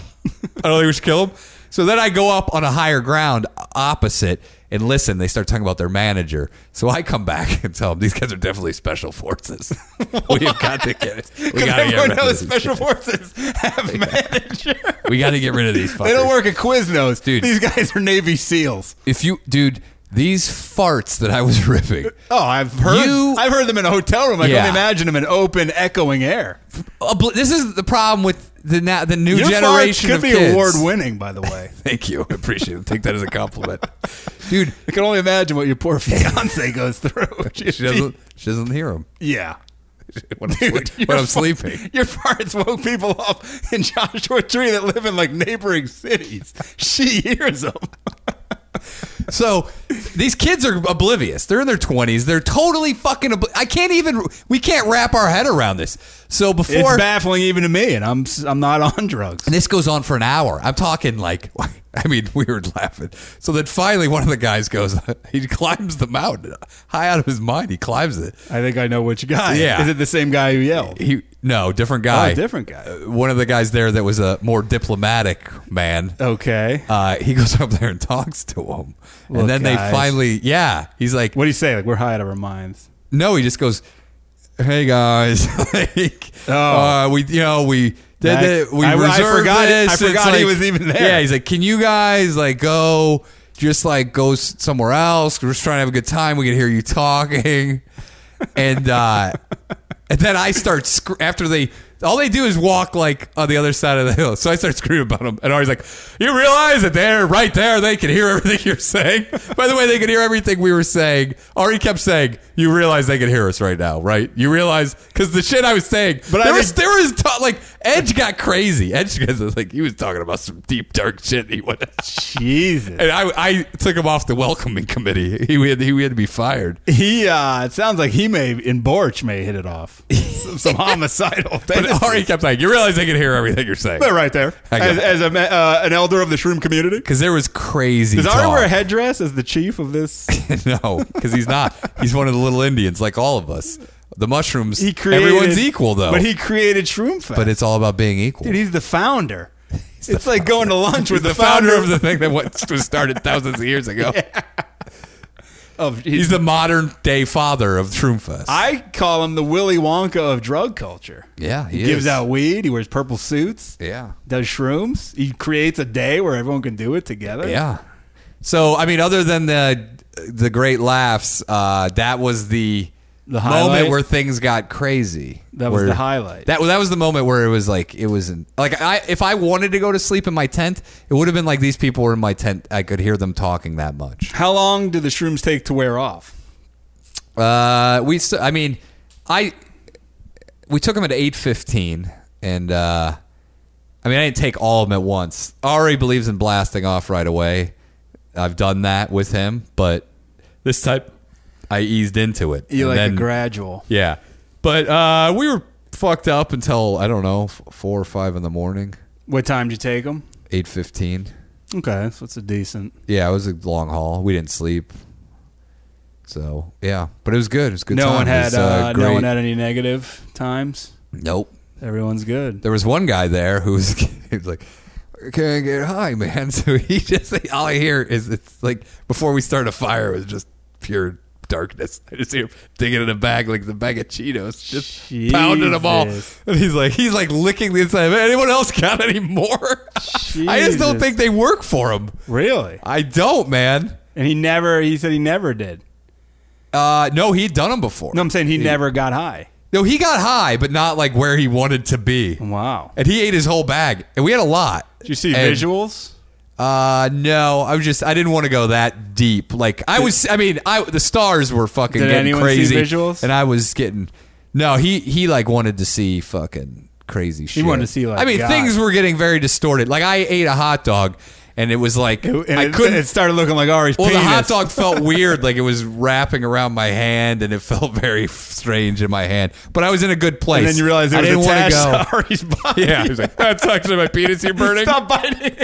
don't think we should kill them. So then I go up on a higher ground opposite and listen. They start talking about their manager. So I come back and tell them these guys are definitely special forces. we have got to get it. We Because got to get everyone rid of knows these. special forces have manager. We got to get rid of these. Fuckers. They don't work at Quiznos, Dude. These guys are Navy SEALs. If you, dude, these farts that I was ripping. Uh, Oh, I've heard. You- I've heard them in a hotel room. I Yeah. can imagine them in open, echoing air. Obli- This is the problem with the na- the new Your farts generation could of be kids. award winning, by the way. Thank you, I appreciate it. Take that as a compliment, dude. I can only imagine what your poor fiance goes through. She doesn't. She doesn't hear them. yeah. when I'm, sleep- when I'm sleeping. Your parents woke people up in Joshua Tree that live in like neighboring cities. She hears them. So these kids are oblivious. They're in their 20s. They're totally fucking obli- I can't even we can't wrap our head around this. So It's before baffling even to me, and I'm s- I'm not on drugs. And this goes on for an hour. I'm talking like, I mean, we were laughing. So then finally, one of the guys goes, he climbs the mountain high out of his mind. He climbs it. I think I know which guy. Yeah. Is it the same guy who yelled? He no different guy, Oh, different guy. One of the guys there that was a more diplomatic man. Oh. Okay. Uh, he goes up there and talks to him, Look, and then they guys. finally, yeah, he's like, What do you say? Like we're high out of our minds. No, he just goes, "Hey guys, like, Oh. uh, we, you know, we did I- it. We I- I reserved forgot it. I this. It's forgot he was even there. Yeah, he's like, can you guys like go, just like go s- somewhere else? We're just trying to have a good time. We can hear you talking, and uh, and then I start sc- after they. All they do is walk like on the other side of the hill. So I start screaming about them. And Ari's like, You realize that they're right there. They can hear everything you're saying. By the way, they could hear everything we were saying. Ari kept saying, You realize they can hear us right now, right? You realize, because the shit I was saying, but But I there, was, think- there was, ta- like, Edge got crazy. Edge was like, He was talking about some deep, dark shit. He went, Jesus. And I, I took him off the welcoming committee. He, we had, he, we had to be fired. He. uh It sounds like he may in Borch may hit it off. some, some homicidal. But Ari kept saying, You realize they can hear everything you're saying. They're right there. I got As, it. as a, ma- uh, an elder of the Shroom community. Because there was crazy. Does Ari talk. wear a headdress as the chief of this? no, because he's not. He's one of the little Indians, like all of us. The mushrooms. He created. everyone's equal though. But he created Shroomfest. But it's all about being equal. dude, he's the founder. it's like going to lunch with the, the, founder of the thing that was was started thousands of years ago. Of, He's the modern day father of Shroomfest. I call him the Willy Wonka of drug culture. yeah, he, He gives is. out weed. He wears purple suits. Yeah. Does shrooms. He creates a day where everyone can do it together. Yeah. So I mean, other than the the great laughs, uh, that was the, The moment highlight? where things got crazy. That was Where- the highlight. That that was the moment where it was like it was in, like I if I wanted to go to sleep in my tent, it would have been like these people were in my tent. I could hear them talking that much. How long do the shrooms take to wear off? Uh, we st- I mean, I we took them at eight fifteen, and uh, I mean I didn't take all of them at once. Ari believes in blasting off right away. I've done that with him, but this time I eased into it. You And like then- a gradual. Yeah, but uh, we were fucked up until I don't know f- four or five in the morning. What time did you take them? Eight fifteen. Okay, so it's a decent. Yeah, it was a long haul. We didn't sleep. So yeah, but it was good. It was a good. no time. one It had was, uh, no great. one had any negative times. Nope. Everyone's good. there was one guy there who was, he was like, "Can I get high, man?" So he just all I hear is it's like before we start a fire it was just pure darkness. I just hear him digging in a bag like the bag of Cheetos, just pounding them all. Jesus. And he's like, he's like licking the inside. of it. Anyone else got any more? I just don't Jesus. think they work for him. Really? I don't, man. And he never. He said he never did. Uh, no, he'd done them before. No, I'm saying he never got high. no, he got high, but not like where he wanted to be. Oh Wow. And he ate his whole bag, and we had a lot. Did you see And- visuals? Uh no, I was just I didn't want to go that deep. Like I was, I mean, I the stars were fucking Did getting anyone crazy, see visuals? and I was getting no. He he like wanted to see fucking crazy shit. wanted to see, like, I mean, God. things were getting very distorted. Like I ate a hot dog, and it was like And I it, couldn't. It started looking like Ari's well, penis. the hot dog felt weird, like it was wrapping around my hand, and it felt very strange in my hand. But I was in a good place. And then you realize it I was didn't wanna attached go. to Ari's body. Yeah, I was like, that's actually my penis you're burning. Stop biting.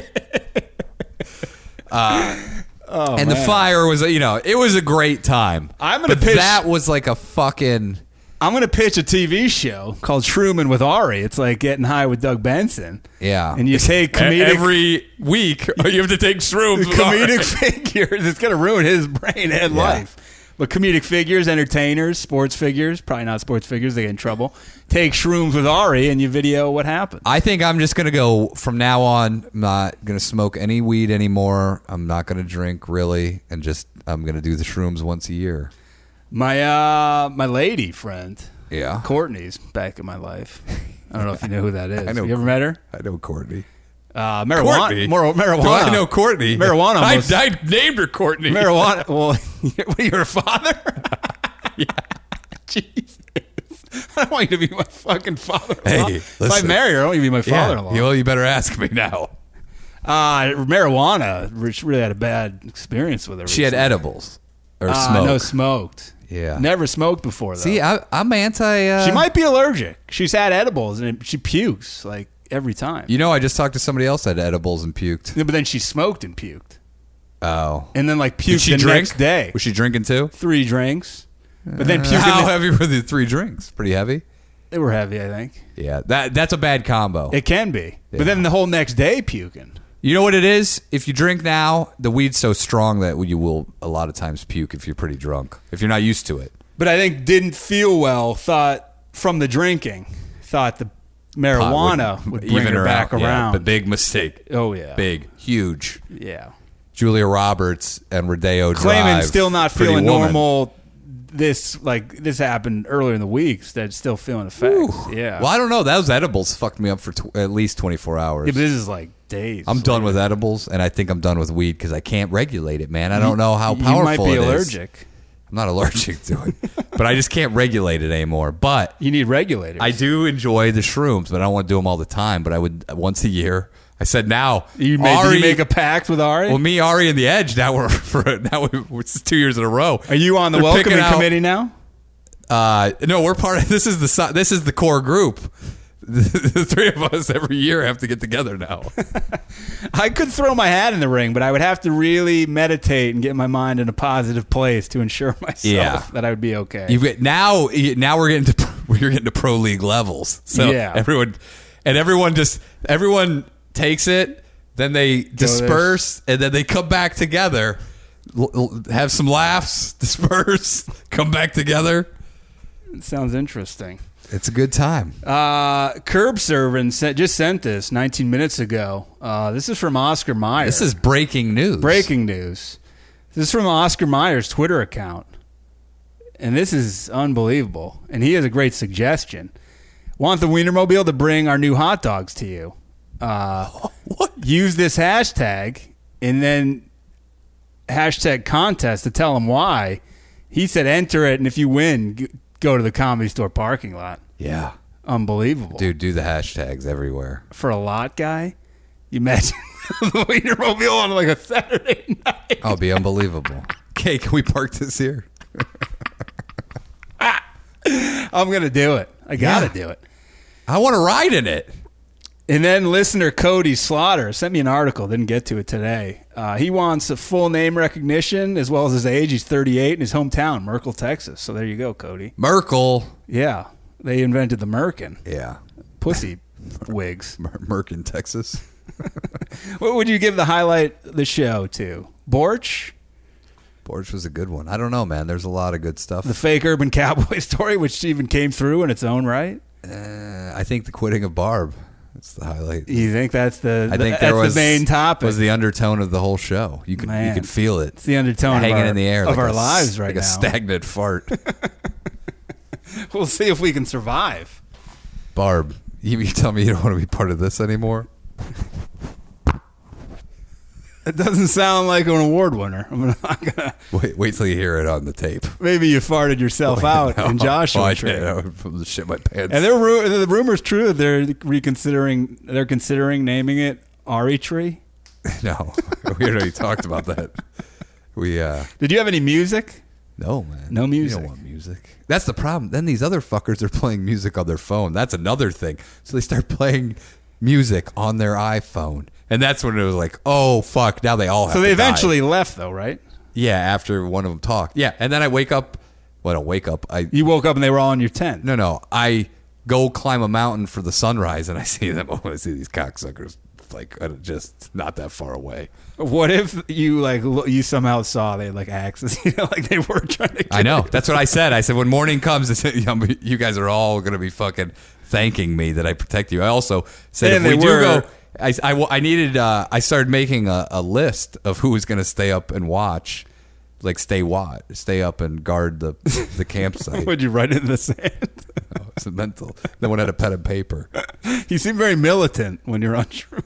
and the fire was, you know, it was a great time. Oh, I'm gonna But pitch- That was like a fucking. I'm gonna pitch a TV show called Truman with Ari. It's like getting high with Doug Benson. Yeah. e-, and you take comedic Every week, you have to take shrooms. comedic figures. It's gonna ruin his brain and Yeah. life. But comedic figures, entertainers, sports figures, probably not sports figures, they get in trouble. Take shrooms with Ari and you video what happened. I think I'm just gonna go from now on. I'm not gonna smoke any weed anymore. I'm not gonna drink really, and just I'm gonna do the shrooms once a year. My uh my lady friend. Yeah. Courtney's back in my life. I don't know if you know who that is. I know you ever met her? I know Courtney. Uh, marijuana. Mar- marijuana. Do I know Courtney? Marijuana. I, almost- I named her Courtney. marijuana. Well, what, you're a father? I don't want you to be my fucking father. Hey, if I listen. marry her, I want you to be my father-in-law. Yeah. Well, you better ask me now. Uh, marijuana. Rich really had a bad experience with her. She had recently. edibles or Ah, smoke. No, smoked. Yeah. Never smoked before, though. See, I, I'm anti. Uh, she might be allergic. She's had edibles and it- she pukes like every time. You know, I just talked to somebody else that had edibles and puked. Yeah, but then she smoked and puked. Oh. And then, like, puked Did she the drink? next day. Was she drinking too? Three drinks. But then puked. How in the- heavy were the three drinks? Pretty heavy. they were heavy, I think. Yeah, that that's a bad combo. It can be. But then the whole next day puking. you know what it is? If you drink now, the weed's so strong that you will a lot of times puke if you're pretty drunk. If you're not used to it. But I think didn't feel well. Thought from the drinking. Thought the marijuana Pot would, bring her, back out. Yeah, around. but big mistake. Oh, yeah. Big, huge. yeah. Julia Roberts and Rodeo claiming Drive, still not Pretty feeling Woman. normal. That's like this happened earlier in the weeks. That's still feeling effects. Yeah. Well, I don't know. Those edibles fucked me up for tw- at least 24 hours. Yeah, but this is like days. I'm done with edibles, and I think I'm done with weed because I can't regulate it, man. I don't know how You powerful might be it is. allergic. I'm not allergic to it, but I just can't regulate it anymore. But You need regulators. I do enjoy the shrooms, but I don't want to do them all the time. But I would uh, once a year. I said now you made, did Ari, you make a pact with Ari. well, me, Ari, and the Edge. Now we're for now we- we're it's two years in a row. Are you on the They're picking welcoming out- committee now? Uh, no, we're part of this is the si- this is the core group. The, the three of us every year have to get together now. I could throw my hat in the ring, but I would have to really meditate and get my mind in a positive place to ensure myself Yeah. that I would be okay. You've got now. Now we're getting to we're getting to pro league levels. So Yeah. everyone and everyone just everyone takes it, then they disperse, and then they come back together, l- l- have some laughs, disperse, come back together. Sounds interesting. It's a good time. Uh, Curb Servant sent, just sent this 19 minutes ago. Uh, this is from Oscar Meyer. this is breaking news. Breaking news. This is from Oscar Meyer's Twitter account. And this is unbelievable. And he has a great suggestion. Want the Wienermobile to bring our new hot dogs to you? Uh, Use this hashtag and then hashtag contest to tell him why. He said enter it, and if you win, g- go to the comedy store parking lot. Yeah, Unbelievable. dude, do the hashtags everywhere. For a lot guy, you imagine the Wienermobile on like a Saturday night. Oh, it'd be unbelievable. Okay, can we park this here? I'm gonna do it. I gotta Yeah. do it. I want to ride in it. And then listener Cody Slaughter sent me an article. Didn't get to it today. Uh, he wants a full name recognition as well as his age. He's 38 in his hometown, Merkel, Texas. So there you go, Cody. Merkel. Yeah, they invented the Merkin Yeah, pussy wigs. Mer- Merkin, Texas. What would you give the highlight of the show to? Borch, Borch was a good one. I don't know, man. There's a lot of good stuff. the fake urban cowboy story, which even came through in its own right. I think the quitting of Barb. That's the highlight. You think that's the I think that's there was the main topic? Was the undertone of the whole show. You could you Man. could feel it. It's the undertone of hanging our- in the air of like our a s- lives right like now. a stagnant fart. we'll see if we can survive. Barb, you, you tell me you don't want to be part of this anymore. It doesn't sound like an award winner. I'm gonna, I'm gonna Wait, wait till you hear it on the tape. maybe you farted yourself out in Joshua oh, I Tree. did. I would put the shit in my pants. And they're ru- the rumor's true. that They're reconsidering. They're considering naming it Ari Tree. no, we already talked about that. We uh Did you have any music? no man, No You music. don't want music. That's the problem. Then these other fuckers are playing music on their phone. That's another thing. So they start playing music on their iPhone, and that's when it was like, oh fuck! Now they all. Have So to they die. eventually left, though, right? yeah. After one of them talked, yeah, and then I wake up. Well, I don't wake up. I You woke up and they were all in your tent. no no. I go climb a mountain for the sunrise, and I see them. I want to see these cocksuckers like uh, just not that far away. What if you like lo- you somehow saw they had like axes? You know, like they were trying to. Kill I know. you? That's what I said. I said when morning comes, I said, "Yum, you guys are all going to be fucking thanking me that I protect you. I also said And if we they do were. go, I, I w- I needed. Uh, I started making a, a list of who was going to stay up and watch, like stay watch, stay up and guard the the campsite. Would you write it in the sand? it's mental. No one had a pen and paper. you seem very militant when you're on True.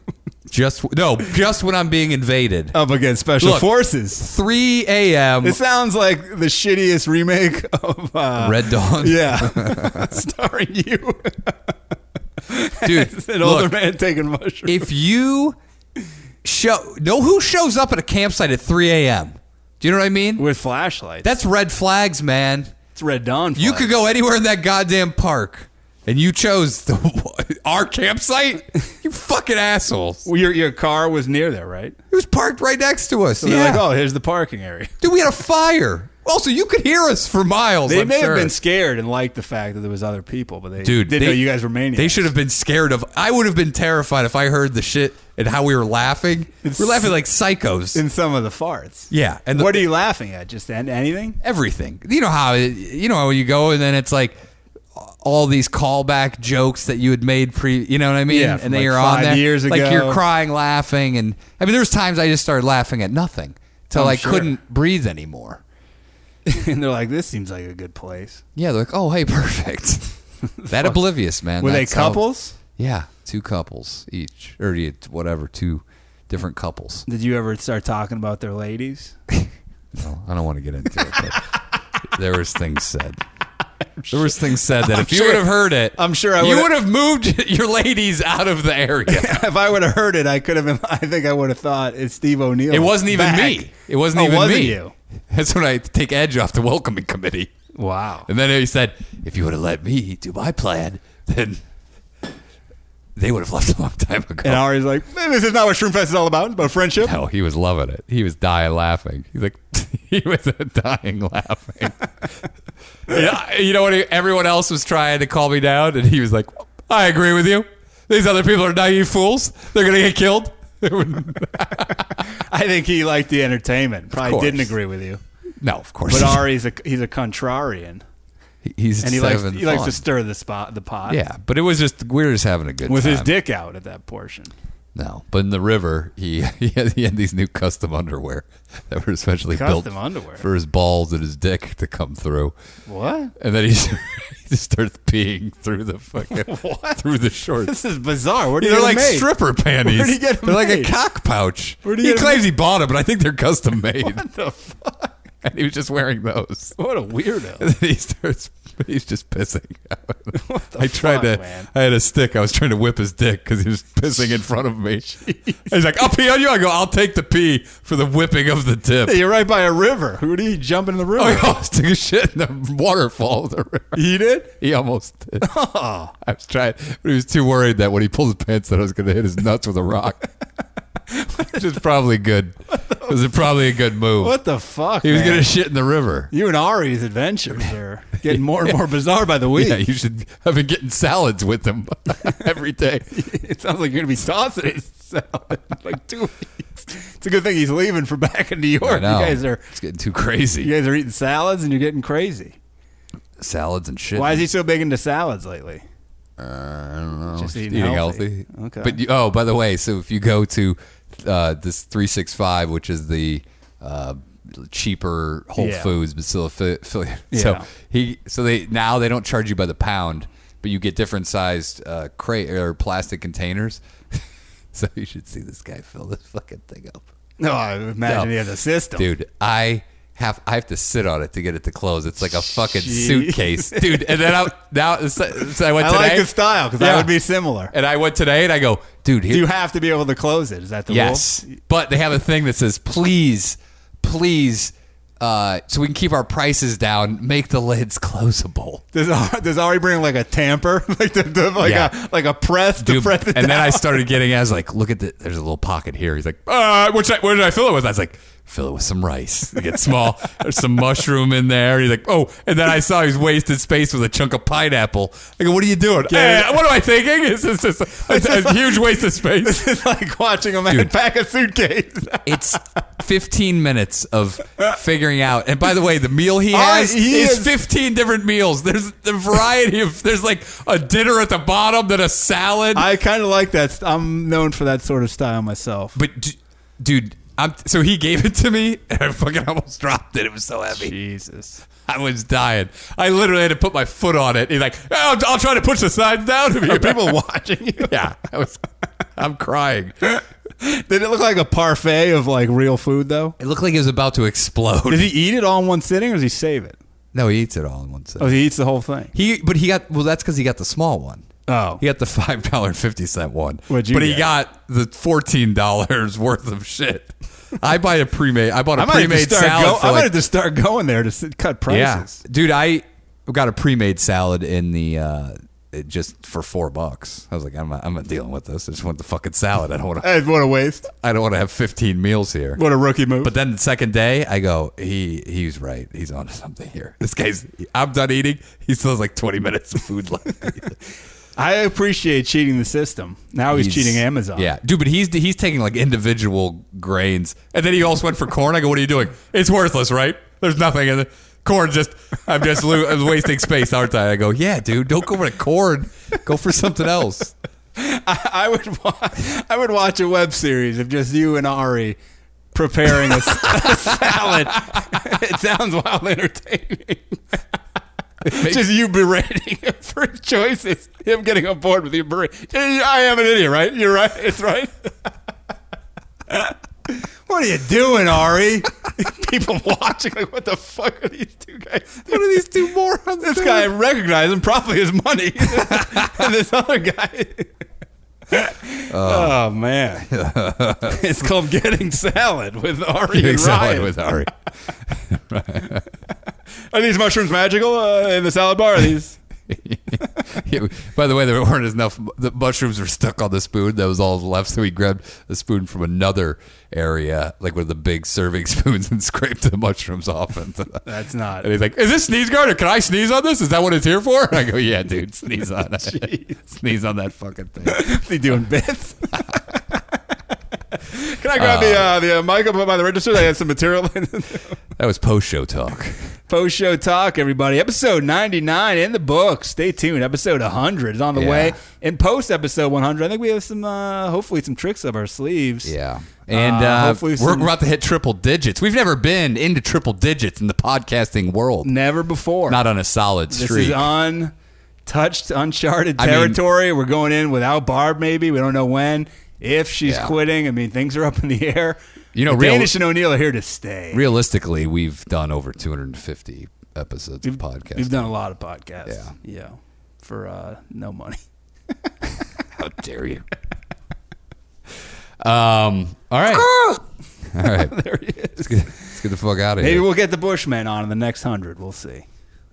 Just no, just when I'm being invaded. up against special Look. forces. 3 a.m. It sounds like the shittiest remake of uh, Red Dawn. Yeah, starring you, dude. an older look, man taking mushrooms. if you show know who shows up at a campsite at 3 a.m. Do you know what I mean? with flashlights. That's red flags, man. it's Red Dawn. You could go anywhere in that goddamn park, and you chose the, our campsite. You fucking assholes! It Well, your your car was near there, right? was parked right next to us. So yeah, they're like, oh, here's the parking area. dude, we had a fire. Also, you could hear us for miles. They I'm may sure. have been scared and liked the fact that there was other people, but they Dude, didn't they- know you guys were maniacs. They should have been scared of. I would have been terrified if I heard the shit and how we were laughing. we're laughing like psychos. in some of the farts. yeah, and the- what are you laughing at? Just an- anything? everything. You know how it- you know how you go, and then it's like all these callback jokes that you had made pre. You know what I mean? Yeah, from and they like are on five there years Like you're ago. crying, laughing, and I mean, there was times I just started laughing at nothing till I'm I Oh, sure. couldn't breathe anymore. and they're like, this seems like a good place. Yeah, they're like, oh hey, perfect. that oblivious man. Were they That's how- couples? yeah, two couples each, or yeah, whatever, two different couples. Did you ever start talking about their ladies? No, I don't want to get into it. But there was things said. There was things said that if you would have heard it, I'm sure I you would've- would have moved your ladies out of the area. if I would have heard it, I could have. Been, I think I would have thought it's Steve O'Neill. It wasn't even back. me. It wasn't Oh, even wasn't me. you? That's when I take edge off the welcoming committee. Wow. And then he said, "If you would have let me do my plan, then they would have left a long time ago." And Ari's like, This is not what Shroom Fest is all about. It's about friendship. No, he was loving it. He was dying laughing. He's like, he was dying laughing. yeah, you know what? Everyone else was trying to calm me down, and he was like, "I agree with you. These other people are naive fools. They're gonna get killed." I think he liked the entertainment. Probably course. didn't agree with you. no, of course. But not. Ari's a he's a contrarian, he's and he likes having he likes fun. to stir the spot the pot. Yeah, but it was just we were just having a good With time. his dick out at that portion. No, but in the river, he he had, he had these new custom underwear that were especially Custom built underwear? for his balls and his dick to come through. What? and then he, he just starts peeing through the fucking through the shorts. This is bizarre. Where do you They're get like made? stripper panties. Where'd he get 'em they're like a made? cock pouch. Where'd he he get 'em claims he bought them, but I think they're custom made. the fuck? And he was just wearing those. What a And weirdo. then he starts. He's just pissing. the I tried fuck, to. man? I had a stick. I was trying to whip his dick because he was pissing in front of me. He's like, "I'll pee on you." I go, "I'll take the pee for the whipping of the tip." You're right by a river. Who did he jump in the river? I almost took a shit in the waterfall. of The river. He did? He almost did. I was trying, but he was too worried that when he pulled his pants, that I was going to hit his nuts with a rock. Which is probably good. It was probably a good move. What the fuck? he was man? going to shit in the river. You and Ari's adventures are getting more and more bizarre by the week. Yeah, you should. I've been getting salads with him every day. it sounds like you're gonna be tossing it salad in, like two weeks. It's a good thing he's leaving for back in New York. I know. You guys are It's getting too crazy. you guys are eating salads and you're getting crazy. Salads and shit. Why is he so big into salads lately? Uh, I don't know. Just eating healthy. Okay. But you, oh, by the way, so if you go to uh, this three six five, which is the uh, cheaper Whole Yeah. Foods, but still affiliate. So Yeah. he, so they now they don't charge you by the pound, but you get different sized uh, cray or plastic containers. so you should see this guy fill this fucking thing up. No, I imagine he has a system. Dude, I have I have to sit on it to get it to close. It's like a fucking Jeez. suitcase, dude. And then I now so so I went I today. like his style because Yeah. that would be similar. And I went today, and I go, dude. Here, Do Uh, you have to be able to close it? Is that the yes, rule? but they have a thing that says, please, please. Uh, so we can keep our prices down. Make the lids closable, Does Ari, does Ari bring like a tamper, like the, the, like Yeah. a like a press to dude. press And it then down? I started getting. I was like, "Look at the. There's a little pocket here." He's like, "Uh, what should I, what did I fill it with?" I was like, "Fill it with some rice. It gets small. There's some mushroom in there." He's like, "Oh," and then I saw he's wasted space with a chunk of pineapple. I go, "What are you doing? Eh, what am I thinking? Is this just a, a huge waste of space?" it's like watching a man Dude. pack a suitcase. It's 15 minutes of figuring out. And by the way, the meal he I- has Ah, he is, is- 15 different meals. There's the variety of there's like a dinner at the bottom, then a salad. I kind of like that. st- I'm known for that sort of style myself. but d- dude, I'm, so he gave it to me, and I fucking almost dropped it. It was so heavy. Jesus. I was dying. I literally had to put my foot on it. He's like, "Oh, I'll, I'll try to push the sides down of you. People watching you. yeah, I was. I'm crying. Did it look like a parfait of like real food though? It looked like he was about to explode. Does he eat it all in one sitting, or does he save it? No, he eats it all in one Oh, sitting. he eats the whole thing. He, but he got well. That's because he got the small one. Oh, He got the five dollar fifty cent one. What'd you but he get? got the fourteen dollars worth of shit. I buy a pre-made. I bought a I might have to pre-made start. salad. Go, for I might like- have to start going there to s- cut prices. Yeah, dude, I got a pre-made salad in the uh, it just for four bucks. I was like, I'm not, I'm not dealing with this. I just want the fucking salad. I don't want to. Hey, what a waste. I don't want to have 15 meals here. What a rookie move! But then the second day, I go, he he's right. He's onto something here. This guy's. I'm done eating. He still has like 20 minutes of food left. I appreciate cheating the system. Now Oh, he's, cheating Amazon. Yeah, dude. But he's he's taking like individual grains, and then he also went for corn. I go, what are you doing? It's worthless, right? There's nothing in it. Corn just, I'm just lo- I'm wasting space, aren't I? I go, yeah, dude, don't go for the corn. Go for something else. I, I would. Wa- I would watch a web series of just you and Ari preparing a, s- a salad. it sounds wildly entertaining. Just you berating him for his choices. Him getting on board with you berating. I am an idiot, right? You're right. It's right. What are you doing, Ari? People watching, like, what the fuck are these two guys? What are these two morons? This guy recognized him, probably his money. and this other guy. Oh man, it's called getting salad with Ari Big and salad Ryan. with Ari. Are these mushrooms magical uh, in the salad bar? Are these? Yeah, by the way, there weren't enough. The mushrooms were stuck on the spoon. That was all left. So he grabbed a spoon from another area, like one of the big serving spoons, and scraped the mushrooms off. And, That's not. and he's like, "Is this sneeze guard? Or can I sneeze on this? Is that what it's here for?" And I go, "Yeah, dude, sneeze on it. sneeze on that fucking thing." They doing bits. Can I grab the uh, the uh, mic up by the register? They had some material. in it. That was post-show talk. Post show talk, everybody. Episode 99 in the book. Stay tuned. Episode 100 is on the way. Yeah. And post episode 100, I think we have some, uh, hopefully, some tricks up our sleeves. Yeah. And uh, Uh, hopefully we're some- about to hit triple digits. We've never been into triple digits in the podcasting world. Never before. Not on a solid this streak. is untouched, uncharted I mean- territory. We're going in without Barb, maybe. We don't know when. If she's Yeah. quitting, I mean, things are up in the air. You know, But real- Danish and O'Neill are here to stay. realistically, we've done over 250 episodes of podcasts. We've done a lot of podcasts. Yeah. Yeah. For uh, no money. How dare you? um. All right. All right. There he is. Let's get the fuck out of Maybe here. we'll get the Bushman on in the next hundred. We'll see.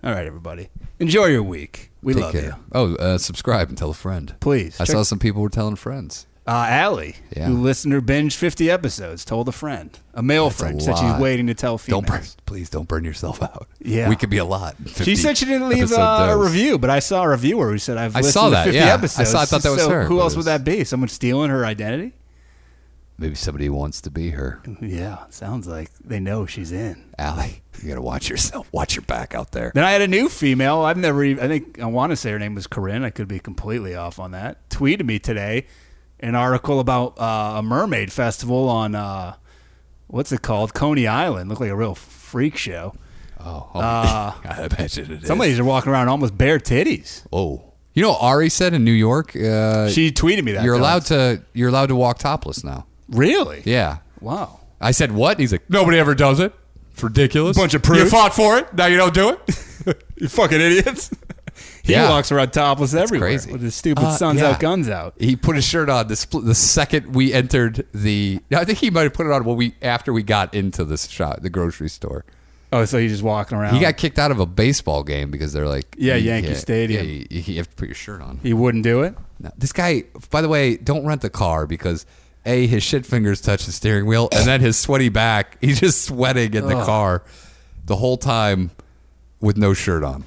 All right, everybody. Enjoy your week. We Take love care. you. Oh, uh, subscribe and tell a friend. Please. I Check- saw some people were telling friends. Uh, Allie, Yeah. who listener binged 50 episodes, told a friend, a male That's a friend, said lot. she's waiting to tell Don't females. burn, please don't burn yourself out. Yeah. We could be a lot. She 50 said she didn't leave episode uh, a dose. review, but I saw a reviewer who said, I've I listened saw that, to 50 yeah. I episodes. saw- I thought that was So her, Who but else it would was- that be? Someone stealing her identity? Maybe somebody wants to be her. Yeah, sounds like they know she's in. Allie, you gotta watch yourself. Watch your back out there. Then I had a new female. I've never even, I think I want to say her name was Corinne. I could be completely off on that. Tweeted me today an article about uh, a mermaid festival on, uh, what's it called? Coney Island. Looked like a real freak show. Oh, oh Uh, I imagine it is. Some ladies are walking around almost bare titties. Oh, you know, what Ari said in New York, uh, She tweeted me that. you're though. allowed to you're allowed to walk topless now. Really? Yeah, Wow. I said what? And He's like, nobody ever does it. It's ridiculous. Bunch of prudes. You fought for it. Now you don't do it. You fucking idiots. He Yeah. walks around topless everywhere crazy. with his stupid Uh, suns yeah. out, guns out. he put his shirt on the spl- the second we entered the. no, I think he might have put it on when we after we got into this shop, the grocery store. Oh, so he's just walking around. He got kicked out of a baseball game because they're like, Yeah, Yankee Stadium. Yeah, you, you have to put your shirt on. He wouldn't do it. No. This guy, by the way, don't rent the car because a his shit fingers touch the steering wheel, and then his sweaty back. He's just sweating in the car the whole time with no shirt on.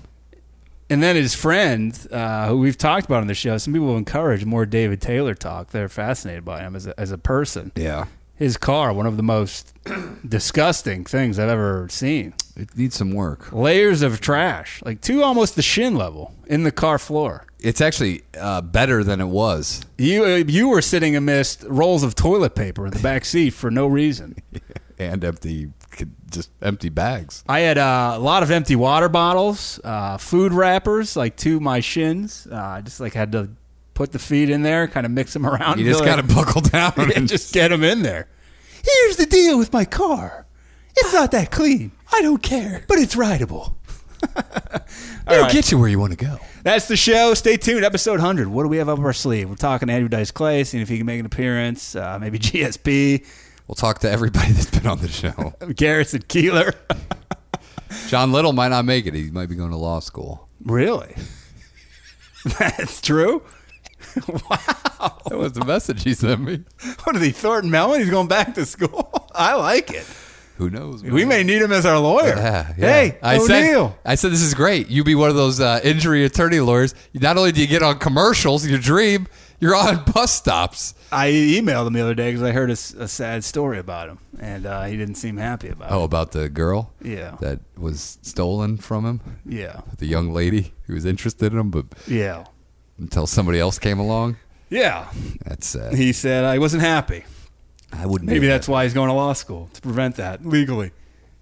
And then his friend, uh, who we've talked about on the show, some people encourage more David Taylor talk. They're fascinated by him as a, as a person. Yeah, His car, one of the most disgusting things I've ever seen. it needs some work. Layers of trash, like two almost the shin level in the car floor. It's actually uh, better than it was. You uh, you were sitting amidst rolls of toilet paper in the back seat for no reason. and empty, just empty bags. I had uh, a lot of empty water bottles, uh, food wrappers like to my shins. Uh, I just like had to put the feet in there, kind of mix them around. You just got until to buckle down they- and just get them in there. Here's the deal with my car. It's not that clean. I don't care, but it's rideable. it'll get you where you want to go. That's the show. Stay tuned. Episode 100. What do we have up our sleeve? We're talking to Andrew Dice Clay, seeing if he can make an appearance. Uh, maybe GSP, We'll talk to everybody that's been on the show. Garrison Keeler. John Little might not make it. He might be going to law school. really? That's true? That was the message he sent me. What is he, Thornton Mellon? He's going back to school. I like it. Who knows? We man? may need him as our lawyer. Yeah, yeah. Hey, I O'Neill. said, I said this is great. You be one of those uh, injury attorney lawyers. Not only do you get on commercials, your dream, you're on bus stops. I emailed him the other day because I heard a, s- a sad story about him, and uh, he didn't seem happy about Oh, about the girl, Yeah. that was stolen from him. it. Yeah. The young lady who was interested in him, but Yeah. until somebody else came along, Yeah. that's sad. He said I wasn't happy. I wouldn't. Maybe do that's why he's going to law school to prevent that legally.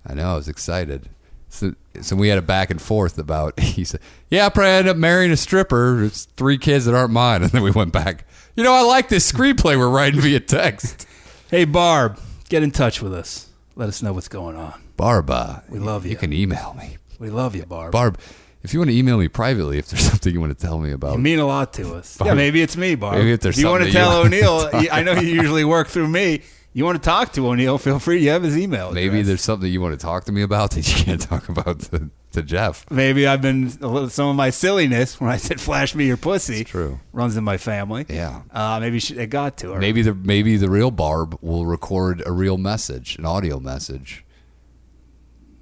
I know. I was excited. So, so we had a back and forth about. He said, "Yeah, I probably end up marrying a stripper. It's three kids that aren't mine." And then we went back. You know, I like this screenplay we're writing via text. Hey, Barb, get in touch with us. Let us know what's going on. Barba. We love You you. can email me. We love you, Barb. Barb, if you want to email me privately, if there's something you want to tell me about, You mean a lot to us. Yeah, Barb. maybe it's me, Barb. Maybe if there's you want to something that you tell wanna O'Neill, talk I know you usually work through me. You want to talk to O'Neill? Feel free. You have his email. maybe address. there's something you want to talk to me about that you can't talk about to, to Jeff. maybe I've been a little, some of my silliness when I said "flash me your pussy." It's true. Runs in my family. Yeah. Uh, maybe she, it got to her. Maybe the maybe the real Barb will record a real message, an audio message,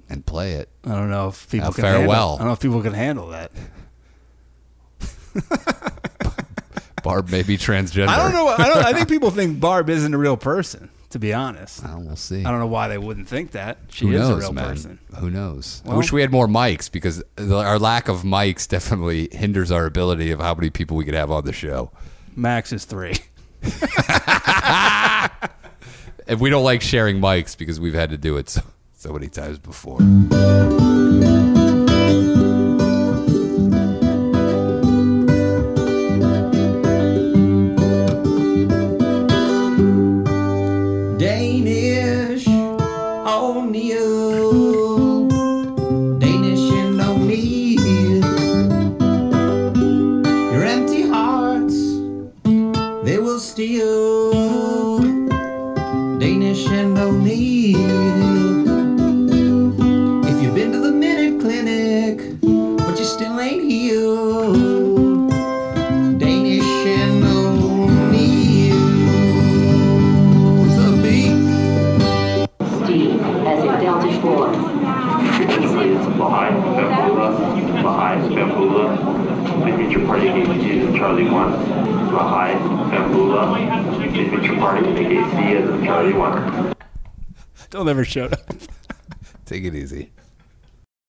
and play it. I don't know if people Now, can Uh, farewell. Handle, I don't know if people can handle that. Barb may be transgender. I don't know. I don't. I think people think Barb isn't a real person. To be honest, Well, we'll see. I don't know why they wouldn't think that. She Uh, Who is knows, a real man? person. Who knows? I Well- wish we had more mics because the, our lack of mics definitely hinders our ability of how many people we could have on the show. Max is three. and we don't like sharing mics because we've had to do it so, so many times before. Danish O'Neill. Danish and O'Neill. Your empty hearts, they will steal. Danish and O'Neill. If you've been to the Minute Clinic, but you still ain't healed. Danish and O'Neill. What's up, B? Steve as in Delta 4. Behind Bambula, behind Bambula, Dimitri Party is Charlie 1. Behind Bambula, Dimitri Party is Charlie 1. Don't ever show up. Take it easy.